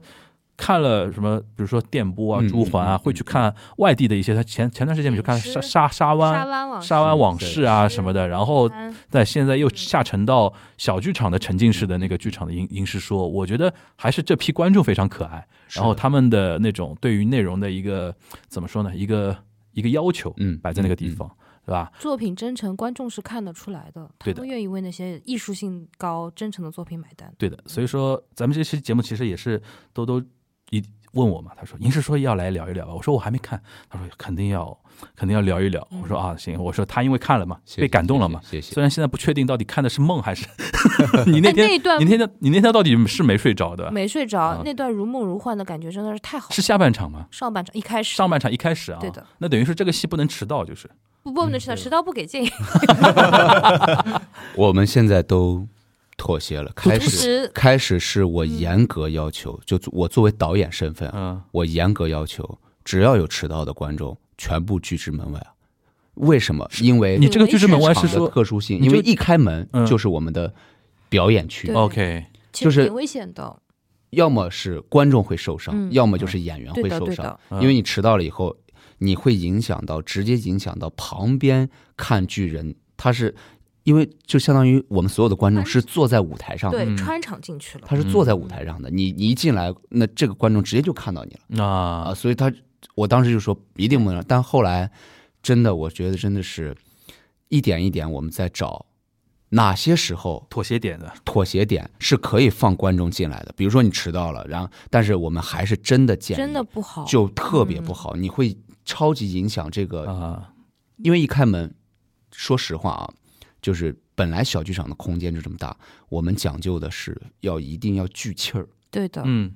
Speaker 2: 看了什么，比如说电波啊、
Speaker 4: 嗯
Speaker 2: 朱环
Speaker 4: 嗯
Speaker 2: 啊，
Speaker 4: 嗯
Speaker 2: 会去看外地的一些。他前前段时间我们去看
Speaker 3: 影视
Speaker 2: 沙沙沙
Speaker 3: 沙
Speaker 2: 湾。
Speaker 3: 湾往
Speaker 2: 沙湾往
Speaker 4: 对
Speaker 2: 事啊
Speaker 3: 是
Speaker 2: 什么的，然后
Speaker 3: 三
Speaker 2: 在现在又下沉到小剧场的沉浸式的那个剧场的银银石说，我觉得还是这批观众非常可爱，
Speaker 4: 是的
Speaker 2: 然后他们的那种对于内容的一个怎么说呢，一个一个要求
Speaker 4: 嗯
Speaker 2: 摆在那个地
Speaker 4: 嗯嗯
Speaker 2: 方，对吧？
Speaker 3: 作品真诚，观众是看得出来的，他
Speaker 2: 对的
Speaker 3: 们愿意为那些艺术性高、真诚的作品买单。
Speaker 2: 对
Speaker 4: 嗯
Speaker 2: 的，所以说咱们这期节目其实也是兜兜一问我嘛，他说您是说要来聊一聊吧？我说我还没看，他说肯定要肯定要聊一聊。我说啊行，我说他因为看了嘛，
Speaker 4: 嗯谢谢
Speaker 2: 被感动了嘛。
Speaker 4: 谢谢，谢
Speaker 2: 虽
Speaker 4: 谢
Speaker 2: 然现在不确定到底看的是梦还 是你那天
Speaker 3: 哎那一段
Speaker 2: 你那天你那天到底是没睡着的？
Speaker 3: 没睡着，
Speaker 2: 啊
Speaker 3: 那段如梦如幻的感觉真的是太好了。
Speaker 2: 是下半场吗？
Speaker 3: 上半场一开始，
Speaker 2: 上半场一开始啊，
Speaker 3: 对的，
Speaker 2: 那等于是这个戏不能迟到，就是
Speaker 3: 不
Speaker 4: 嗯
Speaker 3: 不能迟到，迟到不给进。
Speaker 4: 我们现在都妥协了，开
Speaker 3: 其
Speaker 4: 始。
Speaker 3: 实
Speaker 4: 开始是我
Speaker 3: 嗯
Speaker 4: 严格要求，就我作为导演身份啊，
Speaker 2: 嗯，
Speaker 4: 我严格要求，只要有迟到的观众，全部拒之门外。啊为什么？因为
Speaker 2: 你这个
Speaker 3: 为
Speaker 2: 拒之门
Speaker 3: 现
Speaker 2: 外
Speaker 4: 场
Speaker 2: 是
Speaker 4: 的
Speaker 2: 说
Speaker 4: 特殊性，
Speaker 2: 你
Speaker 4: 因为
Speaker 2: 就
Speaker 4: 一开门
Speaker 2: 嗯
Speaker 4: 就是我们的表演区
Speaker 3: 对，
Speaker 2: OK，
Speaker 3: 其
Speaker 4: 就
Speaker 3: 实
Speaker 4: 是
Speaker 3: 挺危险的，
Speaker 4: 要么是观众会受伤，
Speaker 3: 嗯
Speaker 4: 要么就是演员
Speaker 3: 对
Speaker 4: 会
Speaker 3: 的
Speaker 4: 受
Speaker 3: 对
Speaker 4: 伤，
Speaker 3: 的，
Speaker 2: 嗯
Speaker 4: 因为你迟到了以后，你会影响到直接影响到旁边看剧人，他是因为就相当于我们所有的观众是坐在舞台上的，
Speaker 3: 对，穿场进去了，
Speaker 4: 嗯他是坐在舞台上的，你你一进来，那这个观众直接就看到你了啊，
Speaker 2: 啊，
Speaker 4: 所以他我当时就说一定不能让，但后来真的我觉得真的是一点一点我们在找哪些时候
Speaker 2: 妥协点的，
Speaker 4: 妥协点是可以放观众进来的，比如说你迟到了，然后但是我们还是真的建议，
Speaker 3: 真的不好，嗯
Speaker 4: 就特别不好，你会超级影响这个，
Speaker 2: 啊，
Speaker 4: 因为一开门，说实话啊，就是本来小剧场的空间就这么大，我们讲究的是要一定要聚气儿，
Speaker 3: 对的，
Speaker 2: 嗯，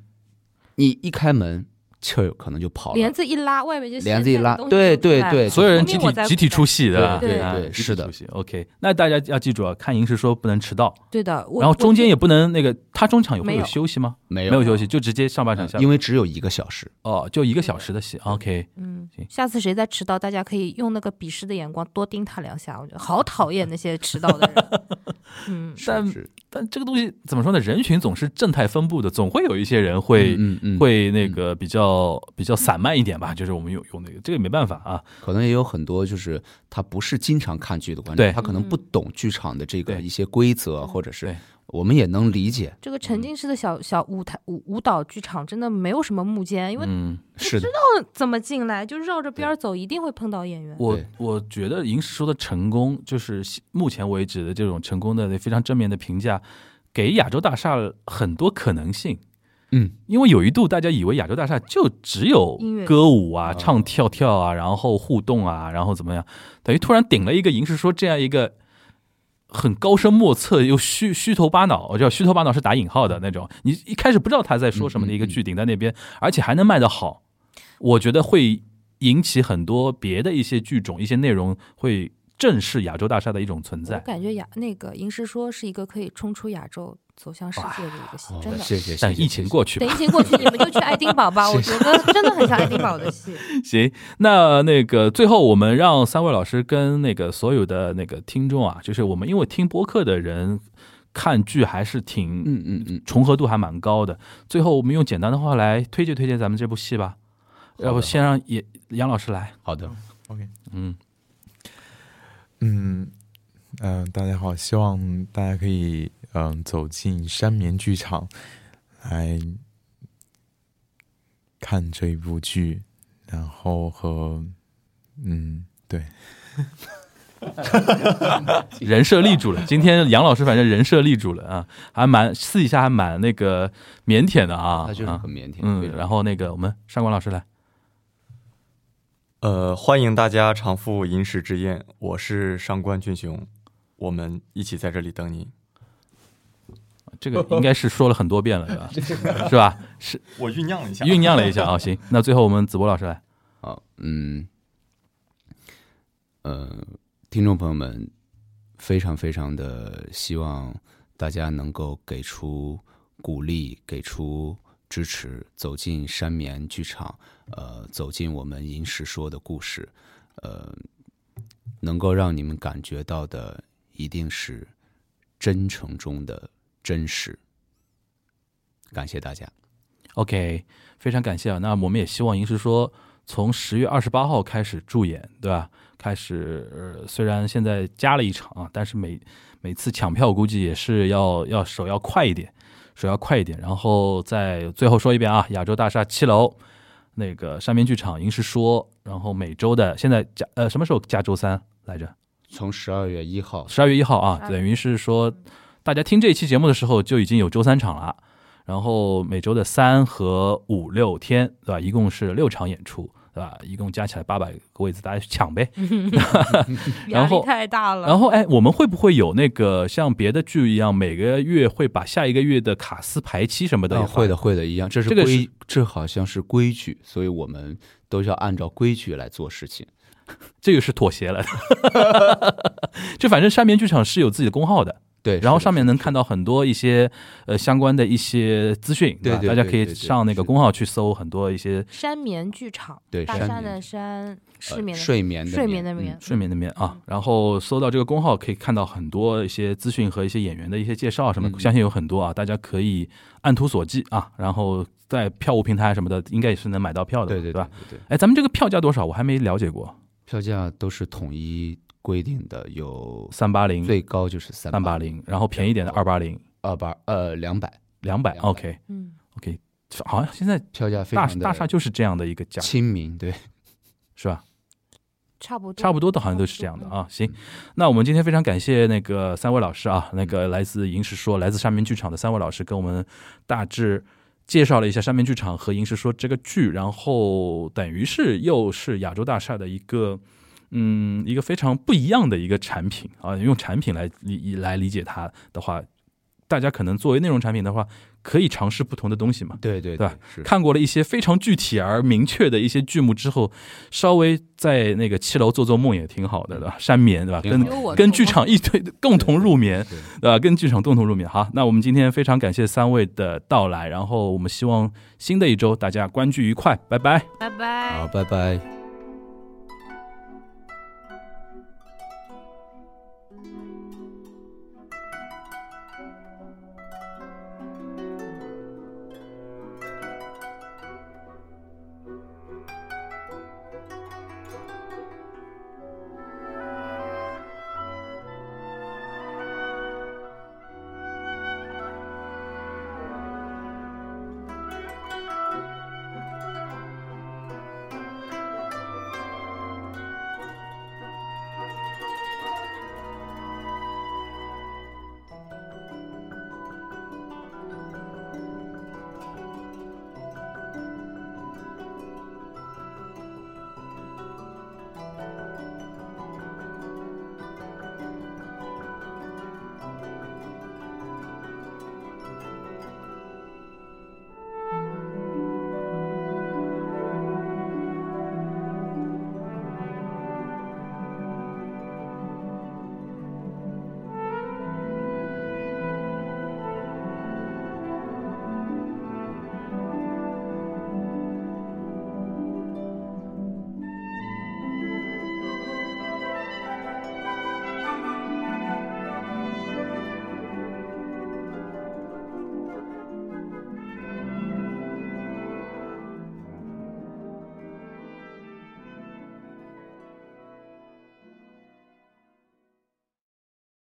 Speaker 4: 你一开门气儿可能就跑了
Speaker 3: 帘。子一拉，外面就
Speaker 4: 帘子
Speaker 3: 现
Speaker 4: 一
Speaker 3: 在的
Speaker 4: 拉
Speaker 3: 东西
Speaker 4: 对
Speaker 3: 就出来
Speaker 4: 对对
Speaker 3: 了
Speaker 4: 所
Speaker 2: 所有人
Speaker 3: 因
Speaker 2: 集
Speaker 3: 为我
Speaker 2: 体
Speaker 3: 在
Speaker 2: 集体出戏的，
Speaker 4: 对
Speaker 3: 对
Speaker 2: 啊
Speaker 4: 对
Speaker 2: 集体
Speaker 4: 是的
Speaker 2: 出戏，OK，那大家要记住啊，看影视说不能迟到，
Speaker 3: 对的，我
Speaker 2: 然后
Speaker 3: 我
Speaker 2: 中间
Speaker 3: 觉
Speaker 2: 也不能那个，他中场有会
Speaker 3: 没
Speaker 2: 有
Speaker 3: 有
Speaker 2: 休息吗？
Speaker 4: 没
Speaker 2: 没
Speaker 4: 有，
Speaker 2: 有休息，就直接上半场下
Speaker 4: 嗯因为只有一个小时，
Speaker 2: 哦，就一个小时的戏，OK，
Speaker 3: 嗯
Speaker 2: 行，
Speaker 3: 下次谁再迟到，大家可以用那个鄙视的眼光多盯他两下，我觉得好讨厌那些迟到的人， 嗯，
Speaker 2: 但
Speaker 4: 是
Speaker 2: 但这个东西怎么说呢？人群总是正态分布的，总会有一些人会、
Speaker 4: 嗯嗯，嗯
Speaker 2: 会那个比较比较散漫一点吧，就是我们有有那个这个也没办法啊，
Speaker 4: 可能也有很多就是他不是经常看剧的观
Speaker 2: 对
Speaker 4: 众，他可能
Speaker 3: 嗯
Speaker 4: 不懂剧场的这个
Speaker 2: 对
Speaker 4: 一些规则，或者是
Speaker 2: 对
Speaker 4: 我们也能理解，
Speaker 3: 这个沉浸式的小小舞台舞舞蹈剧场真的没有什么幕间，因为
Speaker 2: 嗯，
Speaker 4: 是的，
Speaker 3: 怎么进来就绕着边儿走，一定会碰到演员。
Speaker 2: 我
Speaker 4: 对
Speaker 2: 我觉得银石说的成功，就是目前为止的这种成功的非常正面的评价，给亚洲大厦很多可能性。
Speaker 4: 嗯，
Speaker 2: 因为有一度大家以为亚洲大厦就只有
Speaker 3: 音乐
Speaker 2: 歌舞啊、唱跳跳啊，然后互动啊，然后怎么样，等于突然顶了一个银石说这样一个很高深莫测又虚虚头巴脑，我知道虚头巴脑是打引号的那种，你一开始不知道他在说什么的一个剧顶在那
Speaker 3: 嗯
Speaker 2: 边，而且还能卖得好，我觉得会引起很多别的一些剧种、一些内容会正视亚洲大厦的一种存
Speaker 3: 我
Speaker 2: 在。
Speaker 3: 感觉亚那个《银石说》是一个可以冲出亚洲走向世界的一个戏，真
Speaker 2: 哦
Speaker 3: 的。
Speaker 4: 哦谢谢，
Speaker 2: 但
Speaker 4: 谢谢
Speaker 2: 疫情过去吧
Speaker 3: 等。疫情过去，你们就去爱丁 堡吧，我觉得真的很像爱丁堡的戏。
Speaker 2: 行，那那个最后我们让三位老师跟那个所有的那个听众啊，就是我们因为听播客的人看剧还是挺
Speaker 4: 嗯嗯嗯，
Speaker 2: 重合度还蛮高的。最后我们用简单的话来推荐推荐咱们这部戏吧，
Speaker 4: 的
Speaker 2: 要不先让也杨老师来，
Speaker 4: 好的，
Speaker 6: OK，
Speaker 2: 嗯，
Speaker 6: 嗯嗯、呃大家好，希望大家可以嗯、走进山眠剧场来看这一部剧，然后和嗯对，
Speaker 2: 人设立住了。今天杨老师反正人设立住了啊，还蛮私底下还蛮那个腼腆的啊，
Speaker 4: 他就是
Speaker 2: 啊
Speaker 4: 很腼腆，非
Speaker 2: 嗯，
Speaker 4: 常
Speaker 2: 然后那个我们上官老师来，
Speaker 5: 呃，欢迎大家常赴银石之宴，我是上官俊雄，我们一起在这里等你。
Speaker 2: 这个应该是说了很多遍了，是吧？ 是吧？是
Speaker 5: 我酝酿了一下
Speaker 2: 酝酿了一下啊， 行，那最后我们子博老师来，
Speaker 4: 好，嗯，呃，听众朋友们，非常非常的希望大家能够给出鼓励，给出支持，走进山眠剧场，呃，走进我们银石说的故事，呃，能够让你们感觉到的一定是真诚中的真实。感谢大家，
Speaker 2: OK，非常感谢啊！那我们也希望银石说从十月二十八号开始助演，对吧？开始、呃虽然现在加了一场啊，但是每每次抢票估计也是要要手要快一点，手要快一点。然后再最后说一遍啊，亚洲大厦七楼那个山边剧场银石说，然后每周的现在加呃什么时候加周三来着？
Speaker 4: 从十二月一号
Speaker 2: 十二月一号啊，
Speaker 3: 12
Speaker 2: 等于是说，大家听这一期节目的时候就已经有周三场了，然后每周的三和五六天，对吧？一共是六场演出，对吧？一共加起来八百个位子，大家去抢呗。然
Speaker 3: 压
Speaker 2: 后
Speaker 3: 力太大了。
Speaker 2: 然后，哎，我们会不会有那个像别的剧一样，每个月会把下一个月的卡司排期什么的
Speaker 4: 啊
Speaker 2: 也
Speaker 4: 会
Speaker 2: 的？
Speaker 4: 的，会的，一样。这是
Speaker 2: 这个
Speaker 4: 规，
Speaker 2: 是
Speaker 4: 这好像是规矩，所以我们都要按照规矩来做事情。
Speaker 2: 这个是妥协了。就反正山眠剧场是有自己的工号的，
Speaker 4: 对，
Speaker 2: 然后
Speaker 4: 是的
Speaker 2: 上面能
Speaker 4: 是的
Speaker 2: 看到很多一些呃相关的一些资讯，
Speaker 4: 对
Speaker 2: 吧
Speaker 4: 对
Speaker 2: 大家
Speaker 4: 对
Speaker 2: 可以
Speaker 4: 对对
Speaker 2: 上那
Speaker 4: 是
Speaker 2: 个
Speaker 4: 的
Speaker 2: 公号去搜很多一些
Speaker 3: 山眠剧场，
Speaker 4: 对
Speaker 3: 大
Speaker 4: 山
Speaker 3: 山
Speaker 4: 眠
Speaker 3: 的山，失
Speaker 4: 呃
Speaker 3: 眠的
Speaker 4: 睡眠的
Speaker 3: 睡眠的
Speaker 4: 嗯
Speaker 3: 眠，
Speaker 2: 睡眠的面啊，然后搜到这个公号可以看到很多一些资讯和一些演员的一些介绍什么，
Speaker 4: 嗯嗯
Speaker 2: 相信有很多啊，大家可以按图索骥啊，然后在票务平台什么的，应该也是能买到票的，
Speaker 4: 对对
Speaker 2: 吧？？
Speaker 4: 对对，
Speaker 2: 哎，咱们这个票价多少？我还没了解过，
Speaker 4: 票价都是统一规定的，有
Speaker 2: 三八零、
Speaker 4: 最高就是三
Speaker 2: 三八零，然后便宜一点的二八零、
Speaker 4: 二八呃两百，
Speaker 2: 两百
Speaker 4: 200
Speaker 2: ，OK
Speaker 3: 嗯，
Speaker 2: OK，好像现在
Speaker 4: 票价非
Speaker 2: 大
Speaker 4: 常的
Speaker 2: 大厦就是这样的一个价，
Speaker 4: 亲民，对，
Speaker 2: 是吧？
Speaker 3: 差不多，
Speaker 2: 差不多的，好像都是这样的
Speaker 3: 嗯。
Speaker 2: 啊。行，那我们今天非常感谢那个三位老师啊，那
Speaker 3: 嗯
Speaker 2: 个来自银石说、来自山明剧场的三位老师，跟我们大致介绍了一下山明剧场和银石说这个剧，然后等于是又是亚洲大厦的一个。嗯，一个非常不一样的一个产品啊，用产品来理来理解它的话，大家可能作为内容产品的话，可以尝试不同的东西嘛。
Speaker 4: 对对
Speaker 2: 对吧？
Speaker 4: 是
Speaker 2: 看过了一些非常具体而明确的一些剧目之后，稍微在那个七楼做做梦也挺好的，对吧？山眠，对吧？
Speaker 4: 嗯挺好
Speaker 2: 跟
Speaker 4: 的
Speaker 3: 有我
Speaker 2: 跟
Speaker 3: 做
Speaker 2: 剧
Speaker 3: 梦
Speaker 2: 场一对共同入眠，
Speaker 4: 对
Speaker 2: 对吧？跟剧场共同入眠。好，那我们今天非常感谢三位的到来，然后我们希望新的一周大家观剧愉快，拜拜。
Speaker 3: 拜拜。
Speaker 4: 好，拜拜。